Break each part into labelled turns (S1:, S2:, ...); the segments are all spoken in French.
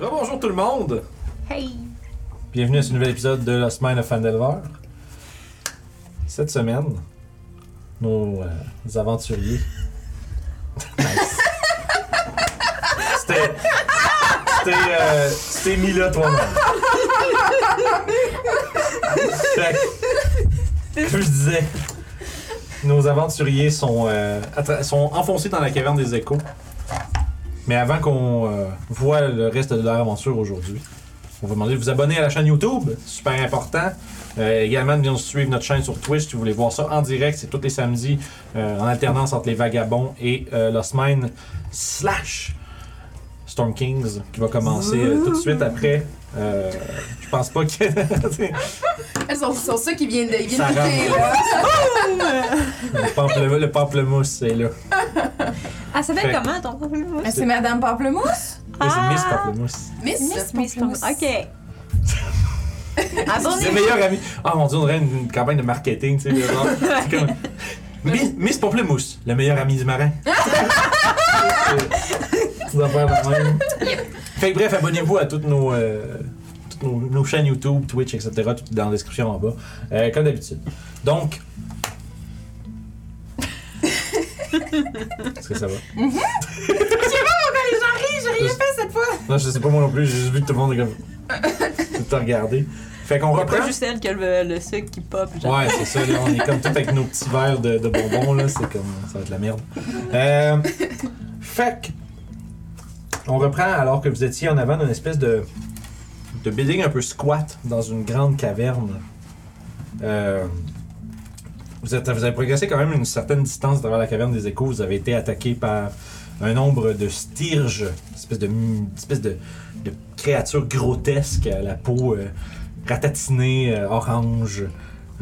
S1: Bonjour tout le monde!
S2: Hey!
S3: Bienvenue à ce nouvel épisode de la semaine of Fandelver. Cette semaine, nos euh, aventuriers. Nice. C'était. C'était. euh, c'était mis là toi-même. Fait que, Comme je disais, nos aventuriers sont, euh, attra- sont enfoncés dans la caverne des échos. Mais avant qu'on euh, voit le reste de leur aventure aujourd'hui, on va demander de vous abonner à la chaîne YouTube, super important. Euh, également, de venir suivre notre chaîne sur Twitch si vous voulez voir ça en direct. C'est tous les samedis euh, en alternance entre les Vagabonds et euh, Lost Mine slash Storm Kings qui va commencer euh, tout de suite après. Euh, je pense pas que.
S2: Elles sont, sont ceux qui viennent de ils
S3: Ça
S2: viennent goûter,
S3: rentre.
S2: là.
S3: le, pample- le pamplemousse, c'est là.
S4: Ah, ça
S3: Fait-
S4: fait comment ton pamplemousse?
S2: Mais C'est Madame Pamplemousse?
S3: Là, c'est
S4: Ah!
S3: Miss Pamplemousse.
S2: Miss?
S4: Miss Pamplemousse. Ok.
S3: C'est le
S4: Abonnez-vous.
S3: meilleur ami. Ah, on dirait on dirait une, une campagne de marketing, tu sais. là, genre, c'est comme, Miss, Miss Pamplemousse, le meilleur ami du marin. tu dois faire le même. Fait que bref, abonnez-vous à toutes nos. euh, toutes nos, nos chaînes YouTube, Twitch, etc. Tout est dans la description en bas. Euh, comme d'habitude. Donc. Est-ce que ça va?
S2: Mhm. Les gens rient, j'ai rien fait cette fois!
S3: Non, je sais pas moi non plus, j'ai juste vu que tout le monde est comme. tout à regarder. Fait qu'on reprend.
S4: Pas juste elle qui a le, le sucre qui pop. Genre.
S3: Ouais, c'est ça, là, on est comme tout avec nos petits verres de, de bonbons, là, c'est comme. ça va être la merde. Euh, fait que, On reprend alors que vous étiez en avant d'une espèce de. de building un peu squat dans une grande caverne. Euh, vous, êtes, vous avez progressé quand même une certaine distance devant la caverne des échos, vous avez été attaqué par un nombre de styrges, espèce de, espèce de, de créatures grotesques à la peau euh, ratatinée, euh, orange,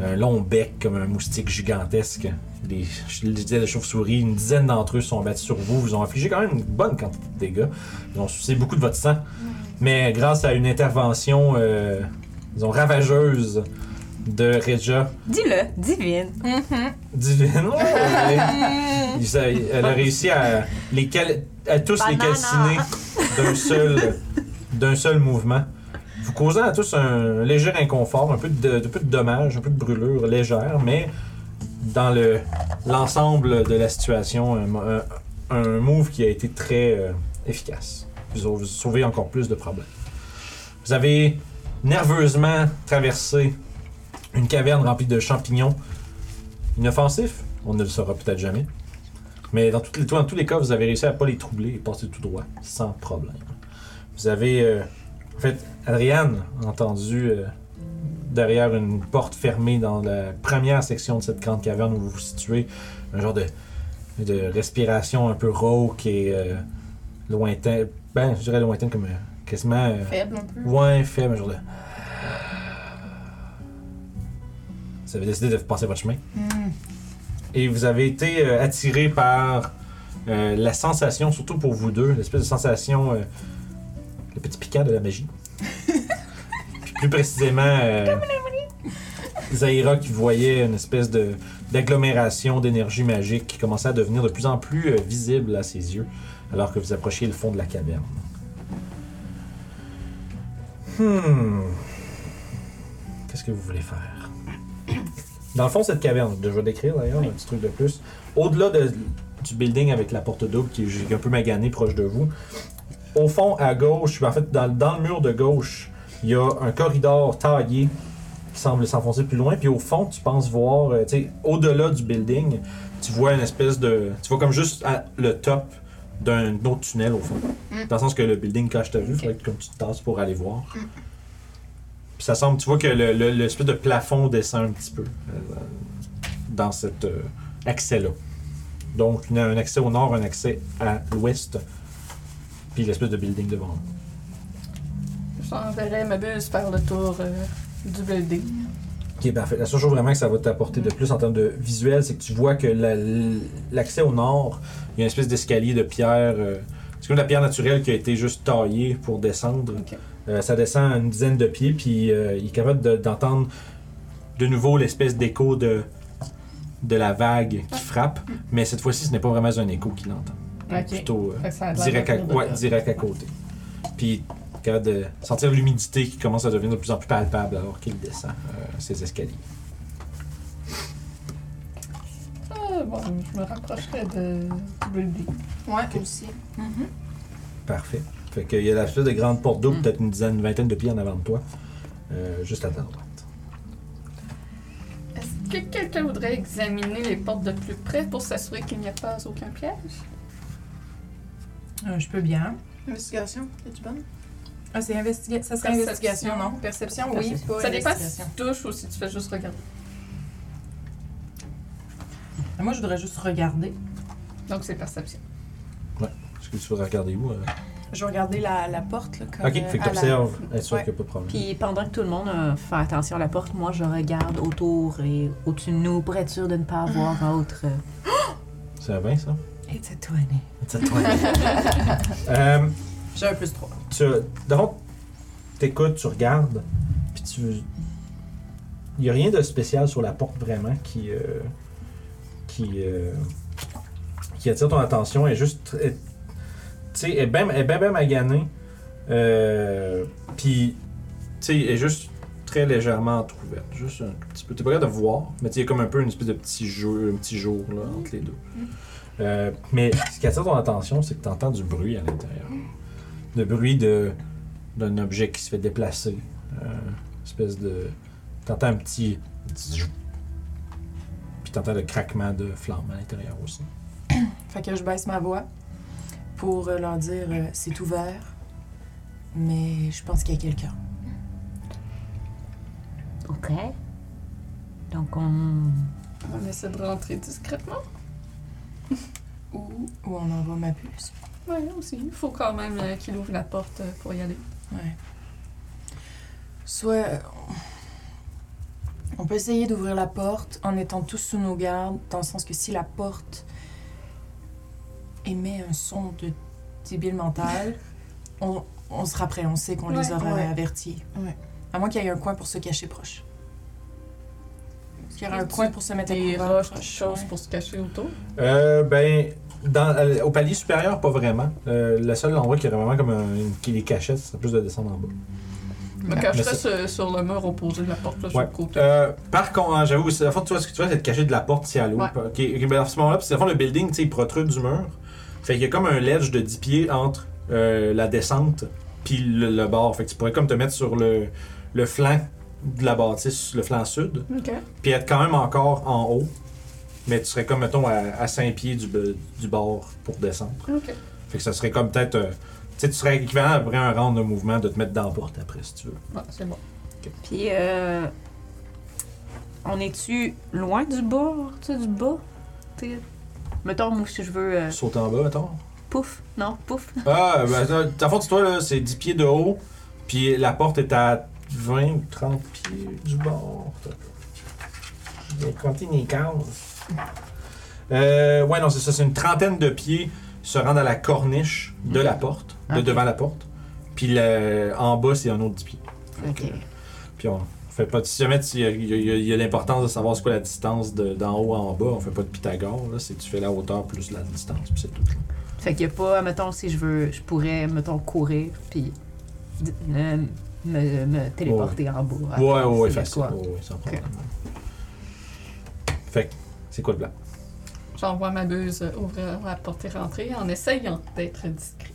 S3: un long bec comme un moustique gigantesque. Les, je le disais, les chauves-souris, une dizaine d'entre eux sont battus sur vous, vous ont infligé quand même une bonne quantité de dégâts. Ils ont sucé beaucoup de votre sang. Mais grâce à une intervention, euh, disons, ravageuse de Reja,
S4: Dis-le, divine.
S3: divine. Ils a- elle a réussi à, les cal- à tous les
S4: Banana.
S3: calciner d'un seul, d'un seul mouvement, vous causant à tous un léger inconfort, un peu de, de- peu de dommages, un peu de brûlure légère, mais dans le, l'ensemble de la situation, un, mo- un- un move qui a été très euh, efficace. Vous a- vous sauvez encore plus de problèmes. Vous avez nerveusement traversé une caverne remplie de champignons inoffensifs, on ne le saura peut-être jamais. Mais dans, toutes les, dans tous les cas, vous avez réussi à pas les troubler et passer tout droit, sans problème. Vous avez, euh, en fait, Adriane entendu euh, derrière une porte fermée dans la première section de cette grande caverne où vous vous situez, un genre de, de respiration un peu rauque et euh, lointain, ben, je dirais lointaine comme euh, quasiment... euh,
S2: Faible un peu.
S3: Ouais, fait, mais genre de. Vous avez décidé de passer votre chemin. Et vous avez été euh, attiré par euh, la sensation, surtout pour vous deux, l'espèce de sensation. euh, le petit piquant de la magie. Puis plus précisément. euh, Zaira qui voyait une espèce de d'agglomération d'énergie magique qui commençait à devenir de plus en plus euh, visible à ses yeux alors que vous approchiez le fond de la caverne. Hmm. Qu'est-ce que vous voulez faire? Dans le fond, cette caverne, je vais décrire d'ailleurs un petit truc de plus. Au-delà de- du building avec la porte double qui est un peu maganée proche de vous, au fond, à gauche, en fait, dans, dans le mur de gauche, il y a un corridor taillé qui semble s'enfoncer plus loin. Puis au fond, tu penses voir, euh, tu sais, au-delà du building, tu vois une espèce de. Tu vois comme juste à- le top d'un autre tunnel au fond. Dans le sens que le building, quand je t'ai vu, il faudrait que comme tu te tasses pour aller voir. Puis ça semble, tu vois que le- le- l'espèce de plafond descend un petit peu euh, dans cet euh, accès-là. Donc, il y a un accès au nord, un accès à l'ouest, puis l'espèce de building devant nous.
S2: J'enverrai ma buse faire le tour euh, du building.
S3: Ok, parfait. La seule chose vraiment que ça va t'apporter de plus en termes de visuel, c'est que tu vois que la- l'accès au nord, il y a une espèce d'escalier de pierre. euh, c'est comme de la pierre naturelle qui a été juste taillée pour descendre.
S2: Ok.
S3: Euh, ça descend à une dizaine de pieds, puis euh, il est capable de- d'entendre de, nouveau l'espèce d'écho de, de la vague
S2: Ah.
S3: qui frappe. Mais cette fois-ci, ce n'est pas vraiment un écho qu'il entend.
S2: Ok.
S3: Plutôt euh,
S2: Fait que ça a l'air
S3: direct, à,
S2: de venir de
S3: ouais,
S2: là.
S3: direct à côté. Puis arcades, euh, sentir l'humidité qui commence à devenir de plus en plus palpable alors qu'il descend euh, ces escaliers.
S1: Ah, bon, je me rapprocherai de du building.
S2: Ouais, aussi.
S3: Parfait. Fait qu'il y a la suite de grande porte d'eau, peut-être une dizaine, une vingtaine de pieds en avant de toi, euh, juste à ta droite.
S1: Est-ce que quelqu'un voudrait examiner les portes de plus près pour s'assurer qu'il n'y a pas aucun piège?
S5: Euh, je peux bien.
S2: Investigation, es-tu bonne?
S5: Ah, c'est investiga- ça serait
S1: Perception.
S5: investigation, non? Perception, oui.
S4: Perception.
S5: pas
S1: Ça dépend si
S5: investigation.
S1: tu touches ou si tu fais juste regarder.
S5: Ah, Moi, je voudrais juste regarder.
S1: Donc c'est perception.
S3: Est-ce que tu veux regarder où? euh?
S5: Je vais regarder la, la porte, là, comme...
S3: Ok, fait que t'observes, être sûr
S5: Ouais.
S3: qu'il n'y a pas de problème.
S4: Puis pendant que tout le monde euh, fait attention à la porte, moi je regarde autour et au-dessus de nous pour être sûr de ne pas avoir autre. euh,
S3: C'est un vin, ça?
S5: Et c'est toi, Annie.
S3: C'est toi. euh,
S5: J'ai un plus 3.
S3: tu, donc, t'écoutes, tu regardes, puis tu... Il n'y a rien de spécial sur la porte, vraiment, qui... euh, qui... euh, qui attire ton attention. Elle est juste... elle- Tu sais, elle est bien, ben, ben maganée. Euh, puis, tu sais, elle est juste très légèrement entrouverte. Juste un tout petit peu. T'es pas capable de voir, mais tu sais, il y a comme un peu une espèce de petit jeu, un petit jour, là, entre les deux. Euh, mais ce qui attire ton attention, c'est que tu entends du bruit à l'intérieur. Le bruit de, d'un objet qui se fait déplacer. Euh, espèce de. T'entends un petit. petit jou. Puis t'entends le craquement de flamme à l'intérieur aussi.
S6: Fait que je baisse ma voix pour euh, leur dire euh, c'est ouvert, mais je pense qu'il y a quelqu'un.
S4: Ok. Donc on.
S1: On essaie de rentrer discrètement. Ou,
S6: Ou on envoie ma puce.
S1: ouais, aussi. Il faut quand même euh, qu'il ouvre la porte euh, pour y aller.
S6: Ouais. Soit euh, on peut essayer d'ouvrir la porte en étant tous sous nos gardes, dans le sens que si la porte émet un son de débile mental, on, on sera prêt, on sait qu'on les
S1: Ouais.
S6: aura
S2: Ouais.
S6: avertis.
S2: Ouais.
S6: À moins qu'il y ait un coin pour se cacher proche. Qu'il y ait un
S1: Tu-
S6: coin pour se mettre à
S1: Des
S6: couvert
S1: roches, des
S6: proche,
S1: choses
S6: ouais.
S1: pour se cacher autour.
S3: Euh, ben. Dans, euh, au palier supérieur, pas vraiment. Euh, le seul endroit qui aurait vraiment comme un- une, qui les cachait, ce serait plus de descendre en bas.
S1: Je me
S3: Mais
S1: cacherais sur, sur le mur opposé de la porte, là, sur
S3: Ouais.
S1: le côté.
S3: Euh, par contre, hein, j'avoue, c'est- à fond, tu vois, ce que tu vois, c'est de cacher de la porte si elle ouvre. Ok, ok, ben, à ce moment-là, c'est à fond, le building, tu sais, il protrude du mur. Fait qu'il y a comme un ledge de 10 pieds entre euh, la descente puis le, le bord. Fait que tu pourrais comme te mettre sur le, le flanc de la bâtisse, le flanc sud,
S1: OK.
S3: puis être quand même encore en haut. Mais tu serais comme, mettons, à, à 5 pieds du, be- du bord pour descendre.
S1: OK.
S3: Fait que ça serait comme peut-être. euh, tu sais, tu serais équivalent après un round de mouvement de te mettre dans la porte après, si tu veux.
S1: Ouais, c'est bon.
S4: Puis euh, on est-tu loin du bord, tu sais, du bas? T'sais, mettons moi si je veux euh,
S3: Saute en bas, attends.
S4: pouf, non pouf.
S3: Ah, ben, là, ta faute, toi, là, c'est 10 pieds de haut, puis la porte est à 20 ou 30 pieds du bord. Je vais compter mes cases. Euh, ouais, non, c'est ça, c'est une trentaine de pieds se rendent à la corniche de la porte, de
S4: Ok.
S3: devant la porte, puis le- en bas, c'est un autre 10 pieds. Fait
S4: Ok.
S3: que- puis on fait pas de. Si jamais tu- il y a- il y a- il y a, il y a l'importance de savoir c'est quoi la distance de- d'en haut à en bas, on fait pas de Pythagore, là, c'est tu fais la hauteur plus la distance, puis c'est tout.
S4: Fait qu'il y a pas, mettons si je veux, je pourrais mettons courir puis d- euh, me, me téléporter en bas.
S3: Ouais,
S4: Attends,
S3: ouais, ouais,
S4: c'est
S3: facile.
S4: quoi?
S3: Ouais, ouais, sans problème. Fait que, c'est quoi le plan?
S1: J'envoie ma buse euh, ouvrir la porte et rentrer en essayant d'être discret.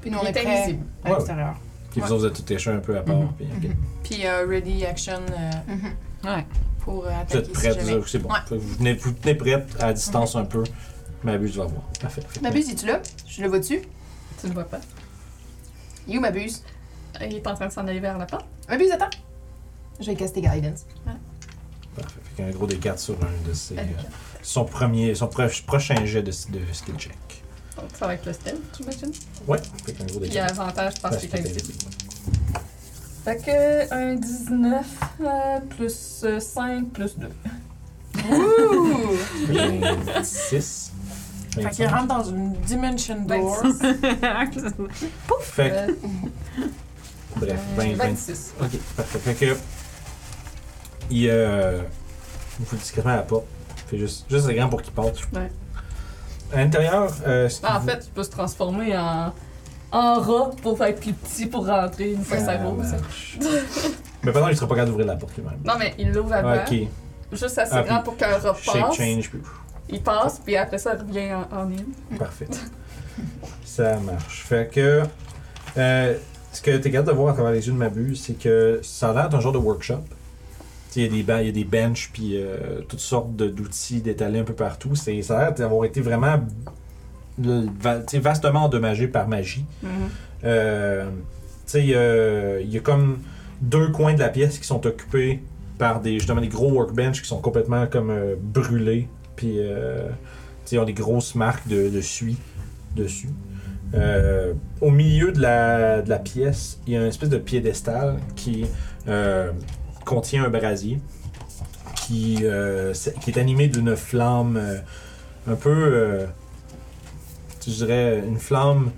S6: Puis nous, on
S1: Il
S6: est
S1: est
S6: prêts
S1: invisible.
S6: à
S3: Ouais.
S6: l'extérieur.
S3: Puis vous
S6: Ouais.
S3: autres, vous êtes tous échoués un peu à part.
S4: Mhm.
S3: puis, ok.
S6: Puis euh, ready action euh,
S4: Ouais.
S6: pour
S3: Vous
S6: euh,
S3: êtes
S6: attaquer si
S3: prêtes,
S6: jamais.
S3: vous- c'est bon.
S6: Ouais.
S3: Fait que Vous, venez, vous tenez prête à distance un peu. M'abuse, va voir. Parfait. Fait que-
S6: M'abuse, es-tu là? Je le vois-tu?
S1: Tu ne vois pas.
S6: You m'abuse.
S1: Il est en train de s'en aller vers la porte.
S6: M'abuse, attends. Je vais caster Guidance.
S3: Parfait. Fait qu'un gros des 4 sur un de ses. euh,
S1: Avec-
S3: son premier, son pro- prochain jet de, de skill check.
S1: Donc, ça va être le stealth, j'imagine.
S3: Ouais. Fait qu'un gros des
S1: Puis il y a
S3: 4.
S1: avantage parce qu'il est invisible.
S3: Fait
S1: Fait que un 19 euh, plus euh, 5 plus 2.
S6: Ouh!
S3: 6.
S6: fait qu'il rentre dans une Dimension Door.
S3: Fait
S1: Euh,
S3: que, bref, 20, 20,
S1: 26.
S3: Ok, parfait. Fait que. Il. Euh, il faut discrètement à la porte. Fait juste, juste le grand pour qu'il parte.
S1: Ouais.
S3: À l'intérieur, euh, ce qui
S1: Ah, en
S3: vous-
S1: fait, tu peux se transformer en, en en rat pour faire plus petit pour rentrer une fois que ça roule. ça.
S3: marche. Mais pendant, il sera pas capable d'ouvrir la porte lui-même. Ah,
S1: Non, mais il l'ouvre à bas,
S3: Ok.
S1: juste assez
S3: Ah,
S1: grand
S3: puis
S1: pour qu'un rat
S3: Shape
S1: passe.
S3: change, puis pff,
S1: Il passe, puis après ça, il revient en, en île.
S3: parfait. ça marche. Fait que. euh, ce que t'es capable de voir à travers les yeux de ma bulle, c'est que ça a l'air d'un genre de workshop. Tu sais, Il y, a des ban- il y a des benches, puis euh, toutes sortes de- d'outils d'étalés un peu partout. C'est- Ça a l'air d'avoir été vraiment le- va- tu sais, vastement endommagé par magie.
S4: Mhm.
S3: Euh, tu sais, euh, il y a comme deux coins de la pièce qui sont occupés par des justement des gros workbench qui sont complètement comme euh, brûlés, puis euh, tu sais, ils ont des grosses marques de, de suie dessus. Euh, au milieu de la, de la pièce, il y a une espèce de piédestal qui euh, contient un brasier qui, euh, c'est- qui est animé d'une flamme euh, un peu, euh, je dirais, une flamme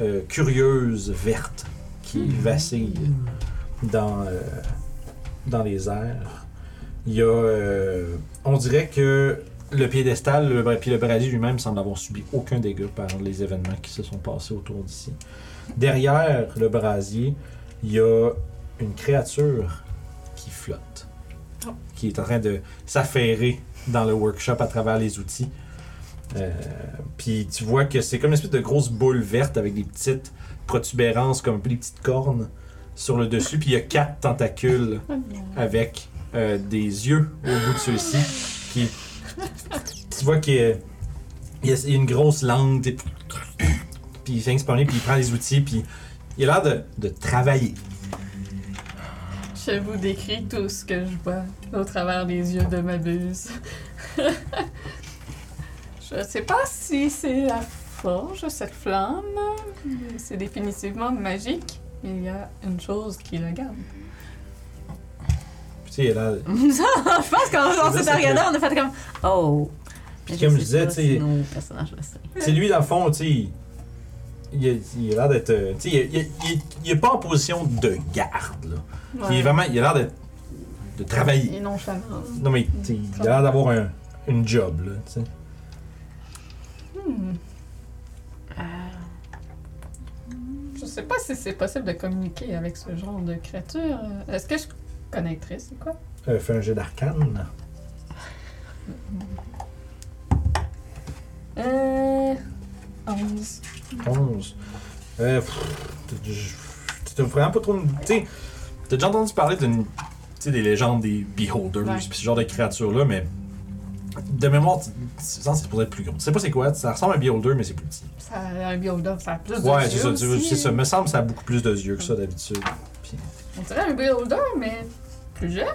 S3: euh, curieuse verte qui vacille dans, euh, dans les airs. Il y a, euh, on dirait que le piédestal le, bra- puis le brasier lui-même semble avoir subi aucun dégât par les événements qui se sont passés autour d'ici. Derrière le brasier, il y a une créature qui flotte, qui est en train de s'affairer dans le workshop à travers les outils. Euh, puis tu vois que c'est comme une espèce de grosse boule verte avec des petites protubérances, comme des petites cornes sur le dessus. Puis il y a quatre tentacules avec euh, des yeux au bout de ceux-ci. Qui... Tu vois qu'il y a- il y a, il y a une grosse langue. t'es- Puis il vient se promener, puis il prend les outils, puis il a l'air de, de travailler.
S1: Je vous décris tout ce que je vois au travers des yeux de ma buse. je sais pas si c'est la forge, cette flamme. C'est définitivement magique. mais Il y a une chose qui la garde.
S3: Puis tu sais, il a l'air.
S4: je pense qu'on on
S3: C'est
S4: s'est
S3: ça,
S4: regardé, on a fait comme. Oh!
S3: Puis comme je disais,
S4: pas
S3: tu sais-
S4: si Nos personnages le savent.
S3: C'est lui, dans le fond, tu sais, il- il a il a l'air d'être. euh, Tu sais, il- il- il il est pas en position de garde, là. Il, est vraiment, il a l'air d'être- de,
S1: Il
S3: travailler.
S1: est nonchalant.
S3: Non, mais tu sais, il a l'air d'avoir un, une job, là, tu sais.
S1: Hmm. Je sais pas si c'est possible de communiquer avec ce genre de créature. Est-ce que je connaîtrais, c'est quoi?
S3: Euh, fait un jet d'arcane.
S1: Euh... 11.
S3: 11. Euh, pff, t'as- je- T'as vraiment pas trop... une- Tu sais, t'as déjà entendu parler d'une... Tu sais, des légendes des Beholders,
S1: Ouais.
S3: pis ce genre de créatures-là, mais... De mémoire, tu- tu sens que c'est pour être plus gros. Tu sais pas c'est quoi, ça ressemble à un Beholder, mais c'est plus petit.
S1: Ça a un build-up, ça a plus de
S3: Ouais,
S1: yeux
S3: c'est ça, tu-
S1: aussi. hein.
S3: c'est ça. Me semble que ça a beaucoup plus de yeux que ça d'habitude. Puis-
S1: On dirait un builder, mais plus jeune.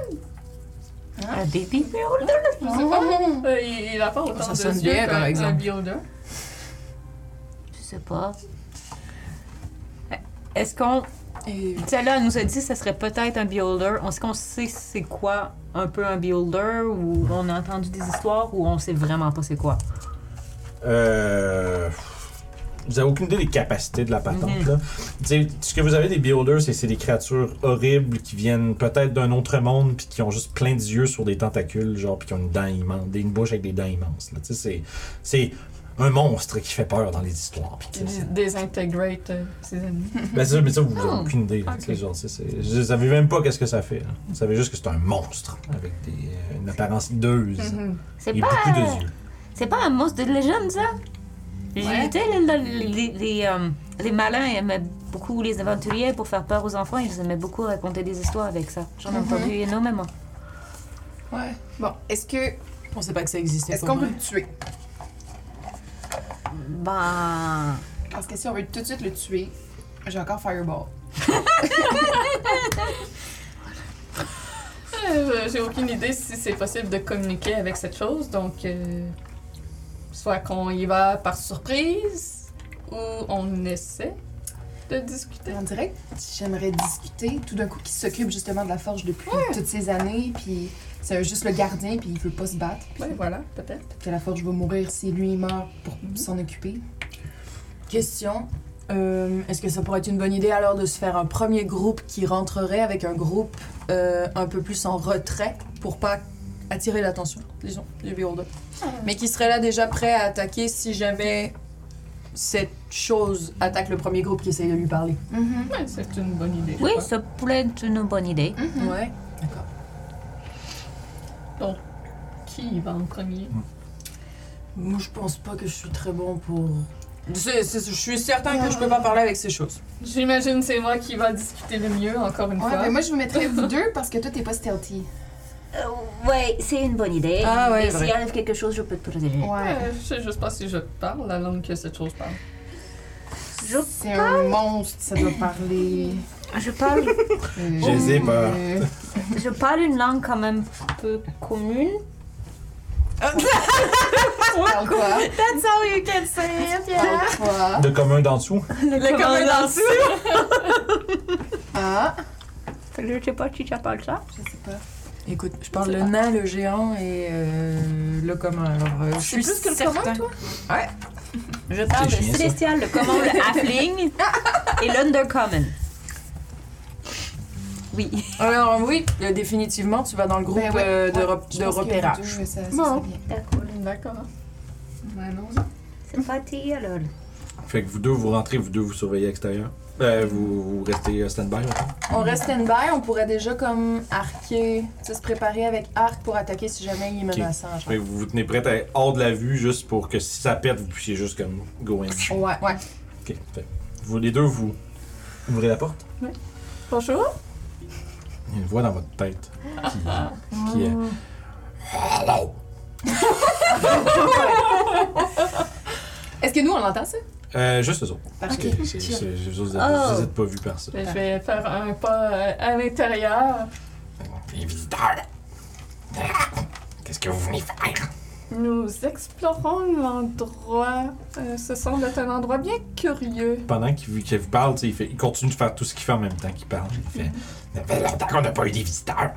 S4: Un baby bear.
S1: Je sais pas. Euh, Il, il a pas autant
S6: Ça
S1: de
S6: sonne
S1: yeux
S6: bien,
S1: qu'un-
S6: par
S1: un
S6: exemple.
S1: builder.
S4: Je sais pas. Est-ce qu'on.
S6: Et
S4: Celle-là, elle nous a dit que ça serait peut-être un beholder. Est-ce qu'on sait c'est quoi un peu un beholder ou on a entendu des histoires ou on sait vraiment pas c'est quoi?
S3: Euh, vous avez aucune idée des capacités de la patente.
S1: Mm-hmm.
S4: Mhm.
S3: là. Tu sais, Ce que vous avez des Beholders, c'est c'est des créatures horribles qui viennent peut-être d'un autre monde puis qui ont juste plein d'yeux sur des tentacules, genre, puis qui ont une dent immense, des- une bouche avec des dents immenses. là. Tu sais, C'est c'est un monstre qui fait peur dans les histoires. puis qui-
S1: Qui dis- désintégrate euh, ses ennemis.
S3: Ben, c'est ça, mais ça, vous n'avez
S1: Hmm.
S3: aucune idée. là,
S1: Ok.
S3: tu sais, genre, c'est- c'est- Vous savez même pas qu'est-ce que ça fait. là. Vous savez juste que c'est un monstre avec des, euh, une apparence hideuse
S1: Mm-hmm.
S4: C'est
S3: et
S4: pas.
S3: beaucoup
S4: euh,
S3: de yeux.
S4: C'est pas un monstre de légende, ça?
S1: Ouais.
S4: Tu sais, les, les- les- les, euh, les malins aimaient beaucoup les aventuriers pour faire peur aux enfants. Ils aimaient beaucoup raconter des histoires avec ça. J'en
S7: Mhm.
S4: ai entendu énormément.
S5: Ouais. Bon, est-ce que.
S6: on sait pas que ça existait.
S5: Est-ce
S6: pour
S5: qu'on veut
S6: vrai.
S5: le tuer?
S4: Ben...
S5: Parce que si on veut tout de suite le tuer, j'ai encore Fireball.
S1: Euh, je- J'ai aucune idée si c'est possible de communiquer avec cette chose, donc euh, soit qu'on y va par surprise ou on essaie de discuter.
S5: On dirait que j'aimerais discuter tout d'un coup qui s'occupe justement de la forge depuis toutes ces années, puis c'est juste le gardien, puis il veut pas se battre, puis
S1: Ouais, voilà, peut-être.
S5: peut-être que la forge va mourir si lui il meurt pour s'en occuper.
S6: Question. euh, Est-ce que ça pourrait être une bonne idée alors de se faire un premier groupe qui rentrerait avec un groupe euh, un peu plus en retrait pour pas attirer Hmm. l'attention, disons, du bureau 2 Mais qui serait là déjà prêt à attaquer si jamais cette chose attaque le premier groupe qui essaye de lui parler.
S5: Mhm.
S1: Ouais, c'est une bonne idée. je
S4: Oui,
S1: crois.
S4: ça pourrait être une bonne idée.
S7: Hmm?
S5: Mhm.
S6: Ouais. D'accord.
S1: Qui y va en premier?
S6: Moi, je pense pas que je suis très bon pour.
S5: euh,
S6: C'est- c'est- je suis certain que je peux pas parler avec ces choses.
S1: J'imagine c'est moi qui va discuter le mieux, encore une
S5: Ouais,
S1: fois.
S5: ben moi je vous mettrais vous deux parce que toi t'es pas stealthy.
S7: Euh, ouais, c'est une bonne idée.
S6: Ah ouais,
S7: Et
S6: vrai.
S7: s'il arrive quelque chose, je peux te protéger.
S5: Ouais.
S1: Euh, je sais juste pas si je parle la langue que cette chose parle.
S7: Je-
S5: C'est un monstre, ça doit parler.
S7: Je parle,
S5: Euh,
S3: J'ai zé peur.
S5: euh,
S7: je parle une langue quand même peu commune.
S5: Parle quoi?
S4: That's how you can say it,
S5: Parle quoi?
S3: De commun d'en dessous.
S4: Le commandant dessous.
S5: Ah,
S4: Je sais pas si tu parles ça.
S5: je sais pas.
S6: Écoute, je parle le nain, le géant et euh, le commun. Alors, euh, je suis
S4: plus que le
S6: certain.
S4: commun, toi? Je
S3: parle
S4: parle
S3: le
S4: le
S3: chien, ça.
S4: célestial, le commun, le halfling et l'undercommon. Oui.
S6: Alors oui, euh, définitivement, tu vas dans le groupe
S5: Ben ouais,
S6: euh, de,
S5: ouais,
S6: rep-
S5: je
S6: de
S5: pense que les
S6: repérage.
S5: deux, ça- ça,
S7: Bon.
S5: c'est bien.
S7: D'accord.
S1: D'accord.
S5: Ouais, non,
S7: C'est parti alors.
S3: Fait que vous deux, vous rentrez, vous deux, vous surveillez extérieur. Euh, vous, vous restez euh, stand-by, mettons.
S5: On reste stand-by, on pourrait déjà comme arquer, tu sais, se préparer avec arc pour attaquer si jamais il est menaçant. genre.
S3: Fait que vous vous tenez prête à être hors de la vue juste pour que si ça pète, vous puissiez juste comme go in.
S5: Ouais, ouais.
S3: Ok. Fait que vous, les deux, vous ouvrez la porte.
S1: Bonjour.
S3: Il y a une voix dans votre tête qui, qui est. Hello!
S5: Est-ce que nous on l'entend ça?
S3: Euh, juste eux autres. Parce que c'est-
S5: Chill.
S3: c'est- vous autres,
S7: Oh.
S3: vous n'êtes pas vus par ça.
S1: Ben, Je vais faire un pas euh, à l'intérieur.
S3: Les visiteurs! Qu'est-ce que vous venez faire?
S1: Nous explorons l'endroit. Euh, ce semble être un endroit bien curieux.
S3: Pendant qu'il qu'il vous parle, tu sais, il, fait- il continue de faire tout ce qu'il fait en même temps qu'il parle. Il fait Ça fait longtemps qu'on n'a pas eu des visiteurs.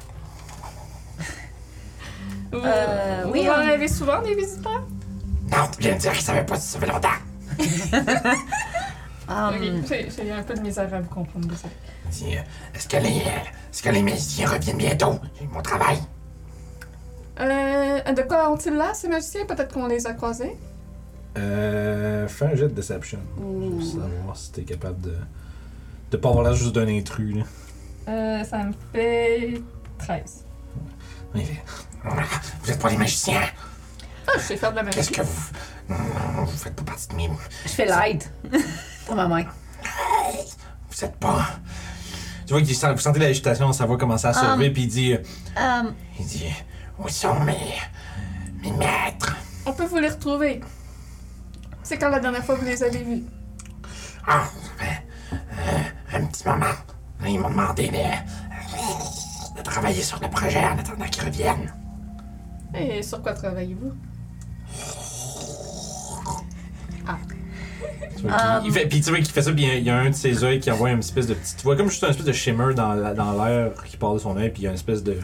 S1: Vous,
S7: Euh,
S1: vous
S7: oui,
S1: en
S7: on-
S1: avez souvent des visiteurs?
S3: Non, tu viens de dire qu'ils savaient pas si ça fait longtemps.
S7: Hum,
S1: Ok, j'ai- j'ai eu un peu de misère à vous comprendre, désolé.
S8: Si, euh, Est-ce que les, euh, est-ce que les magiciens reviennent bientôt? J'ai mon travail.
S1: Euh, de quoi ont-ils là, ces magiciens? Peut-être qu'on les a croisés?
S3: Euh, fais un jet de deception. Pour savoir si t'es capable de. de pas avoir l'air juste d'un intrus, là.
S1: Euh, ça me fait 13.
S3: Il fait,
S8: Ah, Vous êtes pas des magiciens.
S1: Ah, je sais faire de la magie.
S8: Qu'est-ce que vous... Non, vous faites pas partie de mes...
S4: Je fais l'aide. Pour ma main.
S8: Vous êtes pas...
S3: Tu vois qu'il sent, vous sentez l'agitation, sa voix commencer à se lever, puis il dit euh,
S7: hum,
S8: Il dit... Où sont mes... Mes maîtres?
S1: On peut vous les retrouver. C'est quand la dernière fois que vous les avez vus?
S8: Ah, ça fait... euh, un petit moment. Ils m'ont demandé de... euh, de travailler sur le projet en attendant qu'ils reviennent.
S1: Et sur quoi travaillez-vous?
S3: Tu vois qu'il- il fait, puis tu vois qu'il fait ça, puis il y a- il y a un de ses yeux qui envoie une espèce de petit. Tu vois comme juste un espèce de shimmer dans, la- dans l'air qui part de son œil, puis il y a une espèce de.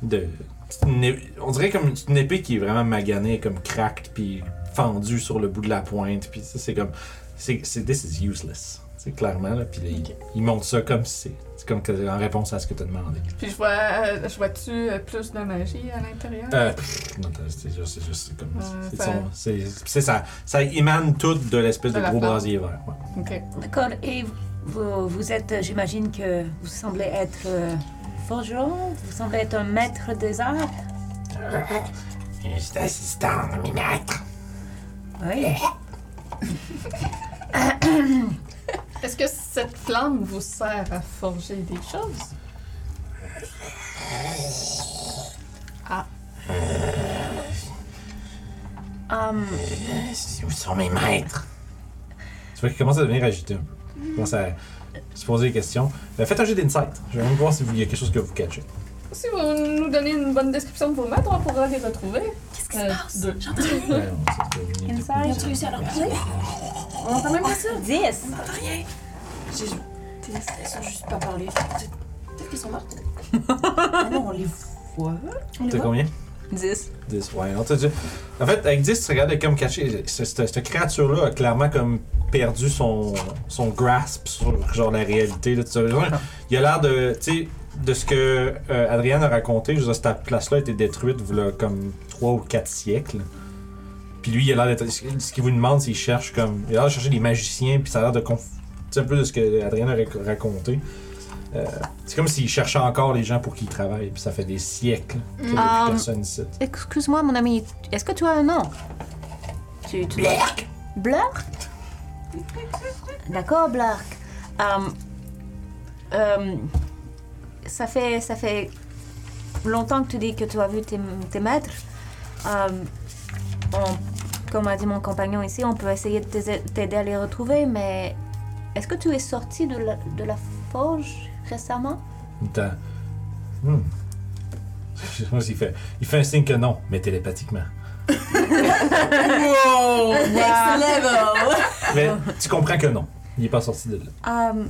S3: de petite né- on dirait comme une épée qui est vraiment maganée, comme cracked, puis fendue sur le bout de la pointe, puis ça, c'est comme. C'est, c'est- this is useless. C'est clairement, là, puis là, il- il, montre ça comme si c'est. c'est comme que- en réponse à ce que t'as demandé.
S1: Puis je vois, euh, je vois-tu euh, plus de magie à l'intérieur?
S3: Euh, pff, non, t'as- c'est juste, c'est juste, c'est comme.
S1: Euh,
S3: c'est,
S1: ça-
S3: son- c'est- c'est ça. Ça émane tout de l'espèce de,
S1: De la
S3: gros
S1: flamme.
S3: brasier vert. ouais.
S1: Ok.
S7: D'accord. Et vous, vous êtes, euh, j'imagine que vous semblez être euh, forgeron, vous semblez être un maître des arts.
S8: J'étais assistant de mes maîtres.
S7: Oui.
S1: Est-ce que cette flamme vous sert à forger des choses?
S7: Hum,
S8: Euh, Où sont mes maîtres?
S3: Tu vois qu'il commence à devenir agité un peu. Il commence à se poser des questions. Euh, faites un jet d'insight. Je vais même voir s'il y a quelque chose que vous catchez.
S1: Si vous nous donnez une bonne description de vos maîtres, on pourra les retrouver. Euh, Qu'est-ce qui se passe?
S3: Ouais, on sait que-
S7: Insight.
S3: Depuis-
S5: On entend même pas ça?
S7: 10.
S6: Elles sont juste pas parlé. Peut-être qu'ils sont mortes. non, on les voit.
S3: T'as combien
S4: 10.
S3: 10. Ouais, on t'a dit. En fait, avec 10, tu regardes comme caché. ce- ce- Cette créature-là a clairement comme perdu son, son grasp sur genre la réalité. Là, tu sais. Genre, il a l'air de. Tu sais, de ce que euh, Adrienne a raconté, je veux dire, cette place-là a été détruite voilà, comme 3 ou 4 siècles. Puis Puis lui, il a l'air d'être. ce- Ce qu'il vous demande, c'est qu'il cherche comme. Il a l'air de chercher des magiciens, puis ça a l'air de. conf- C'est un peu de ce que Adrien a rac- raconté. Euh, c'est comme s'il cherchait encore les gens pour qui il travaille, puis ça fait des siècles qu'il n'y a
S7: Ah.
S3: plus personne ici.
S7: Excuse-moi, mon ami. Est-ce que tu as un nom tu, tu... Blark? D'accord, Blark. Hum, hum, ça, fait, ça fait longtemps que tu dis que tu as vu tes, tes maîtres. Hum, on- comme a dit mon compagnon ici, on peut essayer de t'aider- t'aider à les retrouver, mais est-ce que tu es sorti de la, de la forge récemment
S3: Dans- Hmm. il, fait, il fait un signe que non, mais télépathiquement. Mais tu comprends que non. Il est pas sorti de là.
S7: Hum,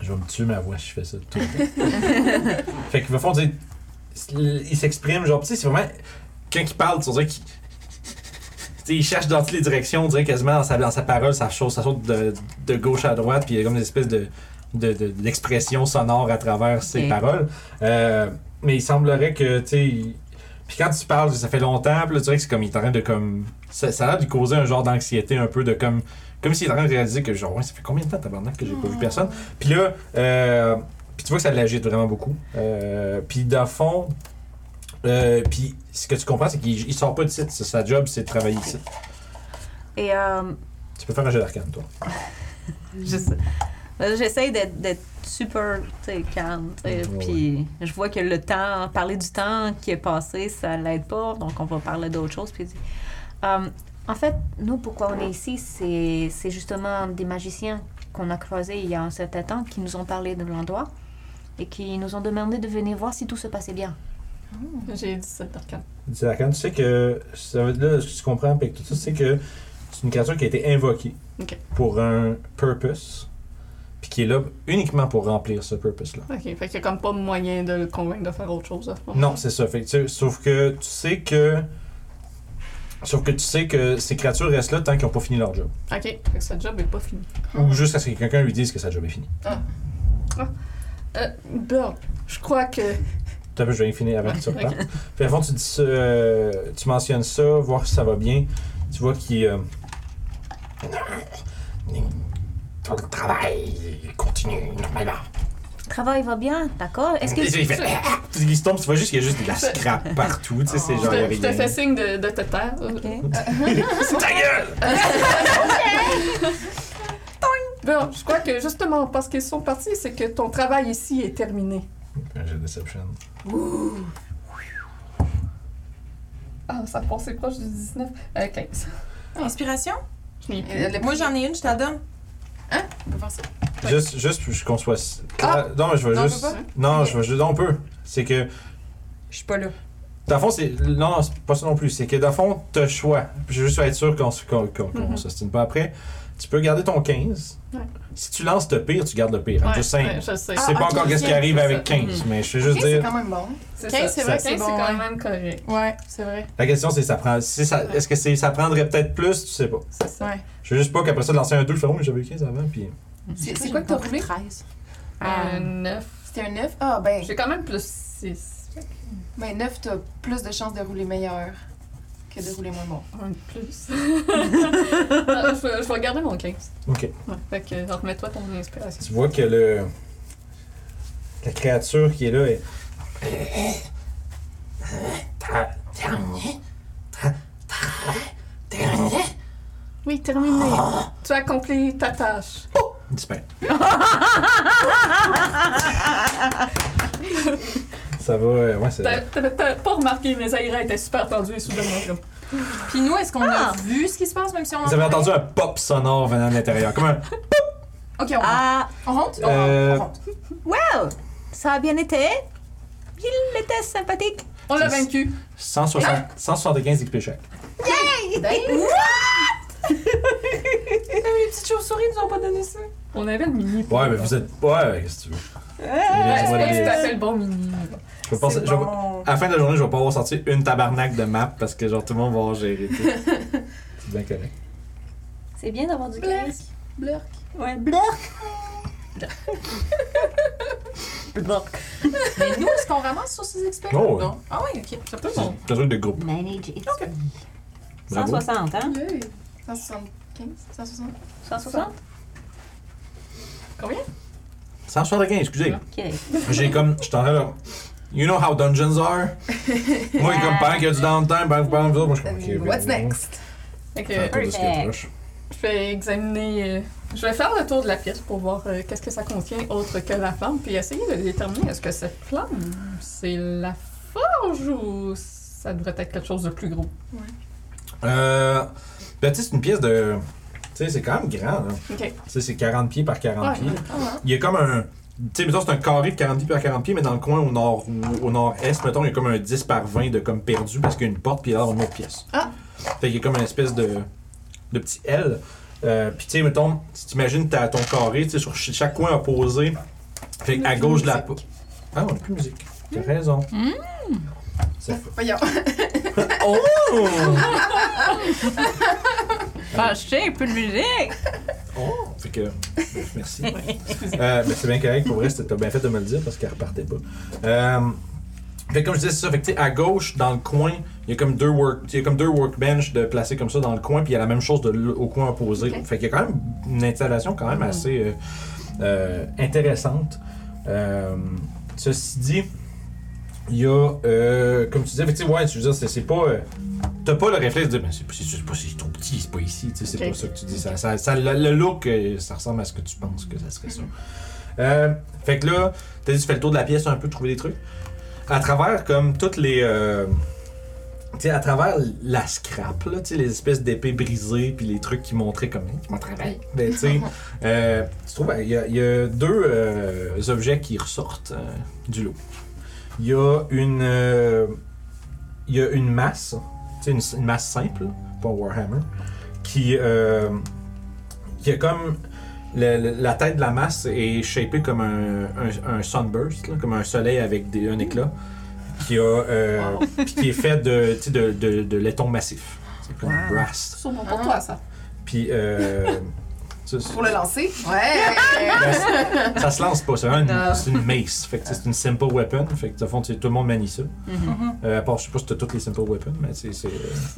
S3: Je vais me tuer ma voix si je fais ça tout le temps. fait que, au fond, tu sais, il s'exprime, genre, tu sais, c'est vraiment. Quand il parle, tu dirais qu'il. tu sais, il cherche dans toutes les directions, on dirait quasiment dans sa, dans sa parole, ça, chose, ça saute de, de gauche à droite, puis il y a comme une espèce de, de, de- d'expression sonore à travers ses
S7: Ok.
S3: paroles. Euh, mais il semblerait que, tu sais. il- Puis quand tu parles, ça fait longtemps, puis là, tu dirais que c'est comme, il est en train de comme. Ça, ça a l'air de lui causer un genre d'anxiété un peu de comme. Comme s'il est en train de réaliser que, genre, ouais, ça fait combien de temps, tabarnak, que j'ai pas vu personne? Puis là, euh, puis tu vois que ça l'agite vraiment beaucoup. Euh, puis dans le fond, euh, puis ce que tu comprends, c'est qu'il il sort pas de site. Sa job, c'est de travailler ici.
S7: et hum,
S3: Tu peux faire un jeu d'arcane, toi.
S7: Je sais. Ben, J'essaie d'être, d'être super tu sais, calme. tu sais,
S3: Ouais,
S7: Puis je vois que le temps, parler du temps qui est passé, ça l'aide pas. Donc on va parler d'autre chose. Puis il dit, Hum, en fait, nous, pourquoi on est ici, c'est, c'est justement des magiciens qu'on a croisés il y a un certain temps qui nous ont parlé de l'endroit et qui nous ont demandé de venir voir si tout se passait bien.
S1: J'ai 17 arcane.
S3: C'est l'arcane, tu sais que. Ça veut, là, ce que tu comprends, puis tout ça, c'est que c'est une créature qui a été invoquée
S1: Ok.
S3: pour un purpose, puis qui est là uniquement pour remplir ce purpose-là.
S1: Ok, fait qu'il y a comme pas moyen de le convaincre de faire autre chose à ce moment.
S3: Non, c'est ça. Fait que, tu sais, sauf que tu sais que. Sauf que tu sais que ces créatures restent là tant qu'ils n'ont pas fini leur job.
S1: Ok, fait que ce job est pas fini.
S3: Ou juste à ce que quelqu'un lui dise que sa job est finie.
S1: Euh, bon, je crois que.
S3: T'as vu, je vais finir avant que tu
S1: Ok.
S3: repartes. Puis avant, tu dis ça, euh, tu mentionnes ça, voir si ça va bien. Tu vois qu'il. euh,
S9: Tout le travail continue normalement.
S7: Le travail va bien, d'accord? Est-ce que.
S9: Il fait-
S3: il se tombe, tu vois juste qu'il y a juste de la scrap partout. Tu sais, c'est
S1: Je
S3: genre. il y a
S1: te, Ah! je te
S3: rien.
S1: fais signe de, de te taire.
S9: Ta gueule!
S1: Bon, Ben, je crois que justement, parce qu'ils sont partis, c'est que ton travail ici est terminé.
S3: Un jeu de deception.
S1: Ah, ça pensait proche du 19. Euh, 15.
S6: Inspiration?
S1: Je n'ai plus.
S5: Euh, le-
S6: Moi, j'en ai une, je te la donne.
S5: On peut faire ça.
S3: Juste, juste pour qu'on soit.
S5: Ah!
S3: Non, je vais
S5: Non, on
S3: juste.
S5: peut pas?
S3: Non,
S5: Ok.
S3: je vais juste. On peut. C'est que.
S5: Je suis pas là.
S3: Dans le fond, c'est. Non, c'est pas ça non plus. C'est que dans le fond, t'as le choix. Je veux juste être sûr qu'on se- qu'on qu'on- qu'on
S1: Mhm.
S3: s'ostine pas après. Tu peux garder ton 15.
S1: Ouais.
S3: Si tu lances le pire, tu gardes le pire.
S1: Ouais,
S3: Juste simple.
S1: ouais, je sais.
S3: Je sais pas
S5: ok,
S3: encore qu'est-ce
S5: ok,
S3: qui arrive
S1: c'est
S3: avec
S1: ça.
S3: 15, mais je veux
S5: Ok,
S3: juste
S5: c'est
S3: dire.
S5: quand même bon.
S1: C'est
S6: 15, c'est vrai que c'est
S1: 15,
S6: bon.
S1: c'est hein. quand
S6: ouais.
S1: même correct.
S6: Ouais, c'est vrai.
S3: La question c'est ça prend. Si ça, Est-ce que c'est, ça prendrait peut-être plus, tu sais pas.
S1: C'est ça.
S6: Ouais.
S3: Je veux juste pas qu'après ça de lancer un 2, je fais oh mais j'avais eu 15 avant puis.
S5: C'est c'est quoi que t'as roulé?
S10: 13.
S1: Un 9.
S5: C'était un 9? Ah, ben,
S1: Euh, J'ai quand même plus 6.
S5: ben 9, t'as plus de chances de rouler meilleur que de rouler moins bon.
S1: Un de plus. Ah, je, vais- je vais garder mon 15.
S3: Ok.
S1: Ouais, fait que euh, remets-toi ton inspiration.
S3: Tu vois que le. La créature qui est là est.
S9: Ta- Terminé? Ta- ta- Terminé?
S1: Oui, terminé. Tu as accompli ta tâche.
S3: disparaît. ça va. euh, Ouais, c'est.
S1: T'as- T'as t'as pas remarqué, mes aïras étaient super tendus et soudainement comme.
S6: Puis nous, est-ce qu'on a vu ce qui se passe, même si on.
S3: Vous avez entendu un pop sonore venant de l'intérieur. Comme un.
S5: Ok, on rentre.
S7: Ah,
S5: On
S1: Oh,
S5: rentre? On
S3: Euh,
S5: rentre, on rentre.
S7: well! Ça a bien été? Il était sympathique!
S1: On l'a
S3: C'est-
S1: vaincu. Hein?
S3: 160 175 XP chaque.
S5: Ben,
S6: Ah Les petites chauves-souris nous ont pas donné ça.
S1: On avait le mini.
S3: Ouais, mais vous êtes. Ouais, qu'est-ce que tu veux.
S1: Ouais,
S3: Laisse-moi
S1: c'est
S3: les-
S1: tout à fait le bon mini.
S3: Je vais passer- je vais- À la fin de la journée, je vais pas avoir sorti une tabarnak de map parce que genre tout le monde va avoir géré tout. C'est bien correct.
S11: C'est bien d'avoir du
S1: Blurk.
S11: casque.
S1: Blurk.
S11: Ouais, blurk.
S6: Mais nous, est-ce qu'on ramasse sur ces expériences?
S3: Oh, ouais.
S6: Non. Ah oui, ok.
S1: C'est un peu bon.
S3: C'est un truc de groupe.
S11: Manage it.
S3: Bravo.
S7: 160, hein?
S5: Yay! 175, 160.
S7: 160?
S3: 175, excusez.
S7: Ok.
S3: J'ai comme. Je t'en là. You know how dungeons are? Moi, comme pendant qu'il y a du downtime, pendant que vous parlez de vous autres, moi je suis comme.
S5: Euh,
S3: ok,
S5: What's
S3: ben,
S5: next?
S1: Fait que,
S3: ça tourne de ce qui est proche.
S1: je vais examiner. euh, je vais faire le tour de la pièce pour voir euh, qu'est-ce que ça contient autre que la flamme, puis essayer de déterminer est-ce que cette flamme, c'est la forge ou ça devrait être quelque chose de plus gros.
S3: Euh. Ben, tu sais, c'est une pièce de. Tu sais, c'est quand même grand, là.
S1: Ok.
S3: Tu sais, c'est 40 pieds par 40
S1: Ouais,
S3: pieds. Il y a comme un. Tu sais, mettons, c'est un carré de 40 pieds par 40 pieds, mais dans le coin au nord au nord-est, mettons, il y a comme un 10 par 20 de comme perdu parce qu'il y a une porte, puis il y a une autre pièce.
S1: Ah.
S3: Fait qu'il y a comme une espèce de, de petit L. Euh, puis tu sais, mettons, si t'imagines t'as ton carré, tu sais, sur ch- chaque coin opposé, fait qu'à gauche de la. po- Ah, on n'a plus de musique.
S1: Hmm.
S3: T'as raison. Ça fait-
S5: Voyons.
S3: Oh!
S2: Fâché, un peu de musique.
S3: Oh! Fait que. Merci. Euh, ben, c'est bien correct. Pour vrai, c'était- t'as bien fait de me le dire parce qu'elle repartait pas. Euh, fait que comme je disais, c'est ça. Fait que, tu sais, à gauche, dans le coin, il y a comme deux work, il y a comme deux workbench de placés comme ça dans le coin, puis il y a la même chose de l- au coin opposé. Fait qu'il y a quand même une installation quand même assez euh, euh, intéressante. Euh, ceci dit, il y a, euh, comme tu disais, fait que, tu sais, ouais, je veux dire, c'est- c'est pas. euh, T'as pas le réflexe de dire, ben, c'est pas- c'est c'est pas c'est trop petit, c'est pas ici, tu sais, c'est
S1: Ok.
S3: pas ça que tu dis. Ça, ça- ça- le, le look, euh, ça ressemble à ce que tu penses que ça serait ça. Euh, fait que là, t'as dit, tu fais le tour de la pièce un peu, trouver des trucs. À travers, comme toutes les. euh, tu sais, à travers la scrap, là, tu sais, les espèces d'épées brisées, puis les trucs qui montraient comme.
S8: Mon travail.
S3: Ben, tu sais, euh, tu trouves, il y, a- il y a deux euh, objets qui ressortent euh, du lot. Il y a une. euh, Il y a une masse, tu sais, une, une masse simple, pas Warhammer, qui. euh, qui a comme. le- le- la tête de la masse est shapée comme un, un- un sunburst, là, comme un soleil avec des, un éclat, qui, a, euh, puis qui est fait de, tu sais, de, de, de laiton massif. C'est comme un brass.
S5: Sûrement
S1: Ah.
S5: pour toi, ça.
S3: Puis. Euh, ça, c'est-
S5: Pour le lancer. Ouais!
S3: ben, c'est- ça se lance pas, c'est vraiment une, c'est une mace. Fait que c'est une simple weapon. Fait que, au fond, tu sais, tout le monde manie ça. Euh, à part, je sais pas si t'as toutes les simple weapons, mais c'est. c'est, euh,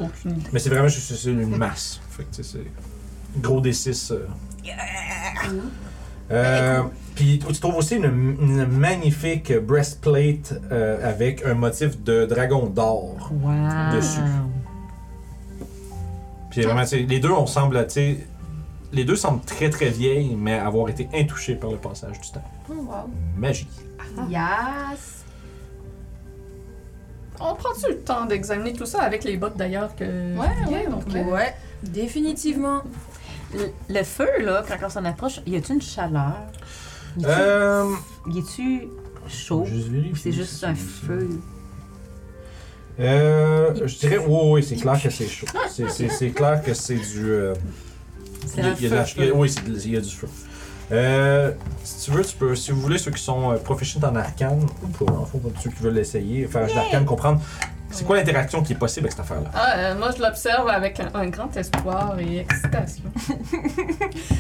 S1: Aucune idée.
S3: mais c'est vraiment juste c'est une masse. Fait que, tu sais, c'est. Gros D6. euh. Euh, Puis tu trouves aussi une, une magnifique breastplate euh, avec un motif de dragon d'or
S2: Wow.
S3: dessus. Puis vraiment, tu sais, les deux, on semble, tu sais, les deux semblent très très vieilles, mais avoir été intouchées par le passage du temps.
S5: Oh, wow.
S3: Magie.
S5: Yes!
S1: On prend-tu le temps d'examiner tout ça avec les bottes d'ailleurs que.
S5: Ouais, ouais,
S1: donc.
S3: Ah.
S5: ok.
S1: euh,
S6: Ouais, définitivement.
S4: Le, le feu, là, quand on s'en approche, y a-tu une chaleur? Y a-tu-
S3: Euh,
S4: Y a-tu chaud?
S3: juste
S4: Ou
S3: vérifier
S4: c'est
S3: si
S4: juste
S3: c'est
S4: un
S3: ça.
S4: feu?
S3: Euh, je dirais, oui, oui, c'est clair que c'est chaud. C'est- C'est c'est clair que c'est du. euh,
S4: C'est
S3: il y a-
S4: un
S3: il y a de la-
S4: feu,
S3: il y a-
S4: feu.
S3: Oui, c'est de- il y a du feu. Euh, si tu veux, tu peux, si vous voulez, ceux qui sont euh, proficients en arcane, pour, en fond, pour ceux qui veulent l'essayer, faire de l'arcane, comprendre c'est quoi l'interaction qui est possible avec cette affaire-là.
S1: Ah, euh, moi je l'observe avec un, un grand espoir et excitation.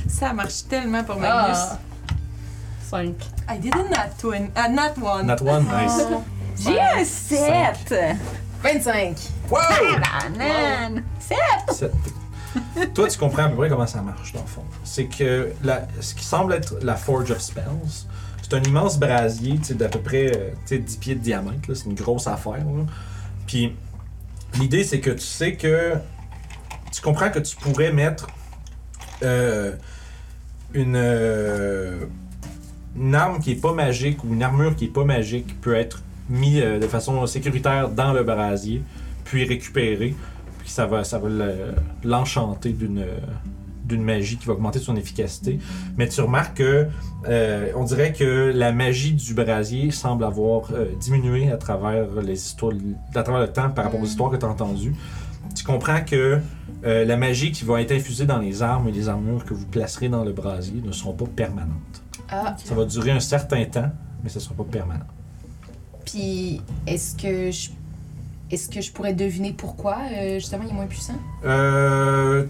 S2: Ça marche tellement pour Magnus.
S1: Ah! 5.
S2: I did a nat twin. Ah, nat one.
S3: Nat one,
S4: Ah.
S3: nice.
S4: J'ai un 7!
S5: 25!
S3: Wow!
S4: Banane!
S3: Sept. Toi, tu comprends à peu près comment ça marche, dans le fond. C'est que la- ce qui semble être la Forge of Spells, c'est un immense brasier tu sais, d'à peu près euh, tu sais, 10 pieds de diamètre. là. C'est une grosse affaire. là. Puis l'idée, c'est que tu sais que. Tu comprends que tu pourrais mettre euh, une, euh, une arme qui est pas magique ou une armure qui est pas magique peut être mise euh, de façon sécuritaire dans le brasier, puis récupérée puis ça va, ça va le- l'enchanter d'une d'une magie qui va augmenter son efficacité. Mais tu remarques que euh, on dirait que la magie du brasier semble avoir euh, diminué à travers les histoires, à travers le temps par rapport aux histoires que tu as entendues. Tu comprends que euh, la magie qui va être infusée dans les armes et les armures que vous placerez dans le brasier ne seront pas permanentes.
S5: Ah,
S3: Ça va durer un certain temps, mais ce ne sera pas permanent.
S5: puis est-ce que je. Est-ce que je pourrais deviner pourquoi, euh, justement, il est moins puissant?
S3: Euh,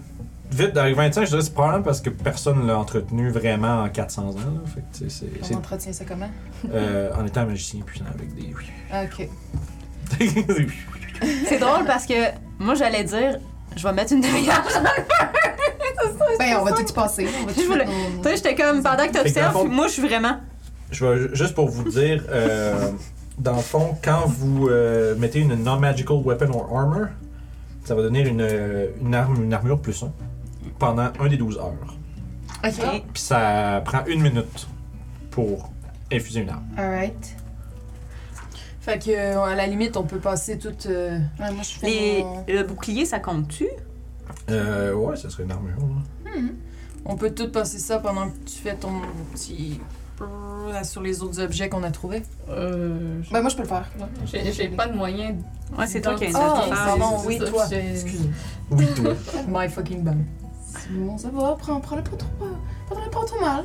S3: vite, dans les 25, je dirais que c'est probablement parce que personne l'a entretenu vraiment en 400 ans. là. Fait que, tu sais, c'est-
S5: On entretient ça comment?
S3: c'est- euh, en étant un magicien puissant avec des...
S5: Ah, ok.
S3: des-
S4: C'est drôle parce que moi j'allais dire Je vais mettre une demi-heure.
S5: Ben, on va tout y passer. On va tout
S4: Je voulais-
S5: mettre nos-
S4: Tu sais, j'étais comme pendant que
S3: Fait que dans le
S4: t'observes,
S3: fond-
S4: moi je suis vraiment.
S3: Je vais juste pour vous dire, euh, dans le fond, quand vous euh, mettez une non-magical weapon or armor, ça va donner une, euh, une, arme, une armure plus 1 pendant un des 12 heures.
S4: Ok.
S3: Puis ça prend une minute pour infuser une
S5: Ah.
S3: arme.
S5: Alright.
S6: Fait que, euh, à la limite, on peut passer toute. euh,
S5: Ouais, moi, je fais.
S4: Les...
S5: mon-
S4: Le bouclier, ça compte-tu?
S3: Euh, ouais, ça serait une armure. là.
S6: On peut tout passer ça pendant que tu fais ton petit. sur les autres objets qu'on a trouvés.
S1: Euh,
S5: Ben, moi, je peux le faire.
S1: j'ai j'ai pas de moyen. de-
S4: Ouais, c'est toi qui as une
S1: Ah,
S4: autre affaire.
S1: pardon,
S6: c'est
S1: oui,
S6: ça,
S1: toi.
S6: j'ai-
S1: Excuse.
S3: Oui, toi.
S6: My fucking bum.
S5: C'est Bon, ça va. Prends, prends le pas trop, pas, prends-le pas trop mal.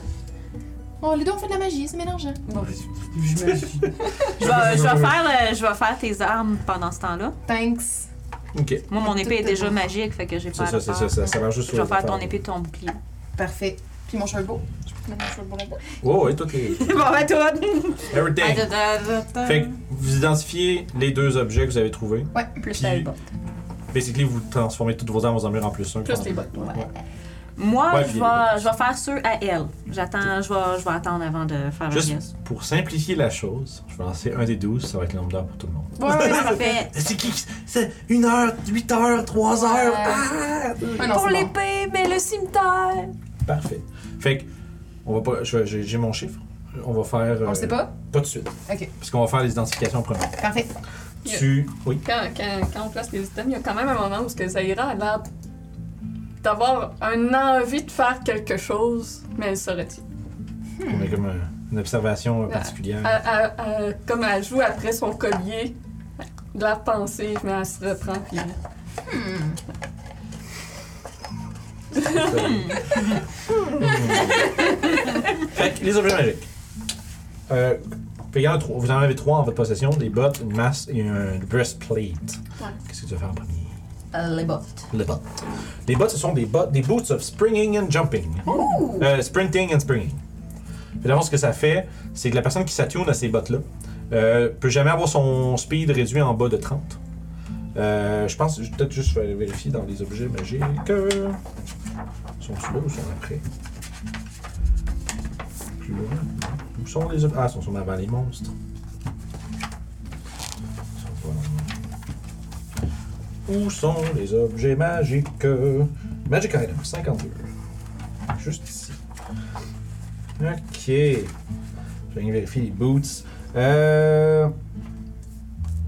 S5: Bon, les deux, on fait de la magie, c'est mélangeant.
S6: Bon, je me suis.
S4: Je vais, Bah, je vais faire, le- je vais faire tes armes pendant ce temps-là.
S5: Thanks.
S3: Ok,
S4: Moi, mon épée est déjà magique, fait que j'ai pas
S3: c'est
S4: à
S3: ça,
S4: le
S3: c'est ça,
S4: faire.
S3: ça, ça marche juste
S4: Je
S3: sur
S4: vais
S3: les
S4: faire ton
S3: affaires.
S4: épée de ton bouclier.
S5: Parfait. Puis mon cheveu beau. Je peux mettre mon cheveu beau là-dedans.
S3: Oh, ouais, toutes les.
S4: bon, ben, toi!
S3: Everything. Fait que vous identifiez les deux objets que vous avez trouvés.
S4: Plus
S3: Puis-
S4: la botte.
S3: Basically, vous transformez toutes vos armes aux armures en plus 1.
S1: Plus les bottes. Ouais.
S4: Moi,
S3: Ouais,
S4: je,
S3: puis-
S4: vais, je vais faire ceux à elle. J'attends, je vais, je vais attendre avant de faire
S3: Juste
S4: la pièce.
S3: pour simplifier la chose, je vais lancer un des 12, ça va être le nombre d'heures pour tout le monde.
S4: Parfait.
S3: C'est qui qui- C'est une heure, huit heures, trois heures. ah!
S5: Ah non, c'est bon.
S4: mais le cimetière!
S3: Parfait. Fait que, on va pas. je- J'ai j'ai mon chiffre. On va faire.
S5: On
S3: euh,
S5: le sait pas?
S3: Pas de suite.
S5: Ok.
S3: Parce qu'on va faire les identifications premières.
S5: Parfait.
S1: Yeah.
S3: Tu. Oui.
S1: Quand, quand, quand on place les items, il y a quand même un moment où ce que Zaira a l'air d'avoir un envie de faire quelque chose, mais elle se retire.
S3: On a comme euh, une observation euh,
S1: Ouais. Ah,
S3: particulière.
S1: Elle- elle- elle- comme elle joue après son collier, de la pensée, mais elle se reprend. Puis...
S3: Fait que les objets magiques. Euh, fait qu'il y en a trois. Vous en avez trois en votre possession des bottes, une masse et un breastplate.
S1: Ouais.
S3: Qu'est-ce que tu vas faire en premier
S4: Euh, les bottes.
S3: Les bottes. Les bottes, ce sont des bottes, des boots of springing and jumping. Euh, sprinting and springing. Fait d'abord, ce que ça fait, c'est que la personne qui s'attune à ces bottes-là euh, peut jamais avoir son speed réduit en bas de 30. Euh, je pense, je vais peut-être juste faire vérifier dans les objets magiques. euh, Sont-ils là ou sont après Plus loin. Où sont les objets Ah, ils sont sûrement avant les monstres. Ils sont pas là. Où sont les objets magiques? euh, Magic item, 52. Juste ici. Ok. Je vais aller vérifier les boots. Euh...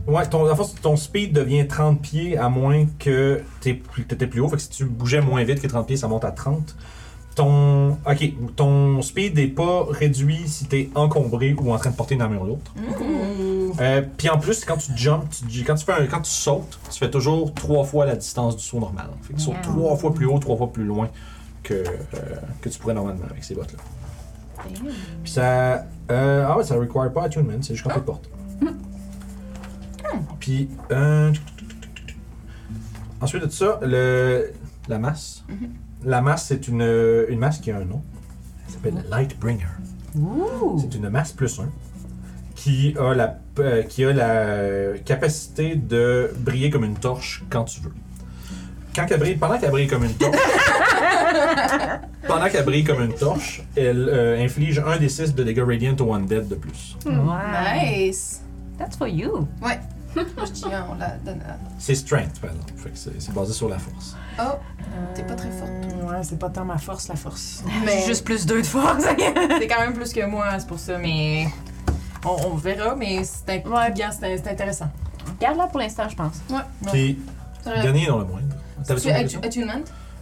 S3: Ouais, ton, en fait, ton speed devient 30 pieds à moins que t'es plus- t'étais plus haut. Fait que si tu bougeais moins vite que 30 pieds, ça monte à 30. Ton, ok, ton speed n'est pas réduit si t'es encombré ou en train de porter une armure lourde. Euh, Puis en plus, quand tu jumps, tu- quand, tu fais un- quand tu sautes, tu fais toujours trois fois la distance du saut normal. Fait que tu sautes trois fois plus haut, trois fois plus loin que, euh, que tu pourrais normalement avec ces bottes-là. Puis ça. euh, ah ouais, ça require pas attunement, c'est juste quand tu portes. Puis. euh, ensuite de ça, le, la masse. La masse, c'est une, une masse qui a un nom. Elle s'appelle Lightbringer. C'est une masse plus 1 qui a la, euh, qui a la capacité de briller comme une torche quand tu veux. Quand qu'elle brille, pendant qu'elle brille comme une torche, pendant qu'elle brille comme une torche, elle euh, inflige un des 6 de dégâts radiant au undead de plus.
S4: Wow.
S5: Nice.
S4: That's for you.
S5: Ah. Moi, je dis, hein, on la donne à.
S3: C'est strength, par exemple. Fait que c'est c'est basé sur la force.
S5: Oh, T'es pas très forte.
S6: Ouais, c'est pas tant ma force, la force.
S5: Mais-
S4: J'ai Juste plus deux de force.
S6: C'est quand même plus que moi, c'est pour ça, mais. On, on verra, mais c'est inc- bien, c'est c'est intéressant.
S4: Garde-la pour l'instant, je pense.
S3: Puis,
S5: Ouais. Euh,
S3: dernier dans le moindre. T'avais-tu
S5: Tu
S3: une
S5: as
S3: question?
S5: attunement?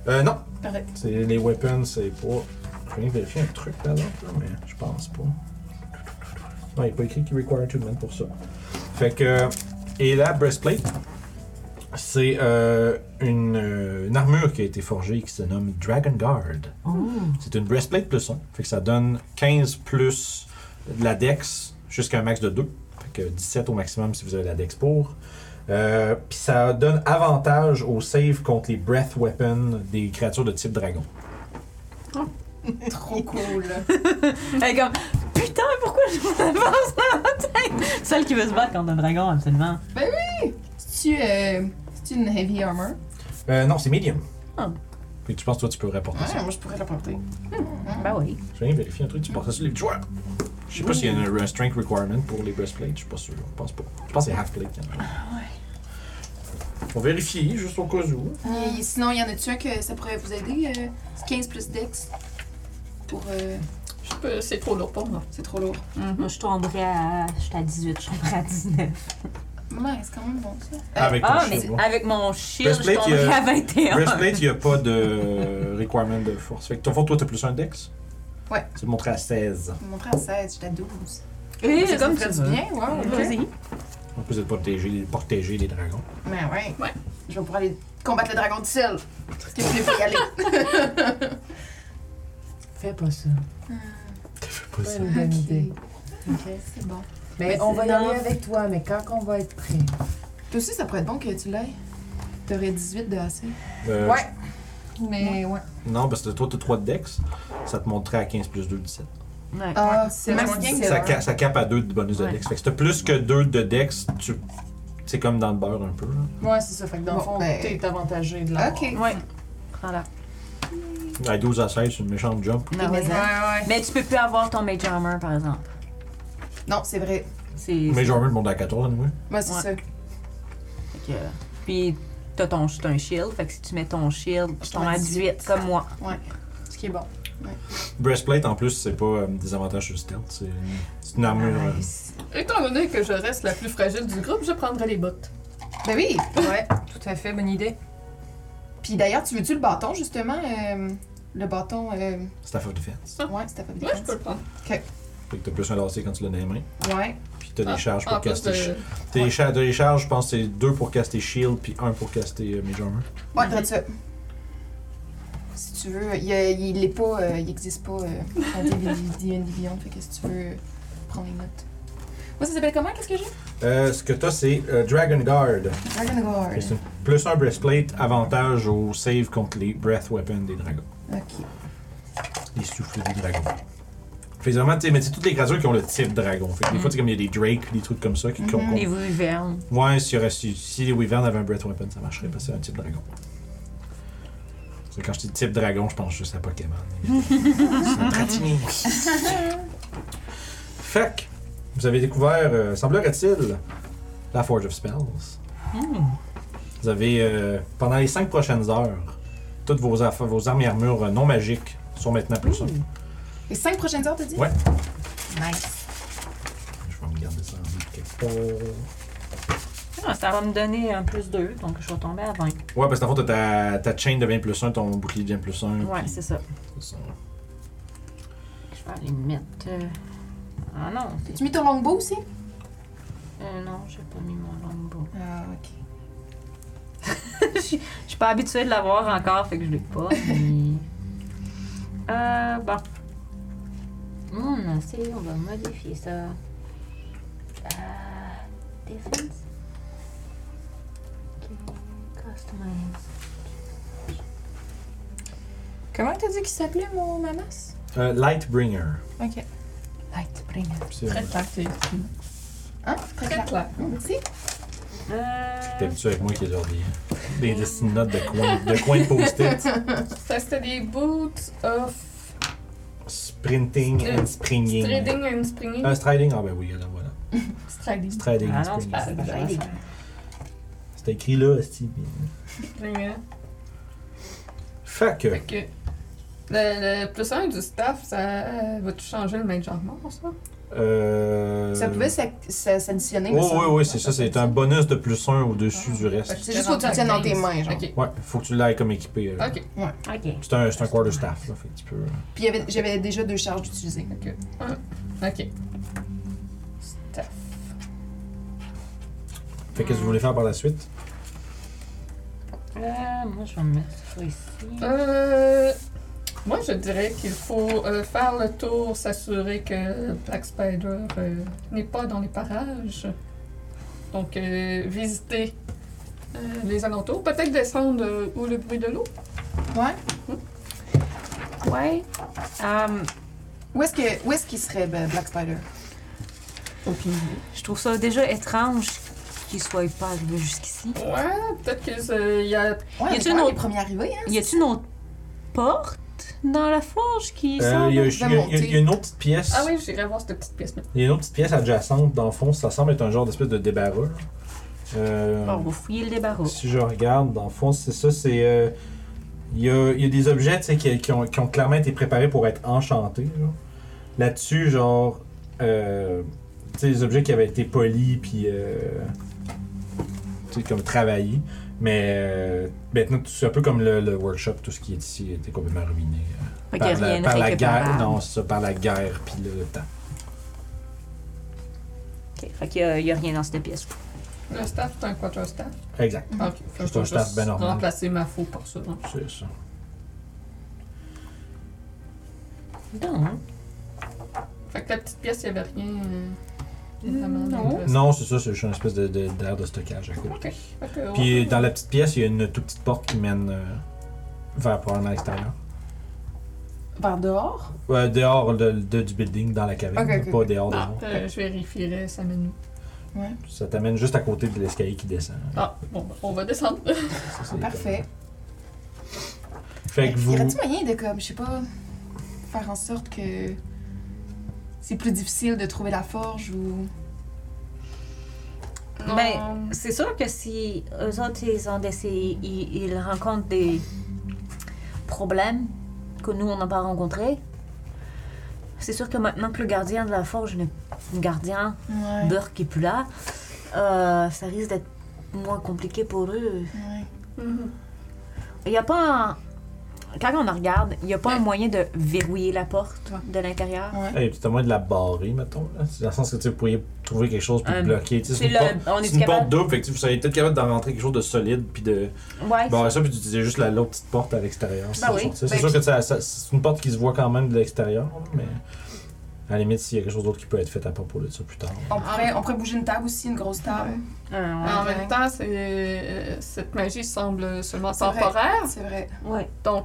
S3: Euh, non.
S5: Parfait.
S3: C'est- Les weapons, c'est pas. Je viens de vérifier un truc, par exemple, là, mais je pense pas. Non, il n'est pas écrit qu'il require attunement pour ça. Fait que. Et la breastplate, c'est euh, une, euh, une armure qui a été forgée qui se nomme Dragon Guard. C'est une breastplate plus 1. Fait que ça donne 15 plus de la dex jusqu'à un max de 2. Fait que 17 au maximum si vous avez la dex pour. Euh, Puis ça donne avantage au save contre les breath weapons des créatures de type dragon.
S5: Trop cool.
S4: Elle est comme, putain, mais pourquoi je m'en avance dans ma tête? Celle qui veut se battre contre un dragon, absolument.
S5: C'est-tu euh, c'est-tu une heavy armor?
S3: Euh, non, c'est medium.
S7: Ah.
S3: Puis tu penses, toi, tu peux rapporter ça.
S5: Ouais, moi, je pourrais l'apporter.
S4: Ben
S7: Bah oui.
S3: Je viens vérifier un truc, tu passes ça sur les joueurs. Je sais pas s'il y a un strength requirement pour les breastplates, je suis pas sûr, je pense pas. Je pense que c'est half plate quand même.
S7: Ah,
S3: On vérifie, juste au cas où.
S7: Euh,
S5: Et sinon, y en a-tu un que ça pourrait vous aider? euh, 15 plus Dex. Pour. euh,
S1: Je peux- C'est trop lourd pour moi.
S5: c'est trop lourd.
S1: Mhm.
S7: Moi, je tomberais à. J'étais à 18, je tomberais à 19.
S5: Maman, c'est quand même bon, ça.
S3: Avec ton
S7: Ah,
S3: shield,
S7: mais
S3: ouais.
S7: avec mon shield, je
S3: Breastplate, il y a-
S7: tomberais à 21.
S3: Breastplate, il n'y a pas de requirement de force. Fait que ton fond, toi, t'as plus un dex.
S5: Ouais.
S3: Tu te montrer à 16.
S5: Mon frère, 16, j'étais à 12.
S7: Eh,
S5: C'est
S7: comme
S5: comme
S7: tu
S5: du
S7: veux.
S5: bien, ouais. ok.
S7: Vas-y.
S3: En plus, vous êtes protégé, protégé des dragons.
S5: Mais ouais.
S1: Ouais.
S5: Je vais pouvoir aller combattre le dragon de sel. Parce que je vais y aller.
S2: Fais pas ça.
S3: Pas
S2: Pas
S3: ça.
S2: une bonne idée.
S5: C'est bon.
S2: Mais
S7: Mais
S2: on
S7: c'est
S2: va y
S7: dans-
S2: aller avec toi, mais quand on va être prêt.
S5: Toi aussi, ça pourrait être bon que tu l'ailles. T'aurais 18 de AC.
S3: Euh,
S2: Ouais. Mais ouais.
S3: Non, parce que toi, t'as 3 de dex. Ça te monterait à 15 plus 2, 17.
S7: Ouais.
S5: Ah, c'est
S6: max
S5: vraiment
S6: 17.
S5: difficile.
S3: Ça, ca- ça cape à 2 de bonus
S7: Ouais.
S3: de dex. Fait que si t'as plus que 2 de dex, tu... c'est comme dans le beurre un peu. là.
S2: Ouais, c'est ça. Fait que dans le
S5: Bon,
S2: fond,
S5: ben-
S2: t'es avantagé de la.
S5: Ok. Ouais,
S7: Ouais. Voilà.
S3: À 12 à 16, c'est une méchante jump.
S7: Non,
S5: ouais.
S7: vas-y.
S1: Ah
S7: Mais tu peux plus avoir ton Mage Armor, par exemple.
S5: Non, c'est vrai.
S7: C'est.
S3: Mais Jormund monte à 14, anyway.
S5: Moi, c'est
S7: Ouais.
S5: ça.
S7: Fait que- Puis t'as ton, t'as un shield, fait que si tu mets ton shield, tu tombes à 18, comme moi.
S2: Ce qui est bon.
S3: Breastplate, en plus, c'est pas euh, des avantages sur le stealth. C'est c'est une armure.
S1: Ah,
S3: euh,
S1: Étant donné que je reste la plus fragile du groupe, je prendrai les bottes.
S5: Ben oui.
S2: Ouais, tout à fait. Bonne idée.
S5: Puis d'ailleurs, tu veux-tu le bâton, justement? euh, le bâton. euh,
S3: staff of defense.
S5: Ouais, c'était pas
S1: Moi, je
S5: bien.
S1: peux le prendre.
S3: Fait que t'as plus un lancer quand tu l'as dans les mains.
S5: Ouais.
S3: Puis t'as
S1: Ah,
S3: des charges
S1: En
S3: pour
S1: plus
S3: caster.
S1: de...
S3: T'as des charges, t'as des charges, je pense que c'est 2 pour caster shield, puis 1 pour caster euh, mage armor.
S5: Ouais, traite ça. Si tu veux, il, y a- il est pas, euh, il existe pas euh, en D&D Beyond, fait que si tu veux, euh, prends les notes. Moi, ça s'appelle comment, qu'est-ce que j'ai?
S3: Euh, ce que t'as, c'est euh, Dragon Guard.
S5: Dragon Guard.
S3: C'est une- Plus un breastplate, avantage au save contre les breath weapons des dragons.
S5: Ok.
S3: Les souffles des dragons. Fait que vraiment, tu sais, mais c'est toutes les créatures qui ont le type dragon. Fait que des fois, c'est comme il y a des drakes, des trucs comme ça. Qui, qu'on- qu'on-
S7: Les wyvernes.
S3: Ouais, s'il y aurait- si, si les wyverns avaient un breath weapon, ça marcherait parce que c'est un type dragon. C'est quand je dis type dragon, je pense juste à Pokémon. c'est un tratinier. Fait que, vous avez découvert, euh, semblerait-il, la Forge of Spells.
S7: Hmm.
S3: Vous avez, euh, pendant les cinq prochaines heures, toutes vos, aff- vos armes et armures euh, non magiques sont maintenant plus un.
S7: Hmm.
S5: Les cinq prochaines heures, t'as dit?
S3: Ouais.
S5: Nice.
S3: Je vais me garder ça en vue quelque part.
S7: Ah, ça va me donner un plus 2, donc je vais tomber à 20.
S3: Ouais, parce que dans le fond, t'as ta, ta chain devient plus 1, ton bouclier devient plus 1.
S7: Ouais, c'est ça. Je vais aller mettre. euh, Ah non,
S5: Tu
S7: c'est-
S5: mets ton longbow aussi?
S7: euh, non, j'ai pas mis mon longbow.
S5: Ah, ok.
S7: Je suis je suis pas habituée de l'avoir encore, fait que je l'ai pas. Mais... euh, bon. Mon AC, Hum, on va modifier ça. Euh, defense. Ok, customize.
S6: Comment t'as dit qu'il s'appelait mon mamas?
S3: Euh, Lightbringer.
S6: Ok.
S3: C'est-
S1: Très clair, t'es-
S5: Hein? Très
S1: Très
S5: clair.
S1: clair.
S5: Merci.
S3: T'es
S7: Euh,
S3: habitué avec moi qui ai genre des, des destiny notes de coin de, coin de post-it.
S1: Ça, c'était des boots of
S3: Sprinting and springing.
S1: trading and springing.
S3: Ah, striding, ah ben oui, alors voilà.
S1: Striding.
S3: Striding
S7: ah
S3: and
S7: non, c'est pas ça.
S3: springing.
S7: que j'allais faire.
S3: C'est écrit là, Steve.
S1: Springing.
S3: Fait que,
S1: Fait que le, le plus 1 du staff, ça va tout changer le mage armor, ça?
S3: euh...
S5: Ça pouvait s'ac- s'a- s'additionner.
S3: Oh,
S5: mais ça-
S3: oui, oui, c'est ça, c'est un bonus de plus 1 au-dessus du
S1: Fait que
S3: reste.
S5: C'est juste faut que tu le tiennes dans tes mains, genre.
S1: Ok.
S3: Ouais, faut que tu l'ailles comme équipé. euh.
S1: Ok.
S7: Ok.
S3: C'est un, c'est un quarter staff, là, fait que tu peux. euh,
S5: Puis il y avait- j'avais déjà deux charges d'utiliser.
S1: Ok. Staff.
S3: Fait qu'est-ce que vous voulez faire par la suite?
S7: Euh, moi, je vais me mettre ça ici.
S1: Euh. Moi, je dirais qu'il faut euh, faire le tour, s'assurer que Black Spider euh, n'est pas dans les parages. Donc, euh, visiter euh, les alentours. Peut-être descendre euh, où le bruit de l'eau.
S5: Ouais.
S7: Ouais. Um,
S5: Où est-ce euh, que- où est-ce qu'il serait, ben, Black Spider?
S7: je trouve ça déjà étrange qu'il soit pas arrivé jusqu'ici.
S1: Ouais, peut-être qu'il se- il y a.
S5: Ouais,
S7: Y a-t-il
S5: mais
S7: une
S5: ouais,
S7: autre-
S5: les premiers arrivés, hein?
S7: Y a-t-il une autre porte dans la forge qui
S3: Euh,
S7: sort?
S3: Il y, a-
S5: on
S3: il y a-
S5: va
S3: il y a- il y a une autre petite pièce.
S1: Ah oui, j'irai voir cette petite pièce. mais-
S3: Il y a une autre petite pièce adjacente dans le fond. Ça semble être un genre d'espèce de débarras. là. Euh,
S7: Bon, Oh, vous fouillez le débarras.
S3: Si je regarde, dans le fond, c'est ça, c'est... euh, Il y, a, il y a des objets tu sais, qui, qui ont, qui ont clairement été préparés pour être enchantés. genre. Là-dessus, genre... euh, tu sais, les objets qui avaient été polis, puis... euh, tu sais, comme travaillés. Mais euh, maintenant, c'est un peu comme le, le workshop, tout ce qui est ici était complètement ruiné. euh,
S7: Fait qu'il y
S3: par la,
S7: a rien
S3: par la
S7: récupérable.
S3: guerre, non, c'est ça, par la guerre, puis le temps.
S7: Ok, Fait qu'il y a, il y a rien dans cette pièce.
S1: Le staff, c'est un quarter staff.
S3: Exact.
S1: Ok, fait que
S3: C'est un
S1: je vais
S3: staff
S1: juste
S3: ben normal.
S1: remplacer ma faux par ça. hein.
S3: C'est ça.
S12: Donc,
S1: Fait que la petite pièce, il n'y avait rien. euh, vraiment
S12: Non.
S1: d'intéressant.
S3: Non, c'est ça, c'est juste une espèce de- de- d'aire de, stockage à côté.
S1: Ok. Fait que,
S3: Puis
S1: ouais.
S3: dans la petite pièce, il y a une toute petite porte qui mène euh, vers probablement l'extérieur.
S13: Par dehors?
S3: Ouais, dehors de- de- du building, dans la caverne,
S5: Ok, ok,
S3: pas
S5: ok.
S3: dehors,
S1: Ah,
S3: dehors.
S1: euh, je vérifierai, ça mène où.
S3: Ça t'amène juste à côté de l'escalier qui descend.
S1: Ah, bon, ben, on va descendre.
S3: Ça, c'est-
S5: Parfait.
S3: Fait Ben, que vous...
S5: Y aurait-tu moyen de, comme, je sais pas, faire en sorte que c'est plus difficile de trouver la forge ou.
S7: Ben, c'est sûr que si eux autres, ils, ont des, ils, ils rencontrent des problèmes que nous, on n'a pas rencontrés, c'est sûr que maintenant que le gardien de la forge, le gardien
S5: Ouais.
S7: Burke qui est plus là, euh, ça risque d'être moins compliqué pour eux.
S5: ouais.
S1: Mhm.
S7: Il n'y a pas un... Quand on en regarde, il n'y a pas un moyen de verrouiller la porte de l'intérieur.
S3: Il y a peut-être un moyen de la barrer, mettons. là. C'est Dans le sens que tu sais, vous pourriez trouver quelque chose pour
S7: Un-
S3: bloquer. Tu sais, C'est
S7: Euh, C'est
S3: une,
S7: le-
S3: porte,
S7: on est
S3: c'est une
S7: capable-
S3: porte double, fait que tu sais, vous seriez peut-être capable d'en rentrer quelque chose de solide, puis de
S7: Ouais.
S3: barrer ça, puis d'utiliser juste la- l'autre petite porte à l'extérieur. c'est
S7: oui.
S3: ça. C'est
S5: Ah, Ben,
S3: sûr que ça- ça- c'est une porte qui se voit quand même de l'extérieur, là, mais à la limite, s'il y a quelque chose d'autre qui peut être fait à propos de ça plus tard.
S5: On pourrait, on pourrait bouger une table aussi, une grosse table.
S7: Euh, ouais.
S1: En même temps, c'est- euh, cette magie semble seulement
S5: C'est vrai.
S1: temporaire.
S5: C'est vrai.
S7: Ouais.
S1: Donc,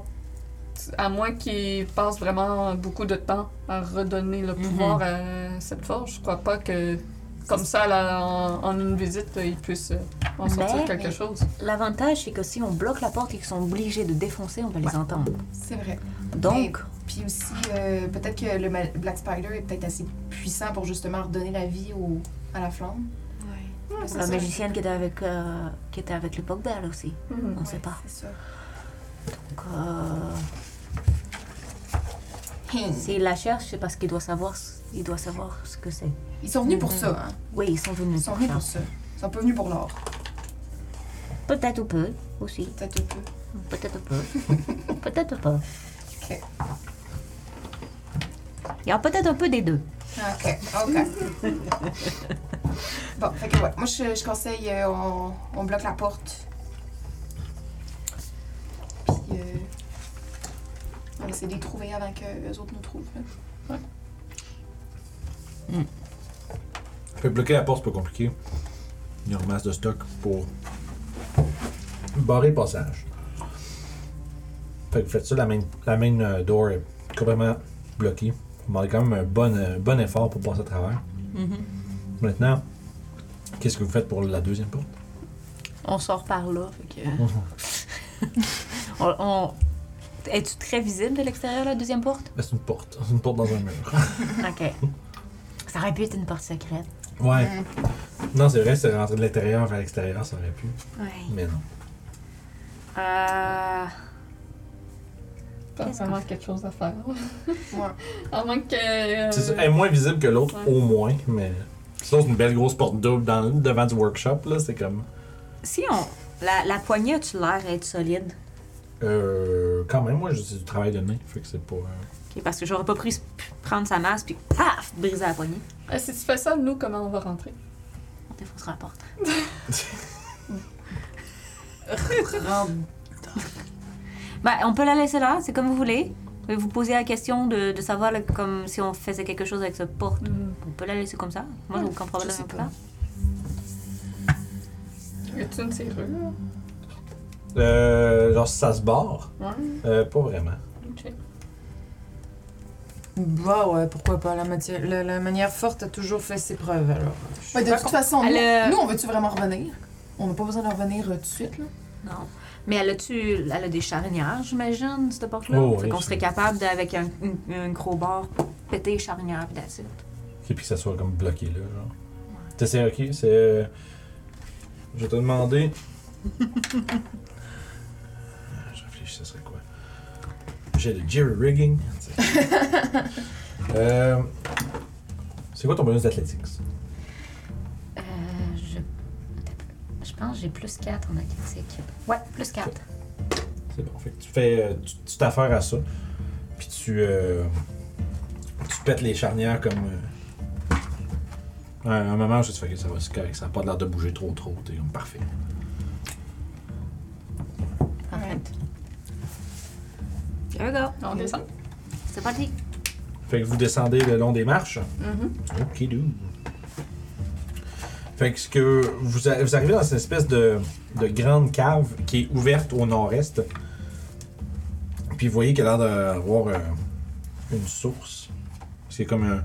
S1: à moins qu'il passe vraiment beaucoup de temps à redonner le pouvoir à cette forge, je crois pas que, comme ça, là, en, en une visite, il puisse euh, en sortir
S7: Mais-
S1: quelque chose.
S7: L'avantage, c'est que si on bloque la porte et qu'ils sont obligés de défoncer, on va les entendre.
S5: C'est vrai.
S7: Donc,
S5: Puis aussi, euh, peut-être que le ma- Black Spider est peut-être assez puissant pour justement redonner la vie au, à la flamme. Ouais,
S7: la magicienne qui était avec, euh, qui était avec l'époque d'elle aussi,
S1: Mhm.
S7: on ne sait pas.
S5: C'est ça.
S7: Donc, euh,
S5: Hmm.
S7: s'il la cherche, c'est parce qu'il doit savoir, ce- il doit savoir ce que c'est.
S5: Ils sont venus pour
S7: Mm-hmm.
S5: ça, hein.
S7: Oui, ils sont venus.
S5: Ils sont
S7: pour
S5: venus
S7: ça.
S5: pour ça. Ils sont pas venus pour l'or.
S7: Peut-être ou peu aussi.
S5: Peut-être un peu.
S7: Peut-être pas. peut-être pas.
S5: Ok.
S7: Il y a peut-être un peu des deux.
S5: Ok, ok. bon, fait que ouais. Moi, je, je conseille, euh, on, on bloque la porte. Puis, euh, on essaie de les trouver avant qu'eux autres nous trouvent. là.
S3: Fait que bloquer la porte, c'est pas compliqué. Il y a une masse de stock pour barrer le passage. Fait que vous faites ça, la main, la main euh, door est complètement bloquée. Vous demandez quand même un bon, euh, bon effort pour passer à travers.
S7: Mhm.
S3: Maintenant, qu'est-ce que vous faites pour la deuxième porte?
S7: On sort par là. fait que- on, on- Es-tu très visible de l'extérieur, la deuxième porte?
S3: Ben, c'est une porte. C'est une porte dans un mur.
S7: Ok. Ça aurait pu être une porte secrète.
S3: ouais. Non, c'est vrai, c'est rentré de l'intérieur vers l'extérieur, ça aurait pu.
S7: Oui.
S3: Mais non.
S7: Euh...
S1: Je pense
S7: Qu'est-ce qu'on
S1: vraiment quelque chose à faire.
S5: Ouais.
S1: À moins que. euh,
S3: C'est ça, elle est moins visible que l'autre,
S1: ouais.
S3: au moins, mais. Sinon, c'est une belle grosse porte double dans, devant du workshop, là, c'est comme.
S7: Si on. La, la poignée a-tu l'air d'être solide?
S3: Euh, quand même, moi, je- c'est du travail de nez, fait que c'est pas. euh,
S7: Ok, parce que j'aurais pas pris prendre sa masse puis paf, briser la poignée.
S1: ah, si tu fais ça, nous, comment on va rentrer
S7: On défoncera la porte.
S6: Ah,
S7: Ben, on peut la laisser là, c'est comme vous voulez. Vous pouvez vous poser la question de, de savoir là, comme si on faisait quelque chose avec cette porte.
S1: Mm.
S7: On peut la laisser comme ça. Moi, j'ai aucun problème
S5: sais
S7: avec
S5: pas.
S7: ça.
S1: Y a-tu une serrure
S3: Euh, genre, ça se barre.
S1: Ouais.
S3: Euh, pas vraiment.
S1: Ok.
S6: Bah ouais, pourquoi pas. La, matière- la, la manière forte a toujours fait ses preuves, alors. je suis
S5: Ouais, de
S6: pas
S5: toute façon,
S7: Elle,
S5: nous,
S7: euh,
S5: nous, on veut-tu vraiment revenir? On n'a pas besoin de revenir euh, tout de suite, là.
S7: Non. Mais elle a-tu. Elle a des charnières, j'imagine, cette porte-là?
S3: Oh,
S7: fait
S3: oui,
S7: qu'on
S3: c'est-
S7: serait capable, de, avec un, un, un gros bord, péter les charnières pis d'acide.
S3: Et puis que ça soit comme bloqué là, genre. T'essaies, ok, c'est. euh, Je vais te demander. Ah, je réfléchis, ça serait quoi J'ai le jerry rigging. euh... C'est quoi ton bonus d'athlétics
S7: Euh, je... je pense que j'ai plus 4 en athlétique. Ouais, plus 4.
S3: C'est bon. Fait que tu fais. euh, Tu tu t'affaires à ça. Puis tu. euh, tu pètes les charnières comme. euh, à un moment, juste fais que ça va se correct. Ça n'a pas l'air de bouger trop, trop. T'es comme parfait.
S7: Here we go.
S1: On descend.
S7: C'est parti.
S3: Fait que vous descendez le long des marches.
S1: Mhm.
S3: Ok, do. Fait que, ce que vous, a- vous arrivez dans cette espèce de, de grande cave qui est ouverte au nord-est. Puis vous voyez qu'elle a l'air d'avoir euh, une source. C'est comme un-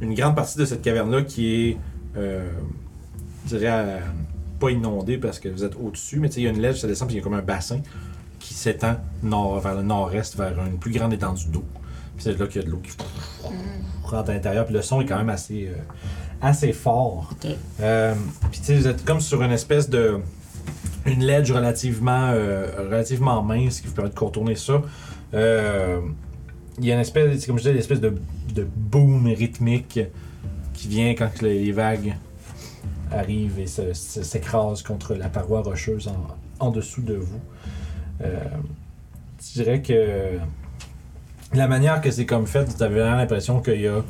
S3: une grande partie de cette caverne-là qui est, euh, je dirais, euh, pas inondée parce que vous êtes au-dessus, mais tu sais, il y a une lèvre, ça descend, puis il y a comme un bassin qui s'étend nord, vers le nord-est, vers une plus grande étendue d'eau. Puis c'est là qu'il y a de l'eau qui rentre à l'intérieur. Puis le son est quand même assez, euh, assez fort.
S7: Ok.
S3: Euh, puis tu sais, vous êtes comme sur une espèce de. Une ledge relativement, euh, relativement mince qui vous permet de contourner ça. Euh, Il y a une espèce, c'est comme je disais, une espèce de, de boom rythmique qui vient quand les, les vagues arrivent et se- se- s'écrasent contre la paroi rocheuse en, en dessous de vous. Euh, je dirais que la manière que c'est comme fait, vous avez vraiment l'impression qu'il y a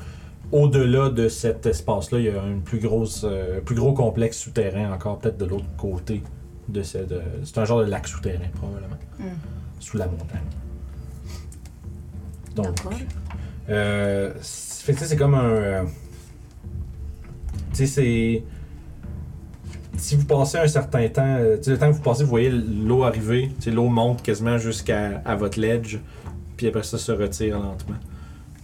S3: au-delà de cet espace-là, il y a un plus, grosse, euh, plus gros complexe souterrain encore, peut-être de l'autre côté. de ce- de- C'est un genre de lac souterrain, probablement. Sous la montagne. Donc,
S4: D'accord.
S3: euh, c'est- fait que tu sais, c'est comme un. euh, tu sais, c'est. Si vous passez un certain temps, euh, tu sais, le temps que vous passez, vous voyez l'eau arriver, tu sais, l'eau monte quasiment jusqu'à à votre ledge, puis après ça se retire lentement.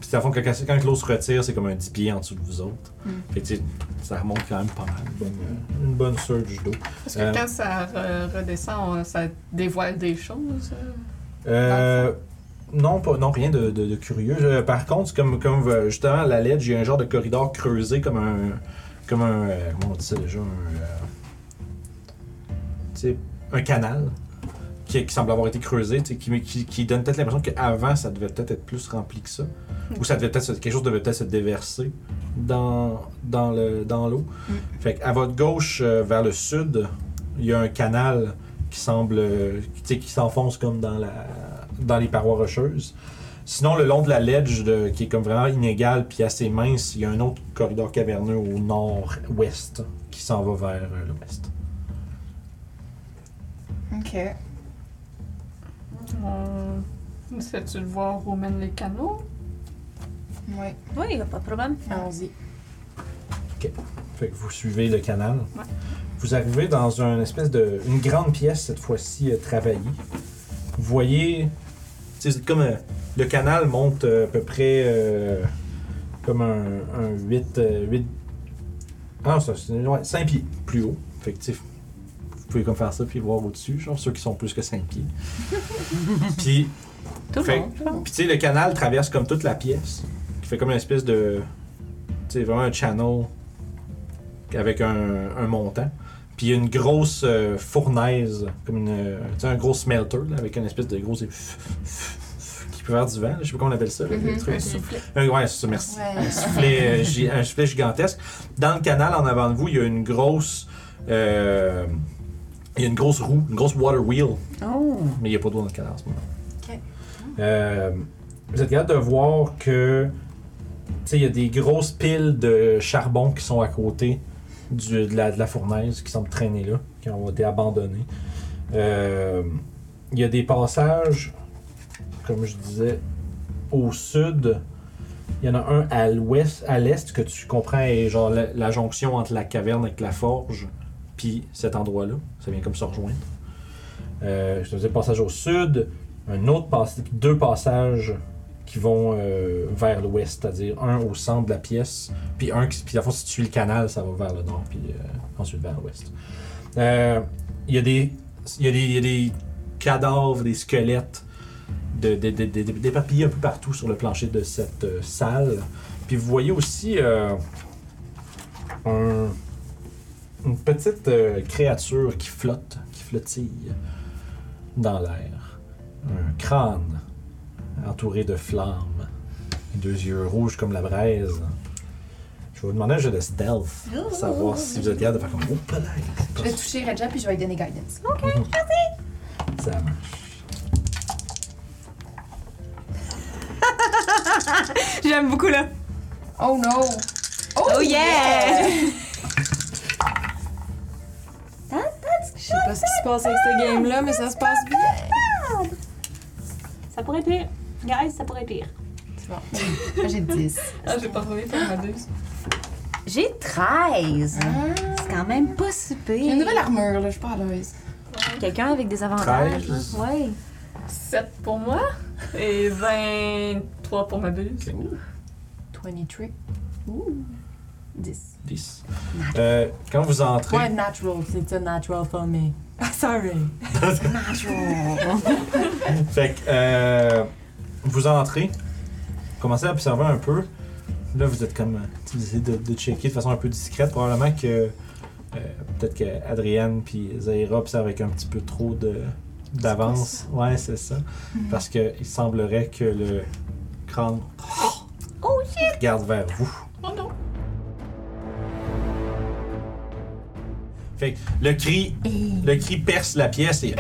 S3: Puis à fond, quand, quand l'eau se retire, c'est comme un 10 pieds en dessous de vous autres. Fait que tu sais, ça remonte quand même pas mal. Une bonne, euh, une bonne surge d'eau.
S1: Parce que
S3: Euh,
S1: quand ça re- redescend, on- ça dévoile des choses. euh.
S3: Euh, non, pas, non, rien de, de- de curieux. Euh, par contre, c'est comme, comme euh, justement à la lettre, j'ai un genre de corridor creusé comme un. Comme un. euh, comment on dit ça déjà Un. euh, tu sais, un canal qui, qui semble avoir été creusé, tu sais, qui, qui, qui donne peut-être l'impression qu'avant, ça devait peut-être être plus rempli que ça. Ou ça devait peut-être se- quelque chose devait peut-être se déverser dans, dans, le, dans l'eau. Fait qu'à votre gauche, euh, vers le sud, il y a un canal qui semble euh, qui, tu sais, qui s'enfonce comme dans la dans les parois rocheuses. Sinon, le long de la ledge de- qui est comme vraiment inégale puis assez mince, il y a un autre corridor caverneux au nord-ouest qui s'en va vers euh, l'ouest.
S5: OK.
S1: On essaie-tu de voir où mènent les canaux?
S5: Ouais,
S4: Oui, y a pas de problème.
S5: allons-y.
S3: Fait que vous suivez le canal.
S1: Ouais.
S3: Vous arrivez dans une espèce de une grande pièce cette fois-ci euh, travaillée. Vous voyez, tu sais, c'est comme euh, le canal monte euh, à peu près euh, comme un, un 8, euh, 8 ah, ça, c'est- ouais, 5 pieds plus haut. Fait que, tu sais, vous pouvez comme faire ça puis voir au-dessus, genre ceux qui sont plus que 5 pieds. puis
S7: Tout
S3: Fait-
S7: le monde.
S3: puis tu sais, le canal traverse comme toute la pièce, qui fait comme une espèce de. Tu sais, vraiment un channel avec un, un montant. Puis il y a une grosse euh, fournaise, comme une, euh, tu sais, un gros smelter, là, avec une espèce de grosse. qui peut faire du vent, là, je sais pas comment on appelle ça, là, le truc.
S1: Un soufflet.
S3: Euh, ouais, c'est ça, merci.
S5: Ouais.
S3: Un, soufflet, euh, gi- un soufflet gigantesque. Dans le canal en avant de vous, il y a une grosse. euh, il y a une grosse roue, une grosse water wheel
S7: Oh.
S3: mais il n'y a pas d'eau dans le canal en ce moment.
S5: Ok.
S3: Euh, vous êtes capable de voir que tu sais, il y a des grosses piles de charbon qui sont à côté du- de, la, de la fournaise, qui semblent traîner là, qui ont été abandonnées. Euh, Il y a des passages, comme je disais, au sud. Il y en a un à l'ouest, à l'est, que tu comprends est genre la, la jonction entre la caverne avec la forge, puis cet endroit-là. Ça vient comme se rejoindre. Euh, je te disais passage au sud, un autre passage, deux passages qui qui vont euh, vers l'ouest, c'est-à-dire un au centre de la pièce, puis un qui, puis à la fois, si tu suis le canal, ça va vers le nord, puis euh, ensuite vers l'ouest. Euh, Il y a des, il y a des, il y a des cadavres, des squelettes de, de, de- de- de- d'éparpillés un peu partout sur le plancher de cette euh, salle. Puis vous voyez aussi euh, un- une petite euh, créature qui flotte, qui flottille dans l'air. Un crâne entouré de flammes, et deux yeux rouges comme la braise. Je vais vous demander un jeu de stealth, pour savoir si vous êtes capable de faire comme. Oh,
S5: Oh, Je vais toucher Raja puis je vais lui donner guidance.
S3: Ça marche.
S4: J'aime beaucoup là.
S5: Oh no! Oh,
S4: Oh yeah!
S6: Je sais pas ce qui se passe avec ce game-là, mais ça se passe bien.
S7: Ça pourrait être pire. Guys, ça pourrait être pire.
S5: Moi, J'ai 10.
S1: Ah, j'ai pas trouvé pour ma deuce.
S4: J'ai 13.
S5: Ah,
S4: C'est quand même pas super.
S5: J'ai une nouvelle armure, là, je suis pas à l'aise.
S4: Quelqu'un avec des avantages. là.
S3: 13.
S4: Ouais.
S1: 7 pour moi et 23 pour ma deuce.
S6: 23.
S5: 10.
S3: 10. Euh, quand vous entrez.
S6: Ouais, natural. C'est un natural for me. Ah, Sorry.
S3: Fait que euh, vous entrez, commencez à observer un peu. Là, vous êtes comme. euh, tu sais, Vous essayez de, de checker de façon un peu discrète. Probablement que. euh, Peut-être que Adrienne puis Zaira observent avec un petit peu trop de d'avance. Ouais, c'est ça. Mhm. Parce que il semblerait que le crâne Oh, regarde vers vous.
S1: Oh non!
S3: Fait que le cri, le cri perce la pièce et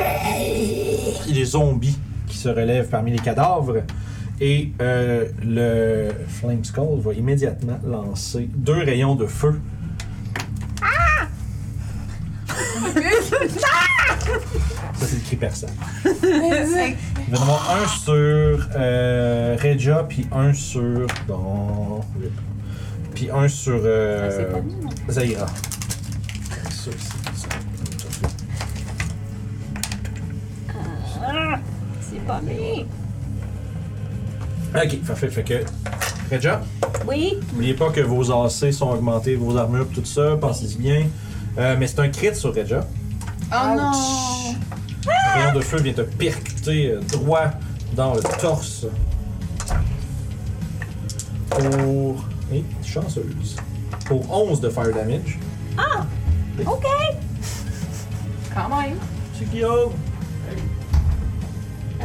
S3: les zombies qui se relèvent parmi les cadavres. Et euh, le Flame Skull va immédiatement lancer deux rayons de feu. Ça, c'est le cri perçant. Il va y en avoir un sur euh, Regia, puis un sur. Bon. Puis un sur. euh,
S7: Ah, c'est pas
S3: Zaira. Ça, c'est ça. Tout à fait.
S7: Ah, C'est pas bien.
S3: Ok, parfait. Fait que. Reja,
S7: Oui.
S3: n'oubliez pas que vos AC sont augmentés, vos armures, pis tout ça, pensez-y bien. Euh, mais c'est un crit sur Reja.
S5: Oh non!
S3: Le rayon de feu vient te percuter euh, droit dans le torse. Pour. Hé, chanceuse. Pour 11 de fire damage.
S5: Quand même!
S3: C'est Guillaume.
S7: Euh,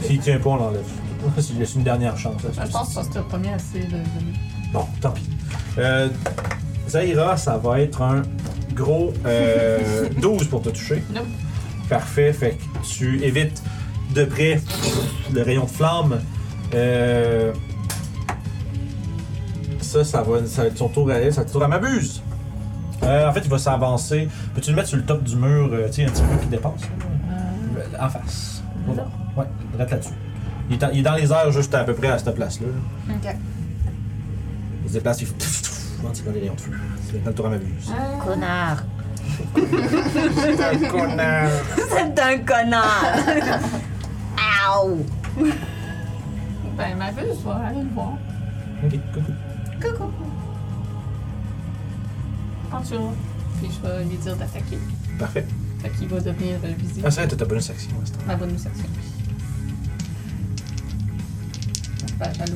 S3: S'il tient pas, on l'enlève. C'est juste une dernière chance. là.
S1: Je pense que c'est le premier assez de.
S3: Bon, tant pis. Euh, Zaira, ça va être un gros euh, 12 pour te toucher.
S1: Nope.
S3: Parfait, fait que tu évites de près le rayon de flamme. Euh, ça, ça va, ça va être son tour à elle, ça va être son tour à m'abuse. Euh, en fait, il va s'avancer. Peux-tu le mettre sur le top du mur, euh, tu sais, un petit peu qui dépasse? là? En face. Voilà. Ouais, direct là-dessus. Il est, en- il est dans les airs juste à peu près à cette place-là.
S5: Ok.
S3: Il se déplace, il fait tf, tf, en tirant des rayons de feu. C'est maintenant le tour à m'abuse.
S4: Connard.
S8: Connard.
S4: C'est un connard. Ow.
S1: Ben, ma deuce, je vais aller le voir.
S3: Ok, coucou.
S1: Coucou! Quand tu vas. Puis je vais lui dire d'attaquer.
S3: Parfait.
S1: Fait qu'il va devenir euh,
S3: Ah,
S1: visible.
S3: ça, t'as ta bonus action. ouais, c'est
S1: Ma bonne section. Pas jaloux.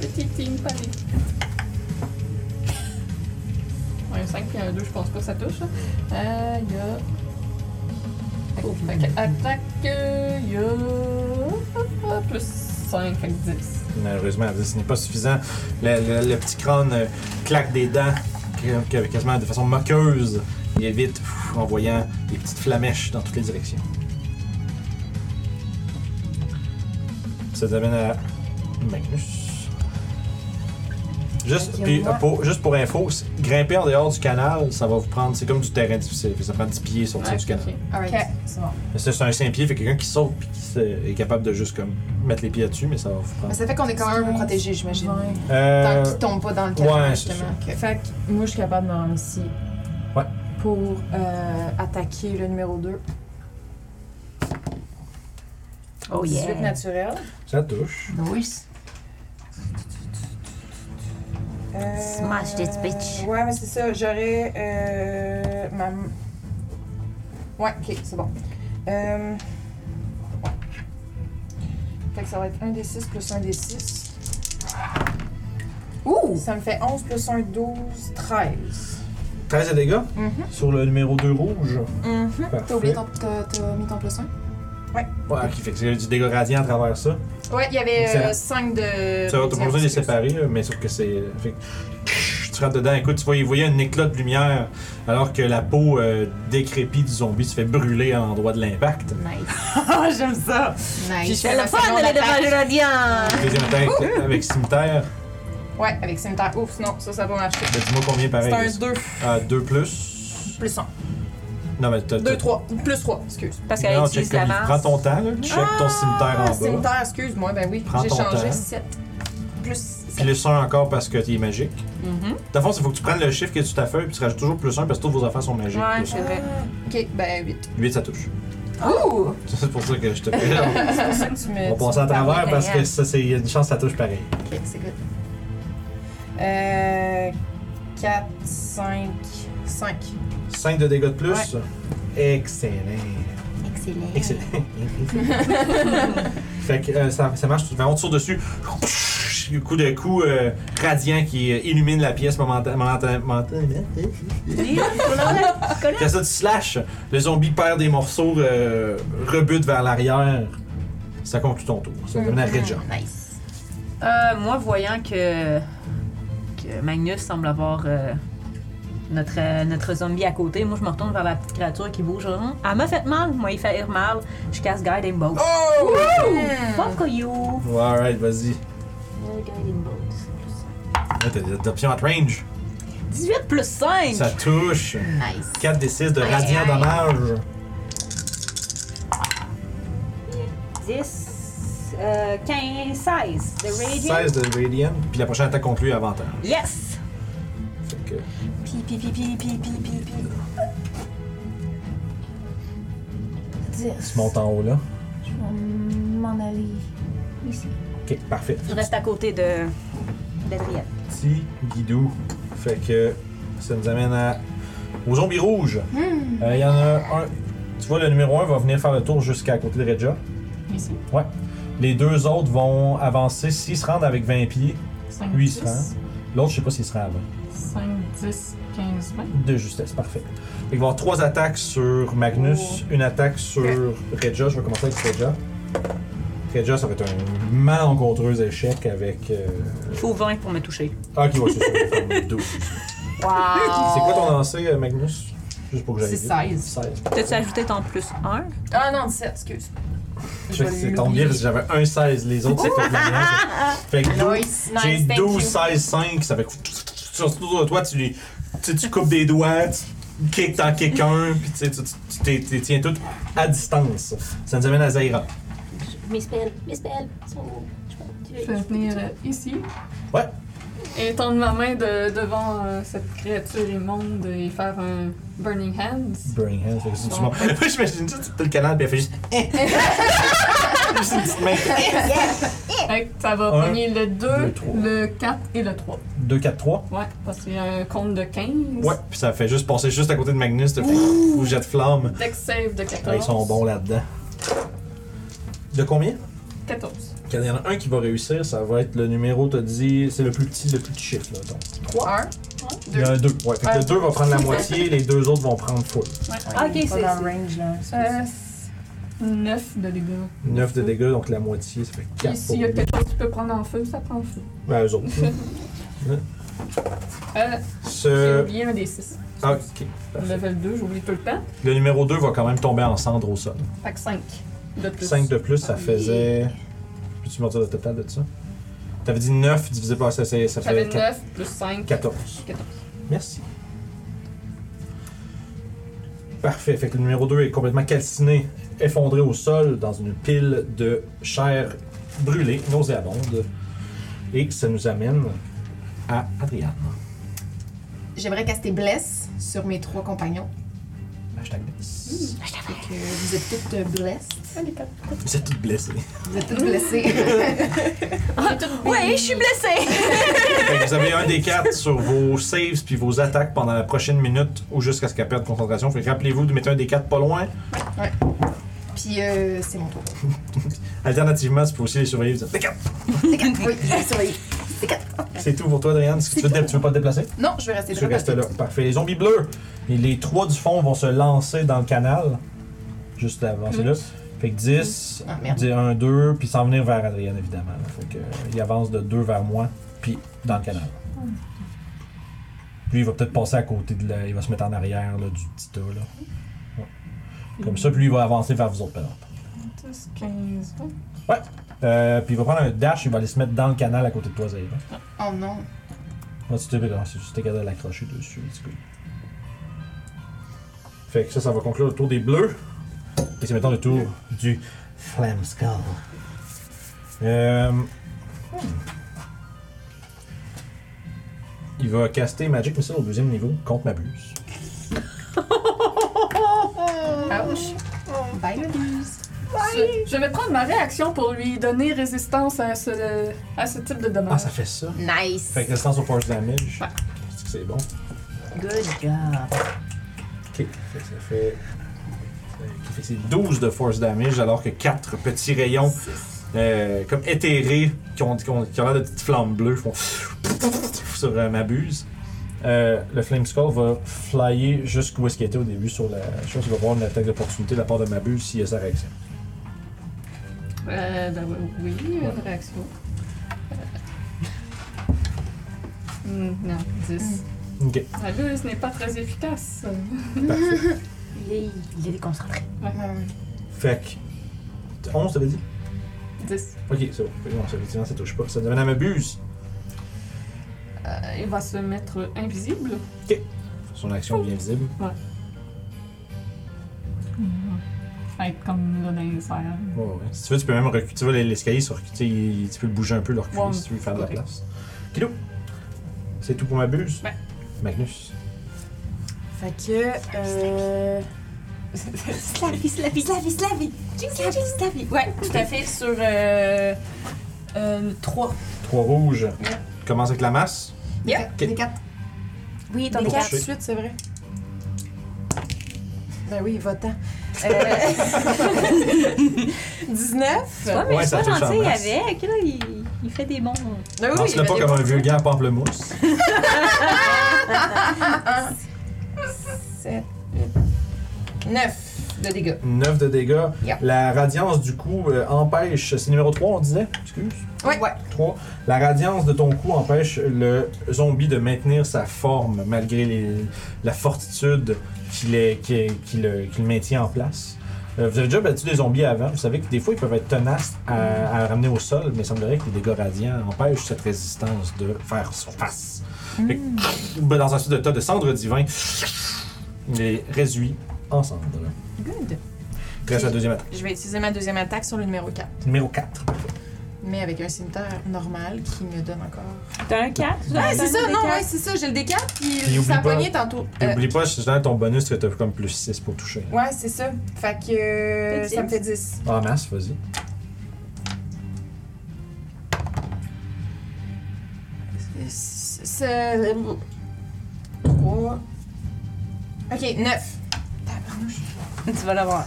S1: Petit team pareil. Ouais, un 5 puis un 2, je pense pas que ça touche. là. Euh, il y a. Oh, fait que attaque, euh, il y a. hop, hop, Plus 5, fait que 10.
S3: Malheureusement, elle dit, ce n'est pas suffisant. Le, le- le petit crâne euh, claque des dents que- que- quasiment de façon moqueuse. Il évite pff, en voyant des petites flamèches dans toutes les directions. Ça nous amène à Magnus. Juste,
S5: Fait que
S3: puis,
S5: moi-
S3: euh, pour, juste pour info, c'est- grimper en dehors du canal, ça va vous prendre. C'est comme du terrain difficile. Ça prend 10 pieds sortir
S1: Ouais,
S3: du canal.
S1: ok.
S5: Alright,
S6: Ok.
S5: c'est bon.
S3: Mais ça, C'est un 5 pieds, fait quelqu'un qui saute puis qui se- est capable de juste comme mettre les pieds là-dessus, mais ça va vous
S5: Mais
S3: prendre.
S5: ça fait qu'on est quand même un peu protégé, j'imagine. Tant
S3: Euh,
S5: qu'il tombe pas dans le
S3: ouais,
S5: cadre,
S3: c'est
S5: justement. Ok.
S6: Fait que moi, je suis capable de me rendre ici.
S3: Ouais.
S6: Pour euh, attaquer le numéro 2.
S7: Oh
S5: Suite
S7: yeah.
S5: naturelle.
S3: Ça touche.
S7: Nice.
S5: Euh,
S4: Smash this bitch.
S5: Ouais, mais c'est ça. J'aurais. Euh, ma... Ouais, ok, c'est bon. Euh... ouais. Fait que ça va être 1 des 6 plus 1 des 6. Ouh! Ça me fait 11 plus 1, 12, 13.
S3: 13 de dégâts
S5: Mhm.
S3: sur le numéro 2 rouge.
S5: Mhm.
S3: Parfait.
S2: T'as oublié ton. T'as t'as mis ton plus 1
S3: Ouais, qui fait que c'est du dégât radiant à travers ça.
S5: Ouais, il y avait
S3: Excellent.
S5: 5 de.
S3: Ça va te proposer de les séparer, là, mais sauf que c'est. euh, fait que tu frappes dedans, écoute, tu vois, il voyait un éclat de lumière, alors que la peau euh, décrépie du zombie se fait brûler à l'endroit de l'impact.
S7: Nice.
S5: Ah, j'aime ça! Puis je
S2: Nice.
S5: fais la
S4: Fun
S5: seconde
S4: d'aller
S5: attaque.
S4: devant le radiant!
S3: Deuxième attaque avec cimetière.
S5: Ouais, avec cimetière. Ouf, non, ça, ça va marcher.
S3: Ben, Dis-moi combien
S5: C'est
S3: pareil.
S5: un
S3: là.
S5: 2
S3: Ah, 2 plus.
S5: plus 1.
S3: Non, mais t'as.
S5: 2,
S3: t'as-
S5: 3. Plus 3, excuse.
S7: Parce qu'elle
S3: Non,
S7: utilise
S3: check comme
S7: la
S3: il- Prends
S7: masse.
S3: ton temps, là. Check ton cimetière en
S5: Ah,
S3: bas.
S5: cimetière, excuse-moi, ben oui.
S3: Prends
S5: J'ai
S3: ton
S5: changé
S3: temps.
S5: 7. Plus
S3: Puis
S5: 7.
S3: le 1 encore parce que t'es magique.
S7: Mhm.
S3: Dans le fond, il faut que tu prennes le chiffre que tu t'as fait, puis tu rajoutes toujours plus 1 parce que toutes vos affaires sont magiques.
S7: Ouais, c'est vrai.
S5: Ok, ben 8.
S3: 8, ça touche.
S5: Ouh!
S3: C'est pour ça que je te fais.
S5: C'est pour Ah, ça que tu me.
S3: On passe à travers parce que
S4: Regarde.
S3: ça, c'est il y a une chance que ça touche pareil.
S5: Ok, c'est good. Euh. 4, 5, 5.
S3: 5 de dégâts de plus. Excellent.
S7: Excellent.
S3: Excellent. fait que euh, ça, ça marche. Enfin, on tire dessus. Coup de coup euh, radiant qui euh, illumine la pièce momenta- momenta- momentanément. Après ça, tu slashes. Le zombie perd des morceaux, euh, rebute vers l'arrière. Ça conclut ton tour. Ça devient à Redja.
S7: Nice. Euh, moi, voyant que, que Magnus semble avoir euh, notre, euh, notre zombie à côté, moi, je me retourne vers la petite créature qui bouge. Hum, Elle m'a fait mal, moi, il fait mal. Je casse Guiding Bolt.
S5: Oh!
S7: Fuck you!
S3: Ouais, alright, vas-y.
S7: Guiding Bolt.
S3: Là, t'as des options à range.
S7: 18 plus 5!
S3: Ça touche.
S7: Nice.
S3: 4 des 6 de radiant dommage.
S7: 10, euh, 15, 16. The Radiant.
S3: 16 de radiant. Puis la prochaine attaque conclue avantage.
S7: Yes!
S3: Fait que
S7: Pi, pi, pi, pi, pi, pi, pi, pi.
S3: tu montes en haut là.
S4: Je vais m'en aller ici.
S3: Ok, parfait.
S7: Je reste à côté de d'Adrienne.
S3: Petit guidou. Fait que ça nous amène à... aux zombies rouges. Euh, Il y en a un. Tu vois, le numéro 1 va venir faire le tour jusqu'à côté de Redja.
S1: Ici.
S3: Ouais. Les deux autres vont avancer. S'ils se rendent avec 20 pieds,
S1: 5,
S3: lui il se rend. L'autre, je sais pas s'il se rend avant.
S1: 5, 10, 15, 20.
S3: De justesse, parfait. Fait qu'il va y avoir trois attaques sur Magnus, une attaque sur Reja. Je vais commencer avec Reja. Reja, ça va être un malencontreux échec avec. euh,
S7: Il faut 20 pour me toucher.
S3: Ah, ok, ouais, c'est ça. on va faire le dos. C'est quoi ton lancé, euh, Magnus Juste pour que j'aille.
S6: C'est
S3: vite.
S6: 16.
S3: 16.
S7: T'as-tu ajouté ton plus 1?
S5: Ah non, 17, excuse.
S3: Fait que C'est tombé bien parce que j'avais un 16, les autres, c'est pas bien. Fait que dou-
S5: Nice,
S3: j'ai
S5: nice, thank
S3: 12,
S5: you.
S3: 16, 5. Ça fait que surtout de toi, tu, les- tu, tu coupes des doigts, tu kicks, t'en kicks un, puis tu sais, tu- tu- tu t'es- t'es tiens tout à distance. Ça nous amène à Zaira.
S14: Mes spells, mes spells sont. Je peux pas tuer.
S1: Je vais venir euh, ici.
S3: Ouais.
S1: Et tendre ma main de- devant euh, cette créature immonde et faire un Burning Hands.
S3: Burning Hands, hein, fait que c'est tout le monde. Moi, j'imagine juste, tu peux le canal, puis elle fait juste. juste une petite main.
S1: Fait que ça va
S3: Un,
S1: pogner le 2,
S3: le trois.
S1: le 4 et le 3.
S3: 2, 4, 3.
S1: Ouais, parce qu'il y a un compte de 15.
S3: Ouais, puis ça fait juste passer juste à côté de Magnus, de ou jet de flamme.
S1: Dex save de 14.
S3: Ah, ils sont bons là-dedans. De combien
S1: 14.
S3: Quand il y en a un qui va réussir, ça va être le numéro, t'as dit, c'est le plus petit, le plus petit chiffre, là. Donc,
S5: 3, 1.
S3: il y en a deux. Ouais, fait que le deux va prendre la moitié, les deux autres vont prendre full.
S7: Ok, c'est.
S6: Pas dans le range, là.
S5: Euh,
S1: 9 de dégâts.
S3: 9 de dégâts, donc la moitié, ça fait 4
S1: Et s'il y a quelque chose qui peut prendre en feu, ça prend feu.
S3: Ben, eux autres. là.
S1: Euh, J'ai
S3: Ce...
S1: oublié un des 6.
S3: Ah, ok. Parfait.
S1: Level 2, j'oublie tout le temps.
S3: Le numéro 2 va quand même tomber en cendre au sol.
S1: Fait que 5 de plus. Ah,
S3: 5 de plus, ça faisait. Peux-tu me dire le total de ça? T'avais dit 9 divisé par ça, c'est- ça
S1: J'avais
S3: fait
S1: 9 plus 5.
S3: 14.
S1: 14.
S3: Merci. Parfait. Fait que le numéro 2 est complètement calciné, effondré au sol dans une pile de chair brûlée, nauséabonde. Et ça nous amène à Adriane.
S2: J'aimerais caster Bless sur mes trois compagnons.
S3: Ah, Hashtag bless.
S5: Fait que vous êtes toutes euh, blessed.
S1: Ah, les quatre.
S3: Vous êtes toutes blessées.
S5: Vous êtes toutes blessées.
S1: Ah,
S4: Oui, je suis blessée.
S3: Fait que vous avez un des quatre sur vos saves puis vos attaques pendant la prochaine minute ou jusqu'à ce qu'elle perde concentration. Fait que rappelez-vous de mettre un des quatre pas loin.
S5: Puis euh, c'est mon tour.
S3: Alternativement, tu peux aussi les surveiller. vous dire, Des quatre!
S5: C'est quatre. Oui, je vais surveiller.
S3: C'est tout pour toi, Adrienne. Est-ce que tu veux, te- tu veux pas te déplacer?
S5: Non, je vais rester
S3: Tu
S5: droite.
S3: restes là. Parfait. Les zombies bleus. Et les trois du fond vont se lancer dans le canal. Juste avant. C'est là. Fait que 10,
S5: Ah, merde.
S3: 1, 2, puis s'en venir vers Adrienne, évidemment. là. Fait que, euh, il avance de 2 vers moi, puis dans le canal. Lui, il va peut-être passer à côté de la. Il va se mettre en arrière là, du petit tas. Là. Ouais. Comme ça, puis lui, il va avancer vers vous autres, par exemple.
S1: 10, 15, 20.
S3: Euh, puis il va prendre un dash, il va aller se mettre dans le canal à côté de toi, Zahira.
S5: Oh non.
S3: Moi, tu t'es non, c'est juste t'es capable de l'accrocher dessus, let's go. Fait que ça, ça va conclure le tour des bleus. Et c'est maintenant le tour du Flame Skull. Euh... hmm. Il va caster Magic Missile au deuxième niveau contre ma buse.
S1: Ouch.
S5: Bye, la buse.
S1: Je, je vais prendre ma réaction pour lui donner résistance à ce, à ce type de
S3: Ah,
S1: dommage.
S3: ça fait ça.
S5: Nice.
S3: Fait que résistance au force damage.
S1: Ouais.
S3: Est-ce que C'est bon.
S7: Good job.
S3: Ok, fait que ça fait. ça fait que c'est 12 de force damage, alors que 4 petits rayons euh, comme éthérés qui ont, qui ont, qui ont l'air de petites flammes bleues font sur euh, ma buse. Euh, le Flame Skull va flyer jusqu'où est-ce qu'il était au début sur la chose. Il va avoir une attaque d'opportunité de la part de ma buse s'il y a sa réaction.
S1: Euh, ben oui, oui, une
S3: Ouais.
S1: réaction. Euh, hmm, Non, 10.
S3: Ok,
S7: Hmm.
S1: La buse n'est pas très efficace.
S3: parfait.
S7: Il est, il est déconcentré.
S3: Fait que. 11, t'avais dit
S1: 10.
S3: Ok, c'est bon. Fait que non, ça, effectivement, ça touche pas. Ça devient à ma buse.
S1: Euh, il va se mettre invisible.
S3: Son action bien visible.
S1: Être comme là dans les airs.
S6: Hmm.
S3: Ouais, ouais. Si tu veux, tu peux même reculer. Tu vois, les- l'escalier sur tu, tu peux le bouger un peu, le reculer
S1: Ouais.
S3: si tu veux faire de la
S1: Ok.
S3: place. Kilo, c'est tout pour ma buse.
S1: Ouais.
S3: Magnus.
S6: Fait que. Euh...
S4: Slavi, slavi, slavi, slavi.
S6: Ouais, tout à fait. Sur. Euh... Euh, 3.
S3: Trois rouges. Commence avec la masse. Ok.
S5: Les quatre.
S4: Oui, t'en
S3: Des
S4: es
S3: quatre.
S4: quatre.
S3: toucher.
S6: suite, c'est vrai. Ben oui, votant. 19.
S7: Tu vois, mais
S3: Ouais,
S7: je suis
S3: ça
S7: pas
S3: touche en
S7: gentil
S3: masse.
S7: avec. Là, il, il fait des bons.
S6: Ben oui,
S3: Lance-le
S6: il
S3: pas
S6: fait des
S3: comme un
S6: bons-
S3: vieux gars à pamplemousse.
S6: 9 de dégâts.
S3: 9 de dégâts.
S6: Yeah.
S3: La radiance, du coup, euh, empêche. C'est numéro 3, on disait Excuse.
S6: Ouais. ouais.
S3: 3. La radiance de ton cou empêche le zombie de maintenir sa forme malgré les- la fortitude qui, les- qui- qui le, qui le maintient en place. Euh, vous avez déjà battu des zombies avant. Vous savez que des fois, ils peuvent être tenaces à, à ramener au sol, mais il semblerait que les dégâts radiants empêchent cette résistance de faire surface. Fait que,
S6: Hmm.
S3: ben, dans un suite de tas de cendres divins, il les réduit en cendres.
S6: Good.
S3: Reste la deuxième attaque.
S6: Je vais utiliser ma deuxième attaque sur le numéro 4.
S3: Numéro 4.
S6: Mais avec un cimetière normal qui me donne encore.
S7: T'as un 4?
S6: Ouais, c'est ça, non, ouais, c'est ça. J'ai le décap,
S3: Puis
S6: puis
S3: oublie
S6: ça a
S3: pas-
S6: pogné tantôt. Euh,
S3: N'oublie pas, c'est ton bonus que t'as comme plus 6 pour toucher.
S6: ouais, c'est ça. Fait que euh, ça me fait 10.
S3: En masse, vas-y.
S6: C'est. 3. Ok, 9. Tu vas l'avoir.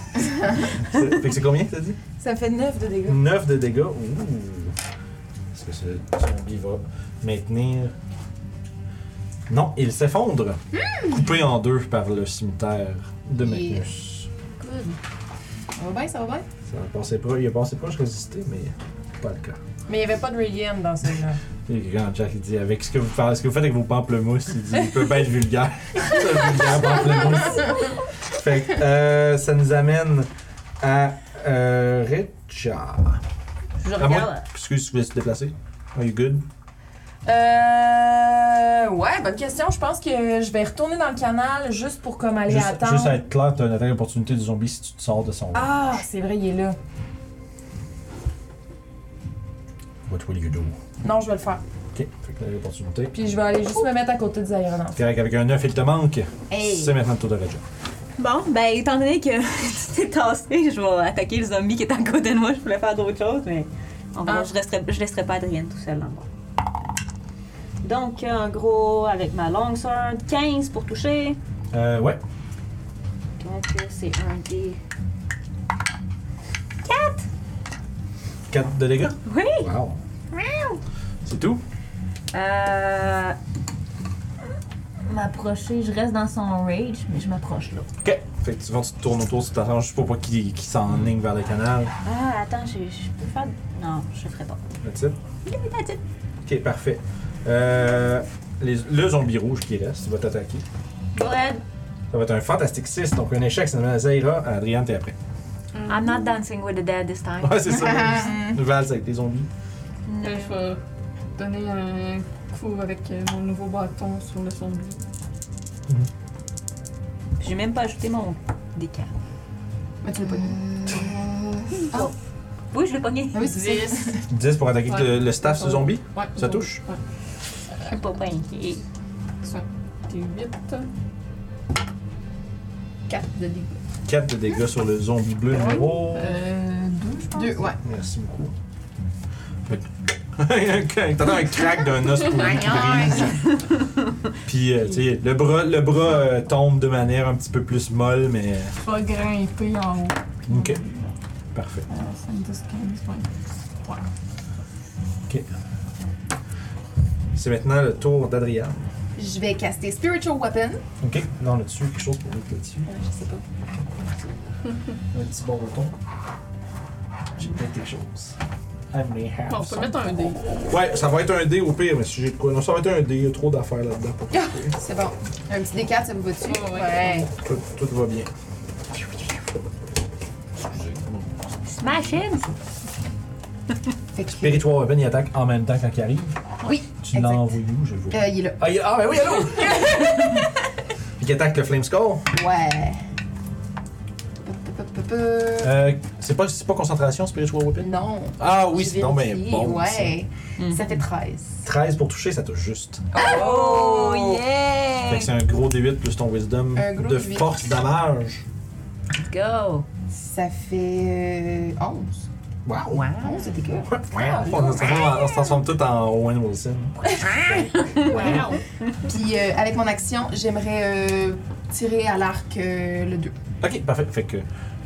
S3: C'est- fait que c'est combien, t'as dit?
S6: Ça me fait 9 de dégâts.
S3: 9 de dégâts. Ouh. Est-ce que ce zombie va maintenir. Non, il s'effondre. Coupé en deux par le cimetière de Magnus.
S6: Ça va bien, ça va bien.
S3: Ça a passé proche, il a passé proche résisté, mais pas le cas.
S6: Mais il n'y avait pas de Radiant dans ce jeu.
S3: Il y a quelqu'un en chat qui dit avec ce que vous parlez, ce que vous faites avec vos pamplemousses, il dit il peut pas être vulgaire. C'est vulgaire pamplemousse. Fait que euh, ça nous amène à euh, Richard.
S7: Je
S3: À moins,
S7: regarde.
S3: excuse, tu voulais te déplacer? Are you good?
S6: Euh. Ouais, bonne question. Je pense que je vais retourner dans le canal juste pour comme aller
S3: Juste,
S6: attendre.
S3: juste à être clair, t'as une attaque d'opportunité du zombie si tu te sors de son.
S6: Ah, c'est vrai, il est là.
S3: What will you do?
S6: Non, je vais le faire.
S3: Ok, fait que t'as l'opportunité.
S6: Puis je vais aller juste me mettre à côté de Zaira. dans le fond.
S3: Correct, avec un 9, il te manque.
S4: Hey.
S3: C'est maintenant le tour de Raja.
S7: Bon, ben, étant donné que tu t'es tassé, je vais attaquer le zombie qui est à côté de moi. Je voulais faire d'autres choses, mais en vrai,
S6: Ah.
S7: je, resterai, je laisserai pas Adrienne tout seul en bas. Donc, euh, en gros, avec ma longsword, 15 pour toucher.
S3: Euh, ouais.
S7: Donc, euh, c'est un des.
S3: 4 de dégâts.
S7: Oui!
S3: Wow. C'est tout?
S7: Euh. M'approcher, je reste dans son rage, mais je m'approche là.
S3: Ok. Fait que tu, vas, tu te tournes autour, tu t'attends juste pour pas qu'il qu'il s'enligne vers le canal.
S7: Ah, attends, je, je peux faire. Non, je le ferai pas.
S3: That's it.
S7: That's it.
S3: Ok, parfait. Euh, les- le zombie rouge qui reste va t'attaquer.
S7: Go ahead.
S3: Ça va être un fantastique 6, donc un échec, ça à Zaira. Adrienne, t'es après.
S7: Mm-hmm. I'm not dancing with the dead this time.
S3: Ouais, c'est ça. Valse avec les zombies.
S7: No.
S1: Euh, Je vais donner un coup avec euh, mon nouveau bâton sur le zombie.
S7: J'ai même pas ajouté mon décal.
S5: Mais tu l'as pas dit.
S7: Oui, je l'ai pogné.
S5: Ah oui, c'est ça.
S3: 10 pour attaquer
S1: Ouais.
S3: le, le staff, ce zombie.
S1: Ouais,
S3: Ça
S1: donc,
S3: touche?
S1: Ouais.
S7: Je suis pas bien. Et-
S1: T'es 8. 4 de dégâts.
S3: 4 de dégâts sur le zombie bleu
S5: Ah
S3: numéro.
S1: Euh, 2, je pense.
S5: Deux, ouais.
S3: Merci beaucoup. Fait que- T'entends un crack d'un os pourri
S7: hein.
S3: qui brise. Puis, euh, tu sais, le bras, le bras euh, tombe de manière un petit peu plus molle, mais. euh,
S1: Je vais grimper en haut. Euh,
S3: Ok. Parfait.
S1: 5, 10, 15, 20.
S3: C'est maintenant le tour d'Adriane.
S5: Je vais caster Spiritual Weapon.
S3: Ok. Là, on a-tu quelque chose pour nous là-dessus?
S5: Euh, je sais pas.
S3: Un petit bon bouton. J'ai peut-être quelque chose. Emily House.
S1: Bon, on peut mettre un dé.
S3: Euh, Ouais, ça va être un dé au pire, mais si j'ai de quoi. Non, ça va être un dé, il y a trop d'affaires là-dedans pour tout,
S5: C'est bon. Un petit D4, ça vous va dessus?
S1: Ouais, ouais.
S3: tout, tout va bien.
S7: Smash it!
S5: Fait que,
S3: Spiritual Weapon, il attaque en même temps quand il arrive.
S5: Oui,
S3: Tu
S5: exact.
S3: l'as envoyé où, je vois.
S5: euh, il est là.
S3: Ah, il- ah, ben oui, allô! Puis qu'il attaque le Flame Skull.
S5: Ouais. Peu, peu, peu, peu, peu.
S3: Euh, c'est pas, c'est pas concentration, Spiritual Weapon?
S5: Non.
S3: Ah oui,
S5: J'ai
S3: c'est non, mais
S5: vérifié,
S3: bon.
S5: Ouais.
S2: Mm-hmm.
S5: Ça fait 13.
S3: ça. 13 pour toucher, ça touche juste.
S7: Oh,
S3: Fait
S7: yeah!
S3: que c'est un gros D8 plus ton Wisdom
S5: Un gros
S3: de
S5: D8.
S3: force damage.
S7: Let's go!
S5: Ça fait euh, 11.
S3: Wow!
S7: Wow!
S5: 11, c'était cool.
S3: On se transforme, on se transforme tout en Owen Wilson.
S1: Wow!
S5: Puis euh, avec mon action, j'aimerais euh, tirer à l'arc euh, le 2.
S3: Ok, parfait. Fait que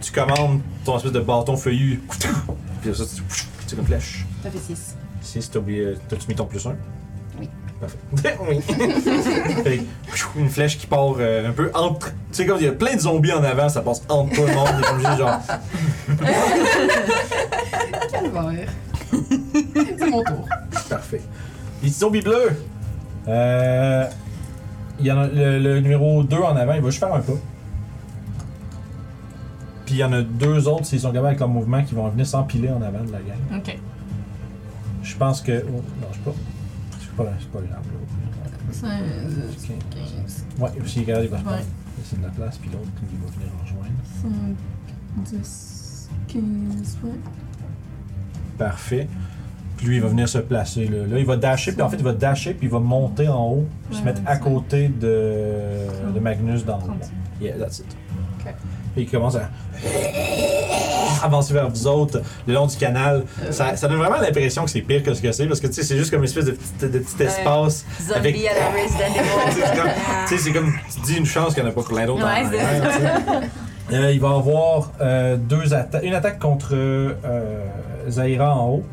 S3: tu commandes ton espèce de bâton feuillu. Puis ça, tu c'est une flèche.
S5: Ça fait 6.
S3: Si si t'as oublié, t'as-tu mis ton plus 1?
S5: Oui.
S3: Parfait. oui. fait que, une flèche qui part euh, un peu entre. Tu sais, comme il y a plein de zombies en avant, ça passe entre tout le monde. et comme juste genre.
S5: Calvaire. C'est mon tour.
S3: Parfait. Les petits zombies bleus! Euh. Il y en a, le, le numéro 2 en avant, il va juste faire un pas. Puis il y en a deux autres, s'ils sont capables avec leur mouvement, qui vont venir s'empiler en avant de la gang.
S1: Ok.
S3: Je pense que. oh, non, je sais pas. C'est pas, c'est pas grave. là.
S1: 5, 10,
S3: Ok.
S1: 15,
S3: Ouais, aussi, regarde, il va se
S1: Ouais.
S3: prendre. C'est de la place, puis l'autre, il va venir en rejoindre.
S1: 5, 10, 15, 20.
S3: Parfait. Puis lui, il va venir se placer là. Là, il va dasher, puis en fait, il va dasher, puis il va monter en haut, puis se
S1: Ouais,
S3: mettre à
S1: ça.
S3: côté de, de Magnus dans le
S1: Trente.
S3: Yeah, that's it.
S5: Ok.
S3: Puis il commence à avancer vers vous autres le long du canal. Ça, ça donne vraiment l'impression que c'est pire que ce que c'est, parce que tu sais, c'est juste comme une espèce de petit, de petit espace.
S7: Zombie à la Resident
S3: Tu sais,
S7: Evil.
S3: c'est comme- tu sais, c'est comme, tu dis une chance qu'il n'y en a pas plein d'autres en
S7: Ouais, c'est
S3: arrière, tu sais. Euh, il va avoir euh, deux atta- une attaque contre euh, Zaira en haut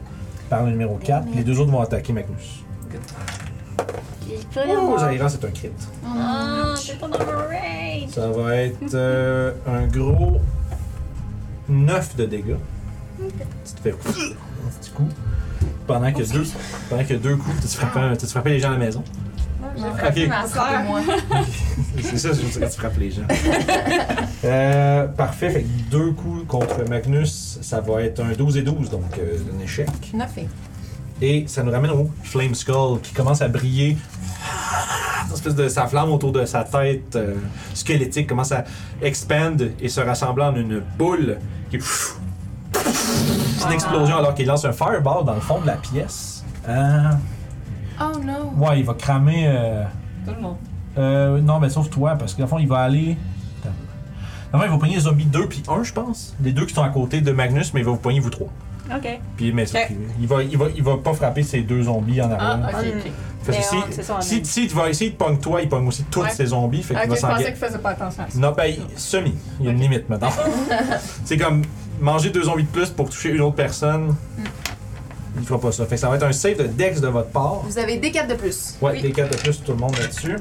S3: par le numéro 4. Les deux autres vont attaquer Magnus.
S14: Je peux
S3: Oh, Zaira, c'est un crit.
S14: Ah, je suis pas dans le range.
S3: Ça va être euh, un gros 9 de dégâts. Tu te fais un petit coup. Pendant que, deux, pendant que deux coups, tu te frappes, tu te frappes les gens à la maison. Ok.
S5: Ma soeur. Moi.
S3: C'est ça, je veux dire que tu frappes les gens. Euh, parfait, fait que deux coups contre Magnus, ça va être un 12 et 12, donc euh, un échec.
S5: 9 et.
S3: Et ça nous ramène au Flame Skull qui commence à briller. Une espèce de sa flamme autour de sa tête euh, squelettique commence à expand et se rassembler en une boule qui c'est une explosion alors qu'il lance un fireball dans le fond de la pièce. Euh,
S5: Oh no.
S3: ouais, il va cramer. euh,
S1: Tout le monde.
S3: euh, non, mais sauf toi, parce qu'à fond, il va aller. Attends. Avant, il va pogner les zombies 2 puis 1, je pense. Les deux qui sont à côté de Magnus, mais il va vous pogner vous trois.
S7: Ok.
S3: Puis, mais ça,
S7: Ok.
S3: puis, il, va, il, va, il va pas frapper ces deux zombies en
S1: Eh. Ah,
S3: arrière.
S1: ok, ok.
S3: Parce que
S7: Mais on- c'est ça, on
S3: si,
S7: aime.
S3: si, si il va essayer de pogner toi, il pogne aussi tous
S1: Ouais.
S3: ces zombies. Fait qu'il
S1: Ok,
S3: va
S1: je
S3: s'en
S1: pensais
S3: ga-
S1: qu'il faisait pas attention à ça.
S3: Non, ben, il- semi. Il y a une
S1: Ok.
S3: limite maintenant. c'est comme manger deux zombies de plus pour toucher une autre personne.
S1: Hmm.
S3: Il fera pas ça. Fait que ça va être un save de Dex de votre part.
S5: Vous avez des 4 de plus.
S3: Ouais, des 4 de plus, tout le monde là-dessus.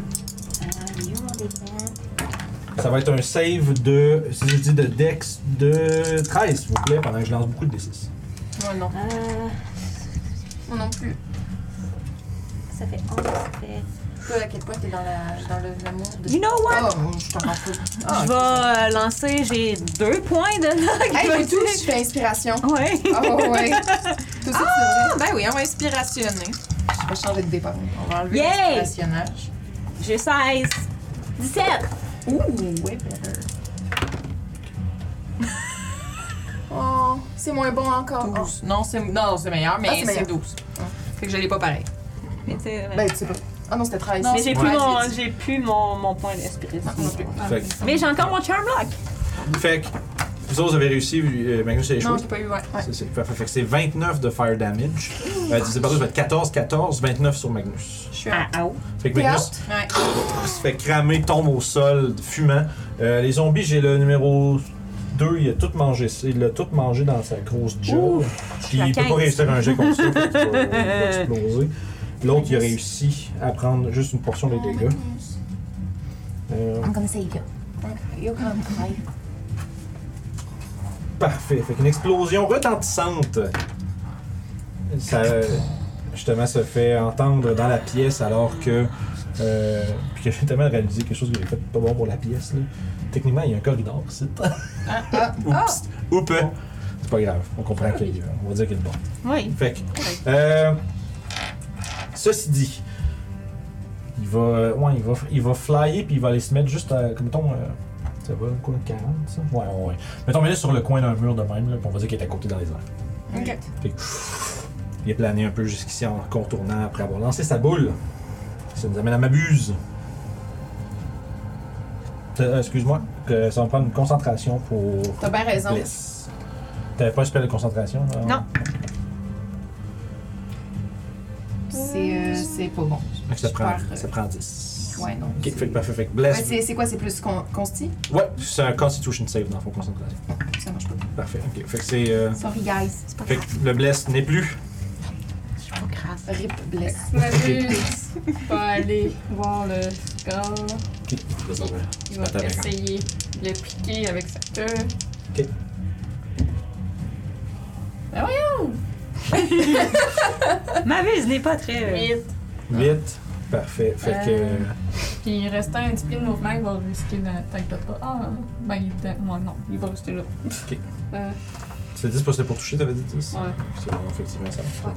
S3: Ça va être un save de, si je dis de Dex, de 13, s'il vous plaît, pendant que je lance beaucoup de D6.
S5: Moi non.
S2: Ah.
S14: Euh,
S5: Moi non plus.
S14: ça fait 11, ça fait.
S5: Toi, à quel point t'es dans la- dans le- l'amour de.
S7: You know what?
S5: Oh, je t'en fous.
S7: je vais euh, lancer, j'ai deux points de luck.
S5: Hey,
S7: vas-y.
S5: j'ai tout, je fais inspiration.
S7: Ouais.
S5: Oh, ouais. Tout ça, tu
S2: Ben oui, on va inspirationner.
S5: devrais- Je vais changer de départ. On va enlever
S7: Yay!
S5: l'inspirationnage.
S7: J'ai 16. 17.
S5: Ouh, way better. Oh, c'est moins bon
S6: Ah.
S5: encore. Oh.
S2: 12. Non, c'est non, c'est meilleur, mais
S5: Ah,
S2: c'est
S5: c'est meilleur.
S2: 12. Fait que je l'ai pas pareil.
S7: Mais, t'sais,
S5: Ben, tu sais pas. Ah non, c'était 13.
S7: mais j'ai
S5: Ouais.
S7: plus, mon, j'ai plus mon, mon point d'inspiration.
S5: Non, non plus.
S3: Fait que-
S7: Mais j'ai encore mon charm lock.
S3: Fait que, vous autres avez réussi, euh, Magnus a échoué.
S5: Non, j'ai pas eu, ouais. ouais.
S3: C'est- c'est- fait- fait que c'est 29 de fire damage. Euh, dis- pardon, ça va être 14, 14, 29 sur Magnus.
S5: Je suis
S7: Ah, ah, oh.
S3: Fait que
S5: T'es
S3: Magnus se fait cramer, tombe au sol, fumant. Euh, les zombies, j'ai le numéro 2, il a tout mangé, ça- il l'a tout mangé dans sa grosse jaw. Puis
S7: la
S3: il peut pas
S7: 15.
S3: réussir un jet comme ça, fait qu'il va- il va exploser. L'autre, il a réussi à prendre juste une portion des dégâts. Euh,
S14: I'm gonna say you go. You're gonna cry.
S3: Parfait. Fait qu'une explosion retentissante. Ça, euh, justement, se fait entendre dans la pièce alors que. euh, puis que j'ai tellement réalisé quelque chose que j'ai fait pas bon pour la pièce. là. Techniquement, il y a un corridor ici. Oups.
S7: Ah.
S3: Oups. C'est pas grave. On comprend qu'il On va dire qu'il est bon.
S7: Oui.
S3: Fait que. euh, ceci dit, il va, ouais, il va, il va flyer puis il va aller se mettre juste à, comme mettons, euh, ça va quoi, 40 ça? Ouais, ouais, ouais. Mettons, mets-le sur le coin d'un mur de même, là, puis on va dire qu'il est à côté dans les airs.
S5: Ok.
S3: Fait que, pff, il est plané un peu jusqu'ici en contournant après avoir lancé sa boule. Ça nous amène à Mabuse. Euh, Excuse-moi, que ça va me prendre une concentration pour
S5: T'as bien raison.
S3: Bless. T'avais pas un spell de concentration? là?
S7: Non.
S5: C'est euh, c'est pas bon.
S3: Fait que Ça
S5: Je
S3: prend,
S5: perds.
S3: ça prend 10.
S5: Ouais, non.
S3: Ok, fait que parfait, fait que
S5: Ouais,
S3: bless.
S5: c'est c'est quoi, c'est plus con- consti?
S3: Ouais, c'est un Constitution save dans le fond, concentration.
S5: Ça marche pas.
S3: Parfait, ok. Fait que c'est. euh,
S5: Sorry, guys. C'est pas
S3: Fait que le bless n'est plus.
S5: Rip bless.
S1: Mabuse va aller voir le grand.
S3: Ok,
S1: Il va essayer de le piquer avec sa queue.
S3: Ok.
S1: Ben voyons!
S7: Ma vise n'est pas très. euh,
S1: Vite.
S3: Vite. Parfait. Fait que.
S1: Euh. Puis il restait un petit peu de mouvement, il va risquer la tête de pas. Ah, ben il était. Moi non, il va rester là.
S3: Ok.
S1: Euh,
S3: C'est 10 parce que c'est pour toucher, t'avais dit 10?
S1: ouais,
S3: C'est bon, effectivement, ça va.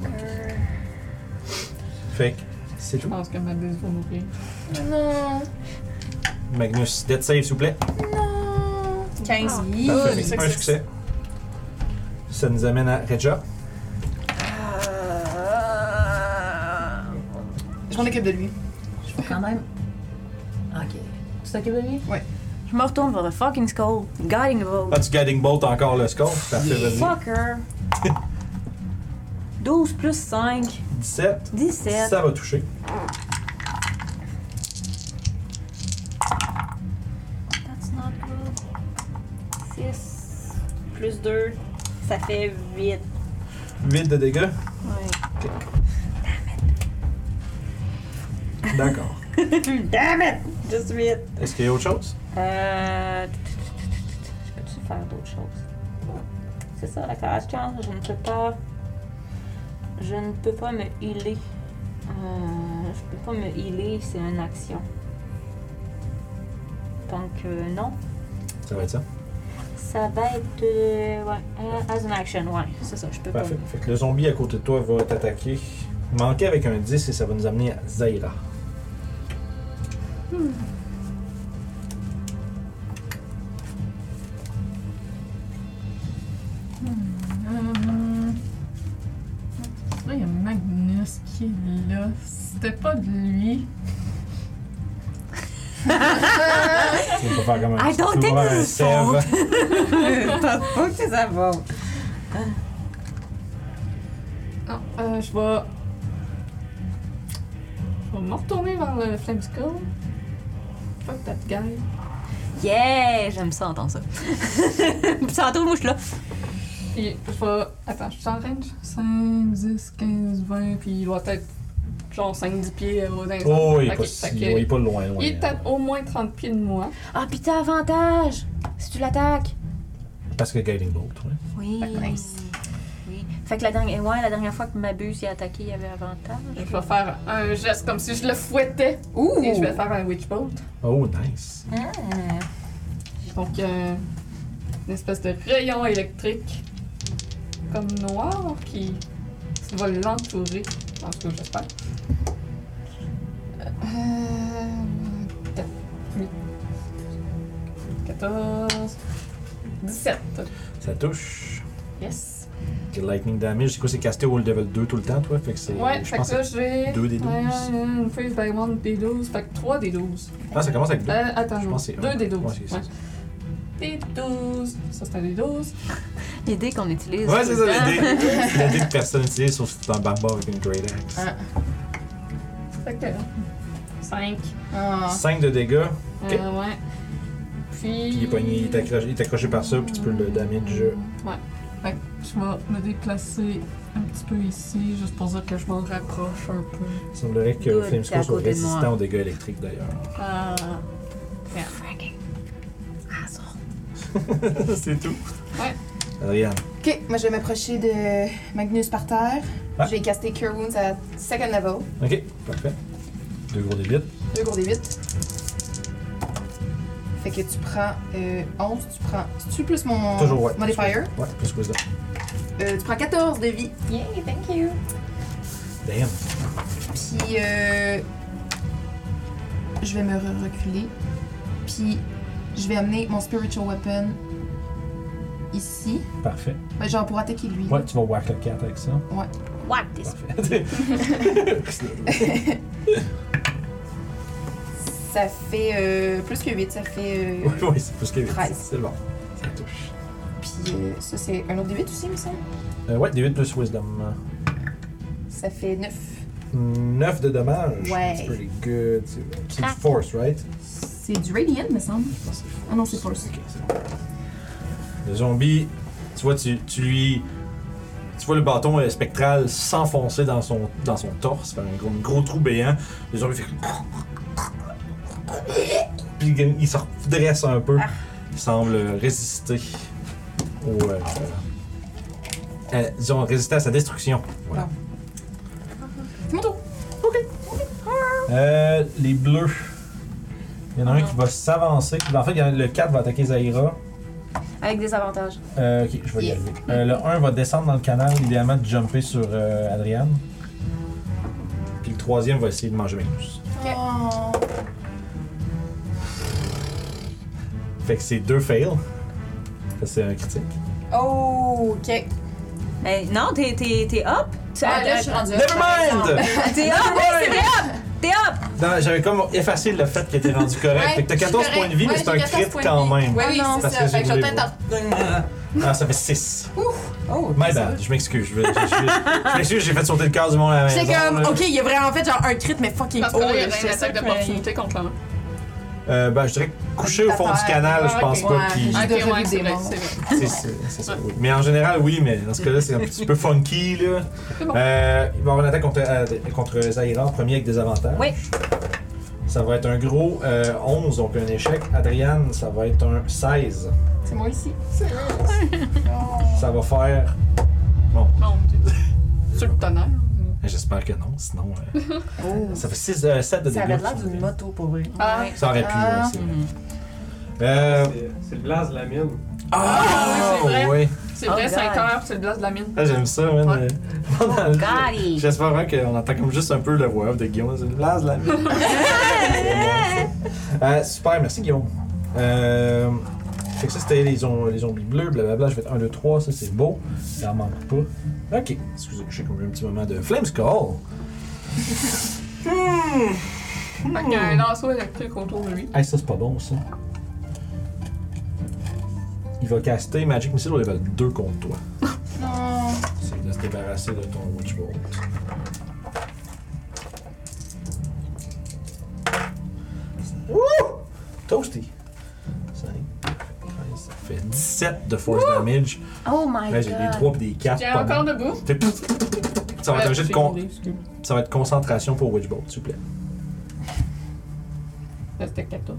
S3: Fait que c'est
S1: je
S3: tout.
S1: pense que ma buse va mourir.
S5: Non.
S3: Magnus, dead save, s'il vous plaît.
S6: Ah.
S2: 15.
S3: Parfait, fait que c'est un succès. Ça nous amène à Reja.
S5: Je m'en occupe de lui.
S4: Quand même. Ok. Tu t'occupes de lui?
S7: Je me retourne vers le fucking skull. Guiding vote.
S3: Ah, tu Guiding Bolt encore le score? Parfait, vas-y.
S7: Fucker. 12 plus 5.
S3: 17.
S7: 17.
S3: Ça va toucher.
S7: That's not good. 6 plus 2. Ça fait 8.
S3: 8 de dégâts.
S7: Ouais.
S3: D'accord.
S7: Damn it! Just 8.
S3: Est-ce qu'il y a autre chose?
S7: Euh. Je peux-tu faire d'autres choses? C'est ça la question. Je ne peux pas. Je ne peux pas me healer. Euh, je peux pas me healer, c'est une action. Donc euh, non.
S3: Ça va être ça.
S7: Ça va être. euh, ouais, euh, as an action, ouais. C'est ça, je peux
S3: Parfait. Fait que le zombie à côté de toi va t'attaquer. Manquer avec un 10 et ça va nous amener à Zaira.
S1: Hum. Là, il y a Magnus qui est là. C'était pas de lui.
S7: pas.
S3: Tu peux faire comme un-
S4: I don't
S3: tu peux
S4: think
S3: faire
S4: this
S3: un
S4: is
S3: save.
S6: Oh,
S7: Faut que c'est ça va.
S1: Non, euh, je vais. Je vais me retourner vers le Flame Skull. Fuck that guy.
S7: Yeah! J'aime ça, entendre ça. ça tourne, moi, je suis là.
S1: Puis je vais. Attends, je suis en range. 5, 10, 15, 20, puis il va être genre 5-10 pieds euh, au dans les
S3: Oh,
S1: airs.
S3: il est
S1: Fait
S3: pas
S1: que-
S3: si-
S1: fait que-
S3: il est pas loin, loin.
S1: Il est peut-être au moins 30 pieds de moi.
S4: Ah, puis t'as avantage si tu l'attaques.
S3: Parce que Guiding Bolt, ouais.
S4: Oui.
S5: Nice.
S4: Oui. Fait que la dernière, ouais, la dernière fois que Mabuse y a attaqué, il y avait avantage.
S1: Je vais faire un geste comme si je le fouettais.
S5: Ouh!
S1: Et je vais faire un Witch Bolt.
S3: Oh, nice.
S4: Ah.
S1: Donc, euh, une espèce de rayon électrique, comme noir, qui va l'entourer. En tout cas, j'espère. Euh, quatre- oui. 14. 17.
S3: Ça touche.
S1: Yes.
S3: Que Lightning Damage, c'est quoi, c'est casté au level 2 tout le temps, toi? Fait que c'est.
S1: Ouais,
S3: je
S1: fait
S3: pense
S1: que
S3: que
S1: là, j'ai.
S3: deux des douze.
S1: Ouais, Une phase by one des 12. Fait que 3 des 12.
S3: je pense que ça commence avec 2.
S1: Euh, attends,
S3: Je pense que c'est un.
S1: 2 des 12.
S3: Ouais, c'est ça.
S1: Des 12. Ça, c'est un des 12.
S7: L'idée qu'on utilise.
S3: Ouais,
S7: tout
S3: c'est
S7: le
S3: ça
S7: temps.
S3: l'idée. l'idée que personne utilise, sauf si t'es un barbare avec une Great Axe.
S5: Ah.
S1: Fait que. 5.
S5: Ah.
S3: 5 de dégâts, Ok.
S1: Euh, ouais. Puis.
S3: puis il est pogné, il est accroché, il est accroché par ça, puis tu peux le damage. euh,
S1: Je vais me déplacer un petit peu ici, juste pour dire que je m'en rapproche un peu.
S3: Il semblerait que
S7: Good, t'es
S3: Flamesco
S7: à
S3: soit
S7: côté de moi.
S3: résistant aux dégâts électriques d'ailleurs.
S1: Ah.
S3: c'est tout.
S1: Ouais.
S3: Adriane.
S5: Ok, moi je vais m'approcher de Magnus par terre.
S3: Ah.
S5: Je vais caster Cure Wounds à second level.
S3: Ok, parfait. Deux gros débits.
S5: 2 gros des 8. Fait que tu prends euh, 11, tu prends. Tu plus mon.
S3: Toujours ouais.
S5: Modifier.
S3: Ouais, plus que ça.
S5: Euh, tu prends 14 de vie.
S14: Yay, thank you.
S3: Damn.
S5: Puis euh, je vais me re- reculer. Puis je vais amener mon spiritual weapon ici.
S3: Parfait.
S5: Ben, genre pour attaquer lui.
S3: Ouais, tu vas whack le 4 avec ça.
S4: What this?
S3: Parfait.
S5: Ça fait euh, plus que 8, ça fait. euh,
S3: oui, oui, c'est plus que 8.
S5: Treize.
S3: C'est bon. Ça touche.
S5: Puis euh, ça, c'est un autre des 8 aussi, il me semble.
S3: Euh, ouais, des 8 plus Wisdom.
S5: Ça fait 9.
S3: 9 de dommages.
S5: Ouais.
S3: C'est pretty good. C'est c'est du force, right?
S5: C'est du Radiant, me semble.
S3: Je pense que c'est
S5: Ah non, c'est force.
S3: Ok, c'est bon. Le zombie, tu vois, tu, tu lui. Tu vois le bâton euh, spectral s'enfoncer dans son, dans son torse, faire un gros, un gros trou béant. Le zombie fait. Puis il- il se redresse un peu. Il semble résister au. euh, euh, disons, résister à sa destruction. Voilà.
S5: C'est mon tour.
S3: Euh, les bleus. Il y en
S5: Ah
S3: a un qui va s'avancer. En fait, il y en a- le 4 va attaquer Zaira.
S4: Avec des avantages.
S3: Euh, ok, je vais y
S5: Yeah.
S3: arriver. Euh, le 1 va descendre dans le canal, idéalement de jumper sur euh, Adriane. Puis le troisième va essayer de manger Magnus.
S5: Oh.
S3: Fait que c'est deux fails. Fait que c'est un critique.
S5: Oh, ok.
S7: Mais non, t'es, t'es, t'es up. Tu-
S5: Ah, là, je
S4: Euh,
S5: suis rendue.
S3: Never mind!
S7: T'es up, oui, c'est vrai. T'es up.
S3: Non, J'avais comme effacé le fait qu'il était rendu correct.
S5: Ouais,
S3: fait que t'as 14
S5: j'ai
S3: points de vie,
S5: correct.
S3: mais c'est
S5: Ouais,
S3: un
S5: j'ai 14
S3: crit
S5: points de
S3: quand
S5: vie.
S3: même.
S5: Ouais,
S3: Ah
S5: oui,
S3: non,
S5: c'est
S3: parce
S5: ça.
S3: que
S5: Fait que je vais
S3: j'ai Ah,
S5: peut-être en-
S3: ça fait 6.
S6: Oh,
S3: My bad, je m'excuse. Je vais- je- je- je m'excuse, j'ai fait sauter le corps du monde à la maison.
S6: C'est comme,
S3: là.
S6: ok, il y a vraiment en fait genre un crit, mais fucking
S1: Parce
S6: haut.
S1: qu'on a
S6: là,
S1: une
S6: c'est
S1: attaque
S6: ça, mais-
S1: d'opportunité contre l'homme.
S3: Euh, ben, je dirais couché au fond du
S5: Ouais,
S3: canal, je pense
S1: ok.
S3: pas
S5: Ah, Ouais,
S3: qu'il.
S5: j'ai
S1: Ah, Ok,
S5: de
S1: ouais,
S5: revivre
S1: c'est
S5: des
S1: vrai,
S5: morts.
S1: c'est vrai.
S3: C'est- C'est c'est ça, oui. Mais en général, oui, mais dans ce cas-là, c'est un petit peu funky, là.
S1: C'est bon.
S3: Euh, il va y avoir une attaque contre, euh, contre Zahira en premier avec des avantages.
S7: Oui.
S3: Ça va être un gros euh, 11, donc un échec. Adriane, ça va être un 16.
S5: C'est moi ici.
S3: Ça va faire. Bon,
S1: Mon Dieu. Sur le tonnerre.
S3: eh, j'espère que non, sinon. euh,
S2: Oh,
S3: Ça fait 6, 7 de dégâts.
S6: Ça avait l'air d'une moto pour vrai.
S1: Ah,
S3: Ça aurait pu,
S5: Ah.
S3: ouais, c'est vrai. Euh,
S15: C'est le blaze de la mine.
S1: Ah, oui, c'est vrai.
S3: ouais.
S1: c'est
S7: Oh
S1: vrai,
S7: God.
S1: 5 heures, c'est le blast de la mine.
S3: Ah, J'aime ça, man.
S1: Ouais. Oh,
S3: Euh, dans le-
S7: Gotti.
S3: J'espère vraiment qu'on entend comme juste un peu le voix off de Guillaume. C'est une blase, la vie. Euh, Super, merci Guillaume. Euh, fait que ça, c'était les, zom- les zombies bleus, blablabla. Je vais être 1, 2, 3, ça c'est beau. Ça en manque pas. Ok, excusez, j'ai comme eu un petit moment de Flame Skull.
S1: Hmm. Fait qu'il y a un lanceau électrique autour de lui.
S3: Hey, ça c'est pas bon ça. va caster Magic Missile au level 2 contre toi.
S5: Non.
S3: C'est de se débarrasser de ton Witch Bolt. Wouh! Toasty! 5, 13, ça fait 17 de force damage.
S4: Oh my
S3: Là,
S4: god.
S3: j'ai des 3 et des 4.
S1: J'ai encore debout.
S3: Ça va, être un jet de con-
S1: J'ai excuse.
S3: ça va être concentration pour Witch Bolt, s'il vous plaît.
S1: Là, C'était 14.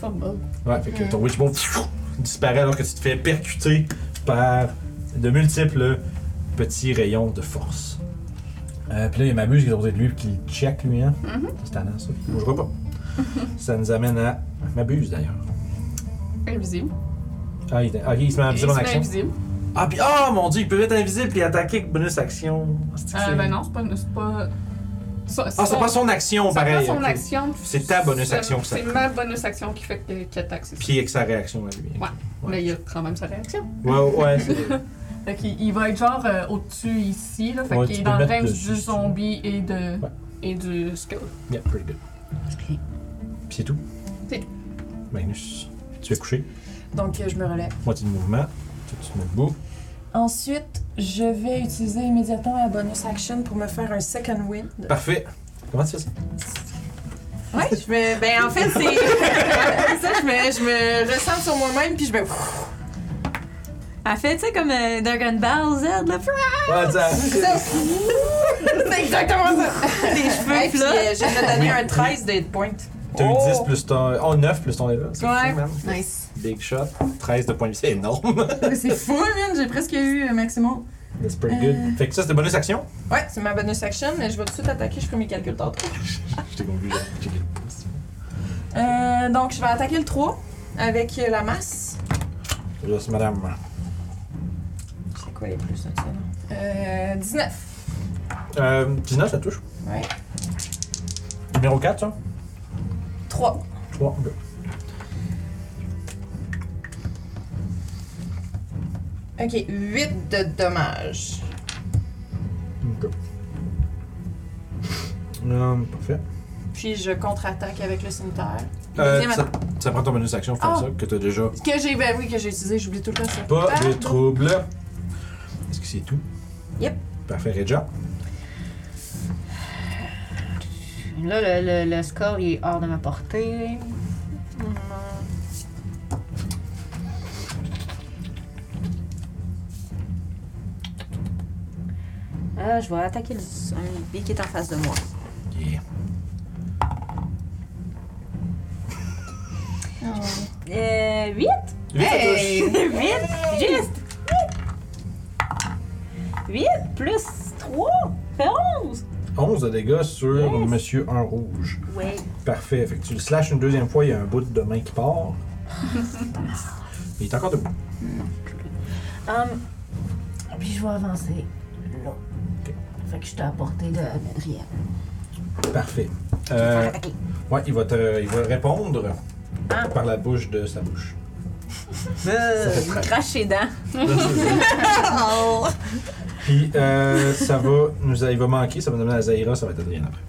S1: Ça me bat.
S3: Ouais, fait que ton Witch Bolt disparaît alors que tu te fais percuter par de multiples petits rayons de force. Euh, puis là, il y a Mabuse qui est à côté de lui puis qui le check, lui, hein.
S1: Mm-hmm.
S3: C'est tannant, ça. Il bougera pas. ça nous amène à Mabuse, d'ailleurs.
S1: Invisible.
S3: Ah, il, était- ah, ok, il se met invisible en
S1: Il se met
S3: action.
S1: invisible.
S3: Ah, puis, ah, mon dieu, il peut être invisible puis attaquer avec bonus action. C'est que
S1: Euh,
S3: c'est-
S1: ben non, c'est pas. C'est pas... Ça-
S3: Ah, c'est
S1: son-
S3: pas son action,
S1: c'est pas
S3: pareil.
S1: son
S3: ok.
S1: action.
S3: C'est ta bonus
S1: C'est-
S3: action que ça
S1: C'est
S3: prend.
S1: ma bonus action qui fait que- qu'il attaque, c'est ça.
S3: Puis avec sa réaction à lui.
S1: Ouais. Mais il y a quand même sa réaction.
S3: Ouais, ouais, c'est.
S1: Fait qu'il il va être genre euh, au-dessus ici, là. Fait
S3: Ouais,
S1: qu'il
S3: tu
S1: est
S3: peux
S1: dans le
S3: mettre
S1: range
S3: dessus,
S1: du
S3: si tu veux.
S1: zombie et de.
S3: Ouais.
S1: Et du skull.
S3: Yeah, pretty good.
S4: Ok.
S3: Puis c'est tout.
S1: C'est tout.
S3: Magnus, tu es couché.
S6: Donc, euh, je me relève.
S3: Moitié de mouvement. Toi, tu te mets debout.
S6: Ensuite, je vais utiliser immédiatement la bonus action pour me faire un second wind.
S3: Parfait. Comment tu fais ça?
S2: Ouais, je me. Ben, en fait, c'est. ça, je me, je me ressens sur moi-même, puis je me.
S7: Elle fait, tu sais, comme euh, Dragon Ball Z, là,
S3: Ouais, ça.
S2: C'est exactement ça! Les cheveux,
S7: Hey,
S2: puis
S7: puis, euh,
S2: je vais donner un 13 de points.
S3: T'as eu 10 plus ton. Oh, 9 plus ton level. C'est
S2: Ouais.
S3: fou, man.
S2: Nice.
S3: Big shot. 13 de points de vie. C'est énorme.
S2: C'est fou, man! J'ai presque eu un maximum.
S3: That's pretty good. Fait que ça, c'était bonus action.
S2: Ouais, c'est ma bonus action, mais je vais tout de suite attaquer, je ferai mes calculs tantôt.
S3: Je t'ai compris. j'ai- j'ai-
S2: Euh, donc, je vais attaquer le 3 avec euh, la masse.
S3: Juste, madame.
S2: C'est quoi les plus de ça, là? Euh, 19.
S3: Euh, 19, ça touche.
S2: Ouais.
S3: Numéro 4, ça.
S2: 3.
S3: 3, 2.
S2: Ok, 8 de dommages.
S3: Ok. Hum, parfait.
S2: Puis je contre-attaque avec le cimetière.
S3: Euh,
S2: Deuxième
S3: ça, ça prend ton bonus action, faut
S2: Ah.
S3: faire ça, que t'as déjà
S2: Que j'ai, ben oui, que j'ai utilisé, j'oublie tout le temps ça.
S3: Pas de
S2: Pardon.
S3: trouble. Est-ce que c'est tout?
S2: Yep.
S3: Parfait, Reja.
S7: Là, le, le- le score, il est hors de ma portée. Hum.
S4: Euh, je vais attaquer le zombie qui est en face de moi.
S3: Yeah.
S4: Euh, 8?
S3: Lui, ça touche.
S4: 8? Juste! 8 plus 3? Fait 11!
S3: 11 de dégâts sur
S4: Yes.
S3: Monsieur 1 rouge.
S4: Ouais.
S3: Parfait. Fait que tu le slashes une deuxième fois, il y a un bout de main qui part. il est encore debout.
S4: Hum,
S7: Ah,
S4: puis je vais avancer là. Fait que je suis à la portée de Adrien.
S3: Parfait.
S4: Je vais
S3: Euh,
S4: faire attaquer.
S3: ouais, il va, te, il va répondre par la bouche de sa bouche.
S7: Euh,
S3: fait mal.
S7: crache ses dents.
S3: Puis euh, ça va nous il va manquer, ça va nous amener à Zaira, ça va être Adrien après.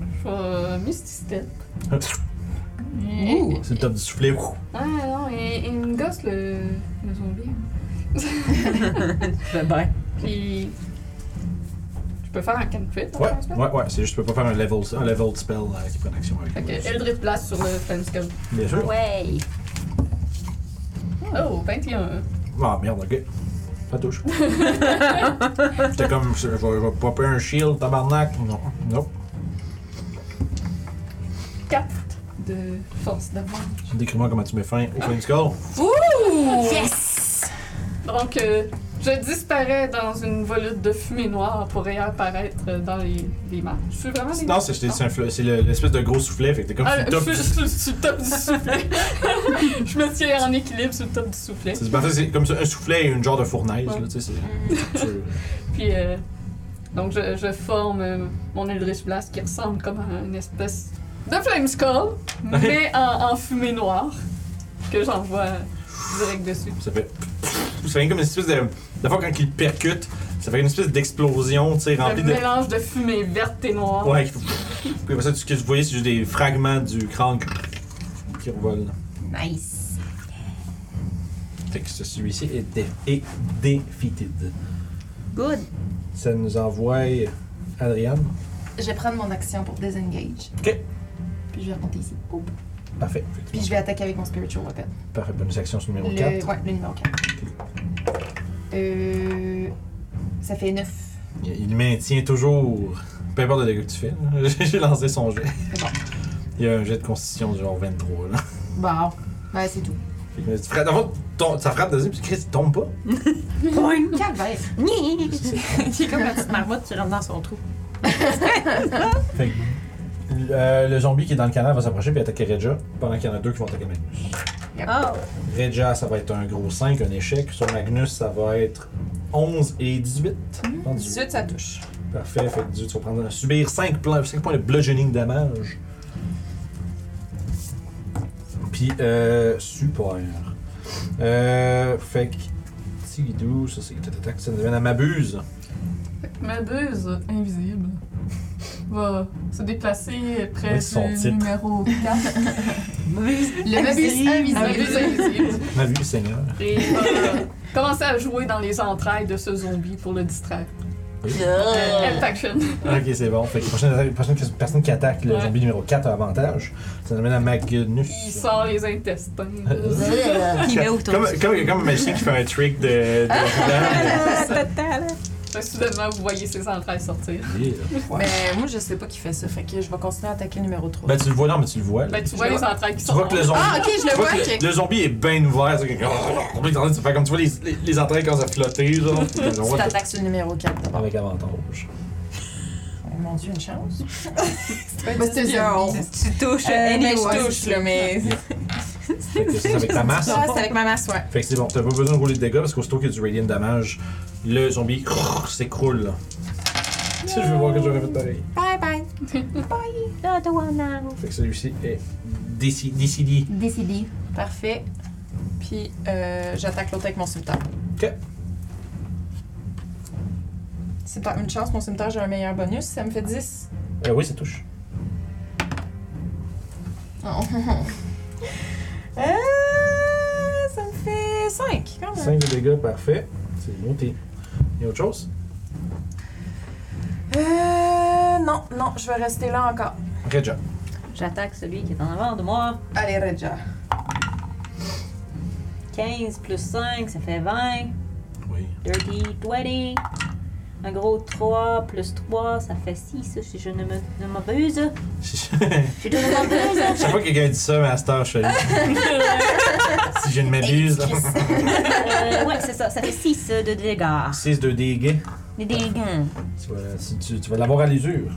S1: Je vais euh, Misty Step.
S3: C'est le top du soufflet. Ouh.
S1: Ah non, il, il me gosse le, le zombie.
S7: Fait bien.
S1: Puis. Je peux faire un cantrip,
S3: Ouais,
S1: je pense.
S3: ouais, ouais. C'est juste que tu peux pas faire un level, un level spell euh, qui prend action avec
S1: Fait
S3: le
S1: que
S3: bonus.
S1: Eldritch Blast sur le Planescape.
S3: Bien sûr.
S4: Ouais!
S1: Oh, 21.
S3: Ah merde, ok. Pas touche. J'étais comme, je vais, je vais popper un shield, tabarnak. Non, non.
S1: 4 de force d'avant.
S3: Décris-moi comment tu mets fin au Queen's Call.
S1: Donc, euh, je disparais dans une volute de fumée noire pour réapparaître euh, dans les, les mares. Je suis vraiment les
S3: Non, c'est c'est un fl- c'est le- l'espèce de gros soufflet, fait que t'es comme
S1: Ah,
S3: sur le
S1: je
S3: top.
S1: suis je suis sur le top du soufflet. je me tiens en équilibre sur le top du soufflet.
S3: C'est en fait, c'est comme ça, un soufflet et une genre de fournaise,
S1: Ouais.
S3: là, tu sais. c'est- tu-
S1: Puis, euh, donc, je, je forme euh, mon Eldritch Blast qui ressemble comme à une espèce de Flame Skull, mais en, en fumée noire, que j'envoie euh, direct dessus.
S3: Ça fait. Ça fait comme une espèce de. La fois quand il percute, ça fait une espèce d'explosion, tu sais,
S1: Un
S3: remplie de.
S1: mélange de fumée verte et noire.
S3: Ah Ouais, qui fait- Puis après ça, ce que vous voyez, c'est juste des fragments du crâne qui revolent.
S14: Nice.
S3: Fait que celui-ci est, dé- est defeated.
S7: Good.
S3: Ça nous envoie Adriane.
S5: Je vais prendre mon action pour désengage.
S3: Ok.
S5: Puis je vais remonter ici. Oup.
S3: Parfait.
S5: Puis je vais attaquer avec mon spiritual weapon.
S3: Parfait. Bonne action sur le numéro
S5: Le-
S3: 4.
S5: Ouais, le numéro 4. Euh, ça fait 9.
S3: Il il maintient toujours. Peu importe le dégât que tu fais, là. j'ai lancé son jet.
S5: C'est bon.
S3: Il y a un jet de constitution du genre 23. Là.
S5: Bon.
S2: Ben,
S5: Ouais, c'est tout.
S3: Fait que, tu frappes, dans le fond, ton- ça frappe deuxième, puis Chris, il tombe pas.
S5: Calvaire.
S7: C'est comme la petite marmotte qui rentre dans son trou.
S3: Fait que, euh, le, le zombie qui est dans le canal va s'approcher puis attaquer Reja, pendant qu'il y en a deux qui vont attaquer Magnus.
S7: Oh!
S3: Reja, ça va être un gros 5, un échec. Sur Magnus, ça va être 11 et 18. Non, 18.
S2: 18, ça touche.
S3: Parfait, fait que 18, tu vas prendre, subir 5, points de bludgeoning damage. Puis, euh, super. Euh, fait que, Tigidou, ça c'est attaque, ça devient à Mabuse.
S1: Ma buse invisible va se déplacer près
S3: Oui, son
S1: du
S3: titre.
S1: numéro 4.
S5: Le mabuse
S1: Ma buse
S5: invisible.
S1: invisible.
S3: Mabuse, Seigneur.
S1: Et va euh, commencer à jouer dans les entrailles de ce zombie pour le distraire. Euh, help action.
S3: Ah, Ok, c'est bon. Fait que prochaine, attaque- prochaine personne qui attaque le
S1: Ouais.
S3: zombie numéro 4 a avantage. Ça nous amène à Magnus.
S1: Il sort les intestins.
S7: Qui met où
S3: Comme,
S7: ton
S3: comme, comme un magicien qui fait un trick de.
S2: Ah!
S3: de
S1: Fait que soudainement, vous voyez ses entrailles sortir.
S2: Mais moi, je sais pas qui fait ça, fait que je vais continuer à attaquer le numéro 3.
S3: ben, tu le vois, non, mais tu le vois. là.
S1: Ben, tu vois les entrailles qui
S3: Tu vois
S1: sortent.
S3: que le zombie.
S2: ah, ok, je le
S3: tu vois
S2: vois,
S3: que
S2: ok.
S3: le, le zombie est bien ouvert. C'est comme. Il est en train de se faire comme tu vois les, les, les entrailles commencent à flotter, genre. Le
S2: Tu
S3: roi,
S2: t'attaques sur le numéro 4 d'abord.
S3: Avec avantage.
S2: Oh, mon dieu, une chance.
S5: Ben, c'est
S2: Bien.
S5: un onze.
S7: Tu touches,
S2: Euh, mais
S7: anyway.
S2: je touche, là, mais.
S3: Fait que c'est ça, avec ta masse.
S2: Ah, c'est avec ma masse, ouais.
S3: Fait que c'est bon, t'as pas besoin de rouler de dégâts parce qu'aussitôt qu'il y a du radiant damage, le zombie crrr, s'écroule. là. Si je veux voir que j'aurais fait pareil.
S2: Bye bye.
S4: Another one now. Mm.
S3: Fait que celui-ci est déci- décidé.
S4: Décidé.
S2: Parfait. Puis, euh, j'attaque l'autre avec mon cimetière.
S3: Ok.
S2: C'est pas une chance, mon cimetière, j'ai un meilleur bonus. Ça me fait 10.
S3: Euh, oui, ça touche.
S2: Euh, ça me fait 5, quand même.
S3: 5 de dégâts, parfait. C'est noté. Il y a autre chose?
S2: Euh, non, non, je vais rester là encore.
S3: Reja.
S7: J'attaque celui qui est en avant de moi.
S2: Allez, Reja.
S7: 15 plus 5, ça fait 20.
S3: Oui.
S7: Dirty 20. Un gros 3 plus 3, ça fait 6, si je ne me- ne m'abuse.
S3: Je
S7: Je ne
S2: hein.
S7: m'abuse.
S3: sais pas que quelqu'un dit ça, mais à cette heure, je fais Si je ne m'abuse.
S7: Euh, ouais, c'est ça, ça fait 6 de dégâts.
S3: 6 de dégâts.
S7: Des dégâts.
S3: Tu vas, si tu, tu vas l'avoir à l'usure.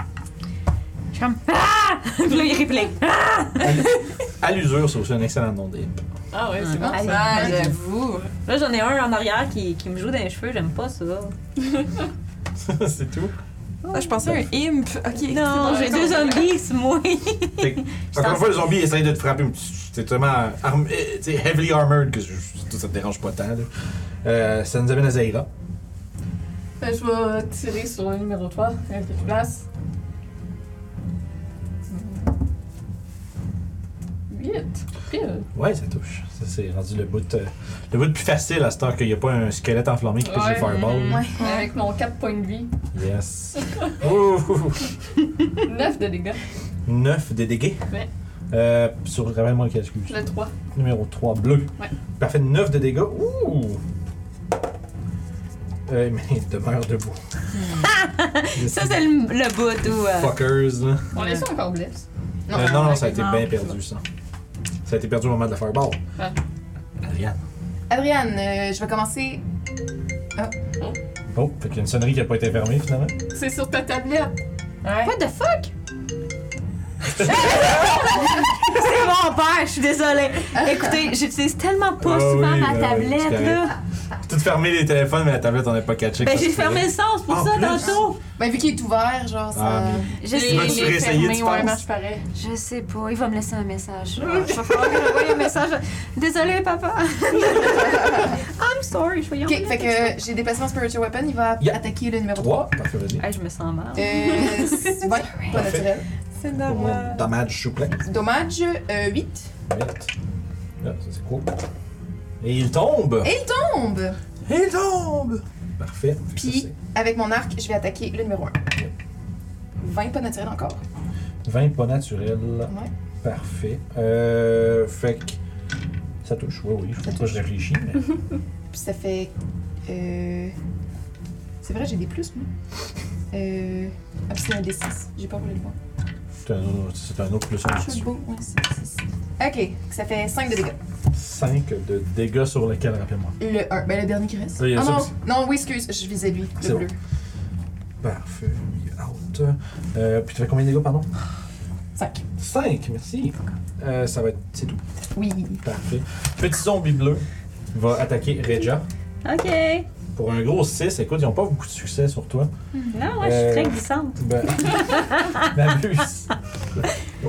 S7: Je suis comme. Ah! Puis là, il replay.
S3: À l'u- À l'usure, c'est aussi un excellent nom d'hip.
S1: Ah ouais, c'est bon.
S2: Ah, j'avoue.
S7: Là, j'en ai un en arrière qui, qui me joue dans les cheveux, j'aime pas ça.
S3: c'est tout.
S2: Ah, je pensais à un imp. Ok.
S7: Non, Oh, j'ai deux zombies, c'est moi.
S3: Fait que, encore une fois, le zombie essaye de te frapper. mais tu- C'est tellement arm- euh, tu sais, heavily armored que je- je- ça te dérange pas tant. là. Euh, ça nous amène à Zaira.
S1: Ben, je vais tirer sur le numéro 3, elle qui place. 8, pile.
S3: Ouais, ça touche. Ça, c'est rendu le bout, euh, le bout le plus facile à cette heure qu'il n'y a pas un squelette enflammé qui peut
S1: Ouais.
S3: se faire ball.
S1: Mais Avec mon 4 points de vie,
S3: Yes. Ouh!
S1: 9 de dégâts,
S3: 9 de dégâts.
S1: Ouais.
S3: Euh, sur, rappelle-moi le calcul.
S1: le 3.
S3: Numéro 3, bleu.
S1: Ouais.
S3: Parfait, 9 de dégâts. Ouh! Euh, mais il demeure debout.
S7: Ça, c'est le, le bout où. euh,
S3: Fuckers, là.
S1: On est sur encore blesse.
S3: Euh, Non, non, ça a été bien perdu, ça. Ça a été perdu au moment de la fireball.
S1: Ah.
S3: Adriane.
S5: Adriane, euh, je vais commencer.
S3: Oh, fait qu'il y a une sonnerie qui n'a pas été fermée, finalement.
S1: C'est sur ta tablette.
S2: Ouais.
S7: What the fuck? c'est mon père, je suis désolée. Écoutez, j'utilise tellement pas
S3: Ah
S7: souvent
S3: oui,
S7: ma
S3: ben oui, c'est
S7: tablette,
S3: correct.
S7: là.
S3: Tout fermé les téléphones, mais la tablette, on n'a pas catché.
S7: Ben,
S3: parce
S7: j'ai
S3: que-
S7: fermé le sens pour
S3: En
S7: ça
S3: plus.
S7: tantôt.
S5: Ben, vu qu'il est ouvert, genre, ça.
S3: Ah,
S7: Je
S3: Tu vas-tu
S7: sais,
S3: réessayer, tu penses?
S5: ouais,
S2: Ah,
S5: marche pareil.
S4: Je sais pas, il va me laisser un message.
S7: je vais falloir que j'envoie un message. Désolée, papa. I'm sorry, je vais y
S5: Ok,
S7: envoyer
S5: fait
S7: un texto.
S5: que j'ai déplacé mon spiritual weapon, il va
S3: Yeah.
S5: attaquer le numéro 3.
S3: 3, parfait, vas-y.
S7: Euh, Hey, je me sens mal.
S5: Euh. c'est- ouais, pas naturel.
S2: C'est
S3: Pour
S2: normal.
S3: mon dommage souplex.
S5: Dommage, euh, 8.
S3: Vite. Là, ça c'est cool. Et il tombe!
S5: Et il tombe!
S3: Il tombe! Parfait. Fait que ça,
S5: Puis, avec mon arc, je vais attaquer le numéro 1. 20 pas naturel encore.
S3: c'est 20 pas naturels.
S5: Ouais.
S3: Parfait. Euh, fait que. Ça touche, oui, oui. Faut
S5: Ça
S3: pas que je réfléchis, mais.
S5: Puis ça fait. Euh... C'est vrai, j'ai des plus, moi. Euh... Ah, puis c'est un D6. J'ai pas voulu le voir.
S3: C'est un, autre- c'est un autre plus
S5: Je suis beau. Ouais, c'est 6. Ok, ça fait 5 de dégâts.
S3: 5 de dégâts sur lequel, rappelle-moi.
S5: Le 1. Ben, le dernier qui reste.
S3: Là, il y a
S5: Ah
S3: ça
S5: non,
S3: aussi.
S5: non, oui, excuse, je visais lui,
S3: C'est
S5: le bleu.
S3: Parfait. Il est out. Euh, puis tu fais combien de dégâts, pardon?
S5: 5.
S3: 5, merci. Euh, ça va être. C'est tout.
S5: Oui.
S3: Parfait. Petit zombie bleu va attaquer Reja.
S7: Ok.
S3: Pour un gros 6, écoute, ils n'ont pas beaucoup de succès sur toi.
S7: Non, ouais,
S3: Euh,
S7: je suis très glissante.
S3: Ben. M'abuse.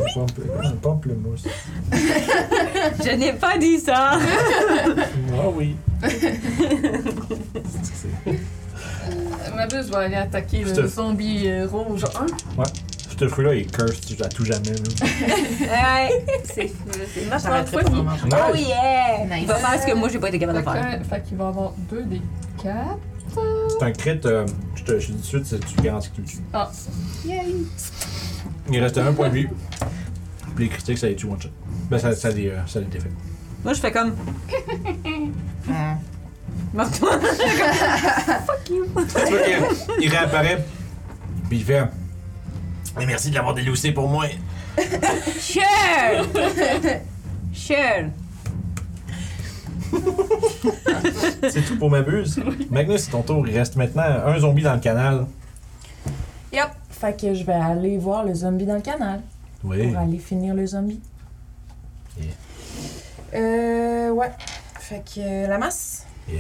S3: Un pample- Un pamplemousse.
S7: Je n'ai pas dit ça.
S3: Ah oui.
S1: Euh, Ma buse va aller attaquer
S3: Je te-
S1: le zombie euh, rouge 1.
S3: Ce fruit-là est cursed à tout jamais. là.
S7: ouais. C'est c'est vachement
S1: J'arrêterai pas de
S7: funny.
S1: m'en manger.
S7: Oh yeah!
S5: Nice.
S7: Il va faire ce que moi j'ai pas été capable
S1: Fait
S7: de faire.
S1: que- Fait qu'il va avoir 2 des 4.
S3: C'est un crit, euh, je te je te dis tout de suite, c'est- tu garantis que tu le tues.
S1: Ah,
S5: Yay!
S3: Il reste un point de vie. Puis les critiques, ça les tue one shot. Ben, ça, ça, les, euh, ça les défait.
S7: Moi je fais comme. Marre-toi.
S3: Tu vois qu'il il réapparaît, puis il fait.
S8: Mais merci de l'avoir déloussé pour moi.
S7: Sure! Sure!
S3: C'est tout pour ma buse. Magnus, c'est ton tour. Il reste maintenant un zombie dans le canal.
S6: Fait que je vais aller voir le zombie dans le canal
S3: Oui.
S6: pour aller finir le zombie.
S3: Yeah. Eh.
S6: Euh, ouais. Fait que euh, la masse,
S1: tu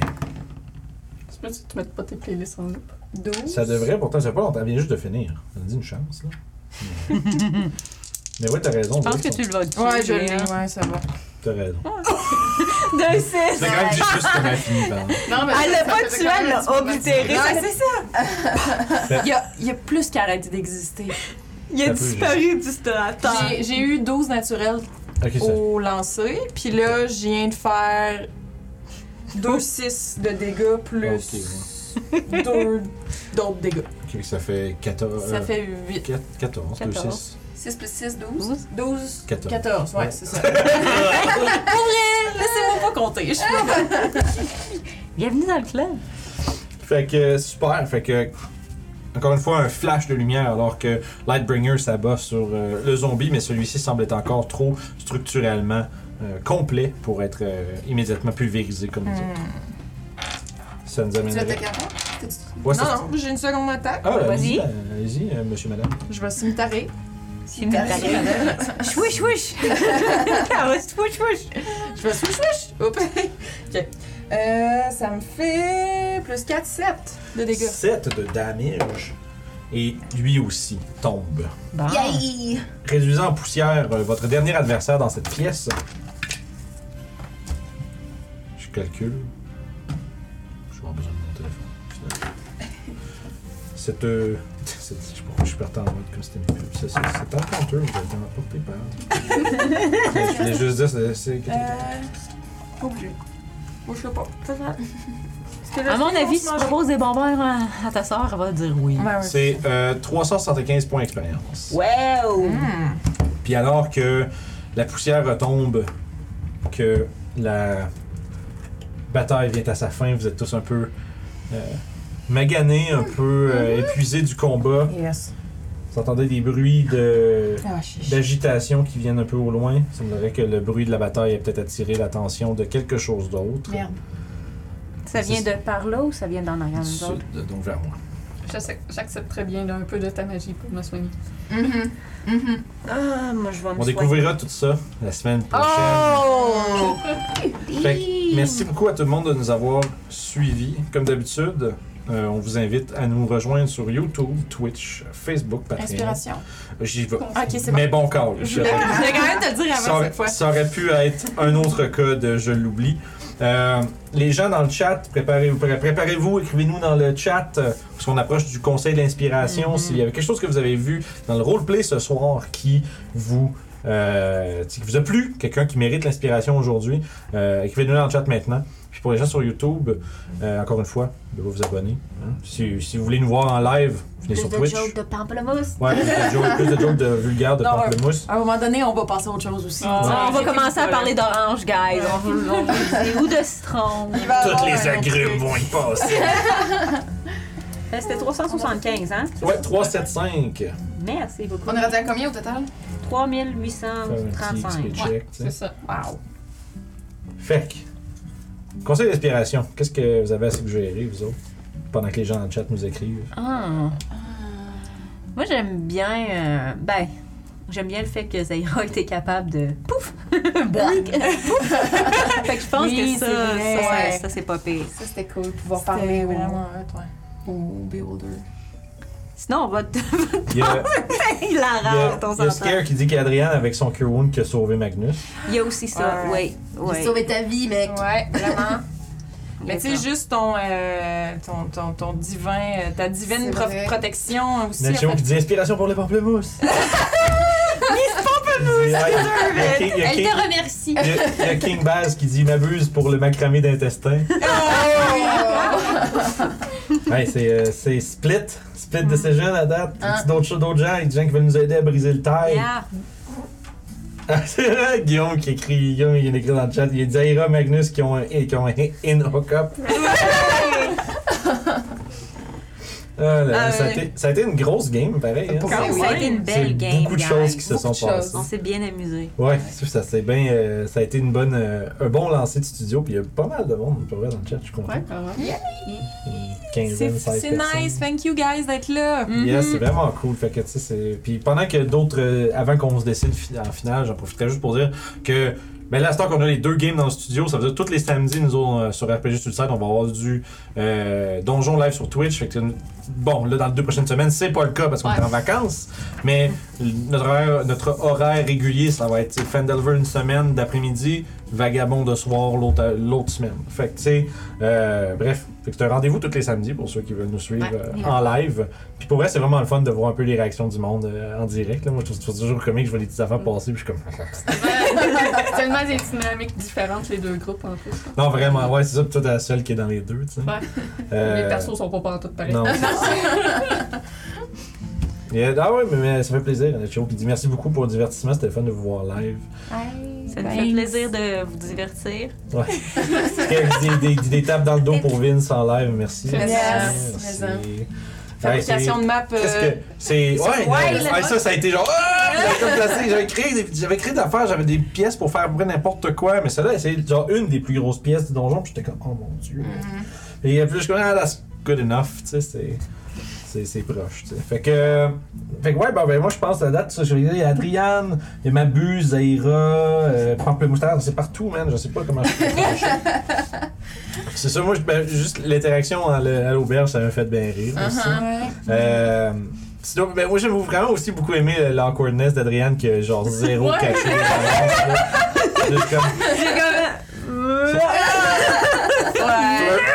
S1: peux tu te mettre pas tes playlists en loop?
S6: 12.
S3: Ça devrait, pourtant, c'est pas longtemps. Elle vient juste de finir. Ça dit une chance, là. Mais, Mais ouais, t'as raison.
S7: Je pense que tu le vas tuer.
S6: Ouais, je l'ai,
S7: hein.
S6: ouais, ça va.
S3: T'as raison.
S7: Deux, six.
S3: C'est quand même dit juste qu'on a fini, pardon.
S5: Non, mais
S7: Elle l'a
S5: ça
S7: pas
S5: faisait
S7: tué,
S5: quand
S7: elle
S5: même un
S7: l'a
S5: petit peu mal.
S7: oblitéré.
S6: Ouais,
S7: Ça-
S6: c'est ça! il, y a, il y a plus qu'à arrêter d'exister.
S7: Il a
S3: Ça peut,
S7: disparu du storateur.
S6: J'ai- J'ai eu 12 naturels
S3: Ok, ça.
S7: Oh.
S6: au lancer, puis là, je viens de faire
S3: Oh.
S6: 2-6 de dégâts plus
S3: Ah,
S6: 2 d'autres dégâts.
S3: Ok, ça fait euh, 14.
S6: Ça fait 8.
S3: 14, 2, 6.
S5: 6 plus 6, 12.
S6: 12,
S3: 14.
S6: 14, ouais,
S3: Ouais.
S6: c'est ça. Pour vrai, laissez-moi pas compter. Je suis pas bonne.
S7: Bienvenue dans le club.
S3: Fait que super, fait que encore une fois un flash de lumière alors que Lightbringer s'abat sur euh, le zombie, mais celui-ci semble être encore trop structurellement euh, complet pour être euh, immédiatement pulvérisé comme nous autres.
S6: Hmm.
S3: Ça nous
S5: Tu
S3: amène.
S5: vas
S3: avec-
S5: attaquer avant? T'as-tu-
S3: Ouais, ça-
S6: Non, non, j'ai une seconde attaque.
S3: Ah,
S7: Vas-y.
S3: allez-y, euh, allez-y, euh, monsieur, madame.
S6: Je vais cimetarer.
S7: C'est une Chouiche, chouiche. Ah ouais, c'est chouiche, chouiche.
S6: Je vais switch, switch.
S2: Oh,
S6: Oups. OK. Euh, ça me fait plus 4, 7 de dégâts.
S3: 7 de damage. Et lui aussi tombe.
S7: Bon.
S4: Yay!
S3: Réduisant en poussière euh, votre dernier adversaire dans cette pièce. Je calcule. Je vais avoir besoin de mon téléphone. finalement. Cette. euh, cette je sais pas pourquoi je suis parti en mode comme c'était une pub. C'est c'est- c'est encanteux, vous avez été emporté par. Mais je voulais juste dire, c'est- c'est.
S7: À mon avis, si tu proposes des bonbons à, à ta soeur, elle va dire oui.
S3: C'est euh, 375 points d'expérience.
S7: Wow!
S3: Puis alors que la poussière retombe, que la bataille vient à sa fin, vous êtes tous un peu euh, maganés, un peu euh,
S6: Mhm.
S3: épuisés du combat.
S6: Yes.
S3: Vous entendez des bruits de
S6: Ah, chiche.
S3: d'agitation qui viennent un peu au loin. Il semblerait que le bruit de la bataille ait peut-être attiré l'attention de quelque chose d'autre.
S5: Merde.
S4: Ça vient de par là ou ça vient d'en arrière
S3: Du
S4: nous autres?
S3: sud, donc vers moi.
S1: J'ac- J'accepte très bien là, un peu de ta magie pour me soigner.
S5: Mhm. Mhm.
S4: Ah, moi je vais me
S3: On découvrira tout ça la semaine prochaine.
S7: Oh!
S3: Fait que merci beaucoup à tout le monde de nous avoir suivis. Comme d'habitude, euh, on vous invite à nous rejoindre sur YouTube, Twitch, Facebook, Patreon.
S5: Inspiration.
S3: J'y vais.
S6: Ok, c'est bon.
S3: Mais bon, Carl, je-
S6: Je voulais quand même te le dire avant
S3: ça, aurait-
S6: cette fois.
S3: ça aurait pu être un autre cas de je l'oublie. Euh, les gens dans le chat, préparez-vous, pré- préparez-vous, écrivez-nous dans le chat, euh, parce qu'on approche du conseil
S4: Mhm.
S3: d'inspiration. S'il y avait quelque chose que vous avez vu dans le roleplay ce soir qui vous, euh, qui vous a plu, quelqu'un qui mérite l'inspiration aujourd'hui, euh, écrivez-nous dans le chat maintenant. Puis pour les gens sur YouTube, euh, encore une fois, de vous abonner. hein. Si, si vous voulez nous voir en live, venez
S4: Plus
S3: sur
S4: de
S3: Twitch.
S4: jokes de pamplemousse.
S3: Ouais, plus de jokes, plus de, jokes de vulgaires, de
S6: Non, ouais.
S3: pamplemousse.
S6: À un moment donné, on va passer à autre chose aussi.
S1: Ah.
S7: Ah, on va
S1: j'ai
S7: commencer
S1: fait
S7: à
S1: du
S7: parler d'orange, guys. On vous, on vous le dit. Ou de citron.
S6: Il va
S8: Toutes
S6: avoir
S8: les
S6: un autre
S8: agrumes
S6: truc.
S8: vont y passer.
S7: Euh, C'était 375, hein?
S3: Ouais, 3, 7, 5.
S7: Merci beaucoup.
S5: On est rendu à combien au total?
S7: 3835.
S1: C'est ça.
S5: Wow.
S3: Fait que, Conseil d'inspiration, qu'est-ce que vous avez à suggérer, vous autres, pendant que les gens dans le chat nous écrivent?
S7: Ah. Moi, j'aime bien. euh, ben, j'aime bien le fait que Zaira était capable de. Pouf! Bark! Pouf! Ben. fait que je pense
S6: Oui,
S7: que ça,
S6: c'est vrai.
S7: ça,
S5: Ouais.
S7: ça, c'est pas pire.
S5: Ça, c'était cool, pouvoir
S6: C'était
S5: parler au,
S6: vraiment hot, ouais.
S5: au Beholder.
S7: Sinon, on va te.
S3: Il y a, il
S7: il la
S3: y a-
S7: rate, on
S3: il y a
S7: s'entend.
S3: Scare qui dit qu'Adrienne, avec son Cure Wound, qui a sauvé Magnus.
S7: Il y a aussi ça, oui.
S4: J'ai sauvé ta vie, mec.
S2: Ouais, vraiment. Mais tu sais, juste ton, euh, ton, ton, ton divin, euh, ta divine
S5: C'est
S2: pro-
S5: vrai.
S2: protection aussi.
S3: Nacho qui dit inspiration pour les pamplemousses. Les pamplemousses! Il y a
S14: Elle
S3: King-
S14: te remercie.
S3: il y a- il y a King Baz qui dit m'abuse pour le macramé d'intestin.
S5: Oh!
S3: Ouais, c'est, euh, c'est Split, Split de ces jeunes à date.
S5: Ah.
S3: D'autres, d'autres gens, des gens qui veulent nous aider à briser le taille.
S7: Yeah.
S3: Ah, c'est vrai, Guillaume qui écrit, Guillaume, il écrit dans le chat, il dit Aira Magnus qui ont un, qui ont un in hookup. Ah, là,
S7: Ah,
S3: ça, a
S7: ouais.
S3: été, ça a été une grosse game, pareil. hein.
S5: Pour
S3: C'est-
S5: Ah
S7: Ça a
S5: ouais.
S7: été une
S3: c'est
S7: belle game.
S3: beaucoup de
S7: guys.
S3: choses qui se
S5: Beaucoup
S3: sont
S5: de choses.
S3: passées.
S7: On s'est bien amusés.
S3: Ouais, c'est- ça, c'est bien, euh, ça a été une bonne, euh, un bon lancer de studio, puis il y a pas mal de monde, pour vrai, dans le chat, je suis content.
S1: Ah Ouais, quand même.
S3: Une
S2: C'est
S3: Quinzaine, seize
S2: c'est
S3: personnes.
S2: nice, thank you guys d'être là.
S3: Yes,
S2: Mhm.
S3: c'est vraiment cool. Fait que, tu sais, c'est- Puis pendant que d'autres, euh, avant qu'on se décide fi- en finale, j'en profiterai juste pour dire que, ben là, c'est qu'on a les deux games dans le studio, ça veut dire que tous les samedis, nous autres, euh, sur RPG Suicide, on va avoir du euh, donjon live sur Twitch. Fait que, bon, là, dans les deux prochaines semaines, c'est pas le cas parce qu'on est en vacances, mais l- notre horaire, notre horaire régulier, ça va être tu sais, Fandelver une semaine d'après-midi, Vagabond de soir l'autre l'autre semaine. Fait que, tu sais, euh, bref, fait que c'est un rendez-vous tous les samedis pour ceux qui veulent nous suivre euh, en live. Puis pour vrai, c'est vraiment le fun de voir un peu les réactions du monde euh, en direct. Là. Moi, je trouve je trouve ça toujours comique, je vois les petites affaires passer, puis je suis comme.
S1: C'est tellement des dynamiques différentes, les deux groupes, en plus.
S3: non, vraiment, ouais, c'est ça, puis toi, t'es la seule qui est dans les deux, tu sais.
S1: Ouais.
S3: Euh,
S1: Les persos sont pas partout pareils.
S3: Non. Yeah, ah ouais, mais, mais ça fait plaisir, Nacho. Puis dit merci beaucoup pour le divertissement, c'était le fun de vous voir live.
S7: Ça nous fait plaisir de vous divertir.
S3: Ouais. Quelqu'un qui dit des, des tapes dans le dos pour Vince en live, merci.
S1: Merci.
S3: Merci.
S2: Fabrication de map. euh,
S3: Qu'est-ce que c'est ouais,
S2: Wild.
S3: ouais, ça ça a été genre ah, j'avais comme placé, j'avais créé des- j'avais créé d'affaires, j'avais des pièces pour faire à peu près n'importe quoi, mais celle-là c'est genre une des plus grosses pièces du donjon, puis j'étais comme oh mon dieu. Et plus je suis comme ah that's good enough, tu sais c'est c'est, c'est proche, tu sais. Fait que, fait que ouais, ben, ben, moi je pense à la date, ça, je vais dire, il y a Adriane, il y a Mabuse, Zaira, euh, Pamplemoustache, c'est partout, man, je sais pas comment je fais pour faire ça. C'est ça, moi, je- ben, juste l'interaction à l'- à l'auberge, ça m'a fait bien rire aussi. Euh, sinon, ben, moi j'ai vraiment aussi beaucoup aimé euh, l'awkwardness d'Adriane qui a genre zéro
S1: Ouais.
S3: caché. dans la lance, là. Juste comme,
S2: ouais.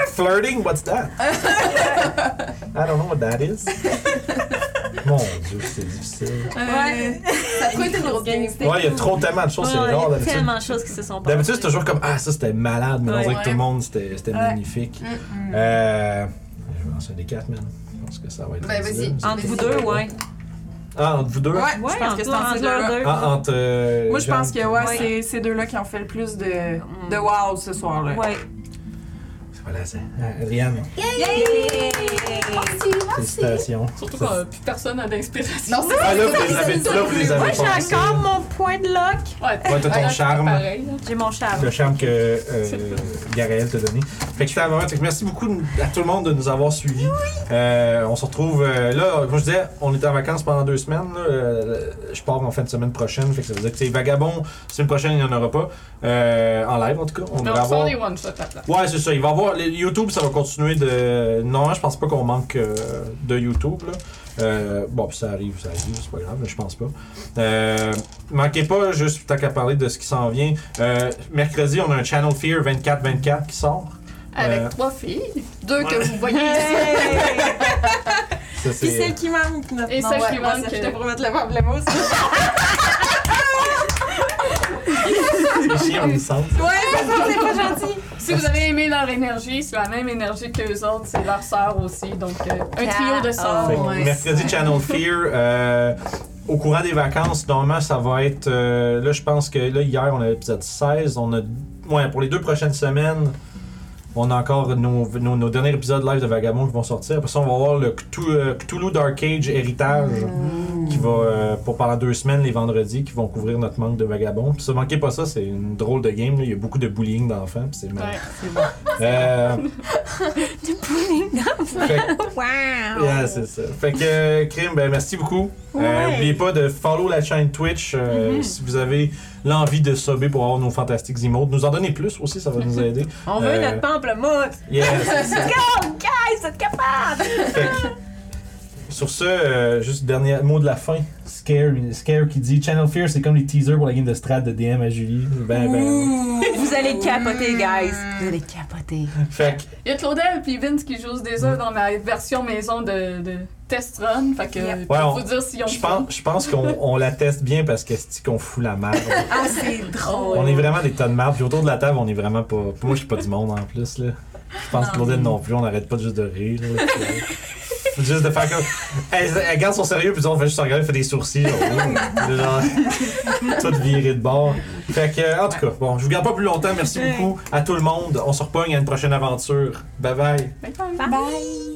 S3: Flir- flirting, what's that? I don't know what that is. Mon dieu, c'est difficile.
S2: Ouais.
S5: Ça a trop été une grosse game.
S3: Ouais, il y a trop tellement de choses, c'est rare
S7: Ouais, il y a
S3: d'habitude.
S7: tellement de choses qui se sont passées.
S3: D'habitude, c'est toujours comme Ah, ça c'était malade, mais on
S7: Ouais. Mm,
S3: dirait que tout le monde c'était c'était magnifique. Euh, je vais lancer des quatre, man. Je pense que ça va être.
S5: Ben,
S3: facile.
S5: vas-y.
S7: Entre vous deux, ouais.
S3: Ah, entre vous deux?
S2: Ouais, je pense que c'est en
S7: entre
S2: ces
S7: leurs
S2: deux-là.
S7: deux.
S3: Ah, entre. euh,
S2: Moi, je pense
S3: Jean-
S2: que ouais,
S7: Ouais.
S2: c'est ces deux-là qui ont fait le plus de,
S7: Mm.
S2: de wow ce soir-là.
S7: Ouais.
S3: Voilà, c'est. Ah, Adriane,
S14: Merci, merci.
S3: félicitations.
S1: Surtout qu'on
S7: euh,
S1: a plus personne à d'inspiration.
S5: Non, c'est
S3: Ah, là, vous les avez, là, vous les avez
S7: Moi, j'ai
S3: pensés.
S7: encore mon point de luck.
S1: Ouais,
S3: Ouais, t'as ton
S1: ouais,
S3: charme.
S1: pareil, là.
S7: J'ai mon charme.
S3: le charme que euh, Gabriel t'a donné. Fait que c'était un moment. Fait que merci beaucoup à tout le monde de nous avoir suivis. Euh, on se retrouve euh, là, comme je disais, on était en vacances pendant deux semaines. là. Euh, je pars en fin de semaine prochaine. Fait que ça veut dire que c'est vagabond. Semaine prochaine, il n'y en aura pas. Euh, en live en tout cas. On
S1: Mais
S3: devrait
S1: Ben, on sort
S3: avoir-
S1: les one-shots à plat.
S3: Ouais, c'est ça. Il va y avoir le YouTube, ça va continuer de. Non, je pense pas qu'on manque euh, de YouTube. Là. Euh, bon, puis ça arrive, ça arrive, c'est pas grave, mais je pense pas. Euh, manquez pas, juste tant qu'à parler de ce qui s'en vient. euh, mercredi, on a un Channel Fear 24-24 qui sort.
S1: Avec
S3: Euh,
S1: trois filles, deux que
S3: ouais.
S1: vous voyez ici.
S3: Ça,
S2: Puis
S3: c'est- euh,
S2: celle qui manque, notre
S1: Et
S2: Non,
S1: celle
S2: ouais,
S1: qui
S2: ouais,
S1: manque,
S2: Je
S1: euh,
S2: te promets de la voir, moi aussi.
S3: c'est chier, on me sent.
S2: Ouais, c'est ça, c'est pas gentil.
S1: euh, Si vous avez aimé leur énergie, c'est la même énergie que les autres, c'est leur sœur aussi. Donc, euh, un trio de sœurs.
S3: Fait que mercredi, Channel Fear. euh, au courant des vacances, normalement, ça va être. euh, là, je pense que là, hier, on a l'épisode 16. On a, ouais, pour les deux prochaines semaines, on a encore nos, nos, nos derniers épisodes live de Vagabond qui vont sortir. Après ça, on va voir le Cthul- euh, Cthulhu Dark Age Héritage qui va, euh, pour pendant deux semaines, les vendredis, qui vont couvrir notre manque de Vagabond. Puis ça, manquez pas ça, c'est une drôle de game. là. Il y a beaucoup de bullying d'enfants. puis c'est mal.
S1: Ouais, c'est bon.
S3: Euh, Fait que- Yeah, c'est ça. Fait que, euh, Crime, ben, merci beaucoup. Euh, N'oubliez pas de follow la chaîne Twitch euh,
S7: Mm-hmm.
S3: si vous avez l'envie de subber pour avoir nos fantastiques emotes. Nous en donner plus aussi, ça va nous aider.
S7: On veut
S3: Euh,
S7: notre pamplemousse!
S3: Yeah, c'est ça.
S7: Hey, c'est capable!
S3: Fait que, sur ce, euh, juste dernier mot de la fin. Scare, Scare qui dit Channel Fear, c'est comme les teasers pour la game de Strat de DM à Julie. Ben, ben.
S7: Vous allez capoter, guys! Vous allez capoter.
S3: Fait que,
S1: Il y a Claudel puis Vince qui jouent des œufs dans la version maison de, de Test Run. Fait que,
S7: Yep.
S1: pour
S3: Ouais, on-
S1: vous dire si on
S3: je pense, je pense qu'on on la teste bien parce que c'est qu'on fout la merde.
S2: Ah, c'est drôle.
S3: On est vraiment des tas de marde. Puis autour de la table, on est vraiment pas. Moi, je suis pas du monde en plus, là. Je pense que Claudette non plus, on n'arrête pas juste de rire. là. Puis, euh, juste de faire comme. Elle, elle garde son sérieux, puis on fait juste regarder, elle fait des sourcils. Genre, oh, genre, tout viré de bord. Fait que, euh, en tout cas, bon, je vous garde pas plus longtemps. Merci beaucoup à tout le monde. On se repogne à une prochaine aventure. Bye bye.
S1: Bye bye.
S7: Bye.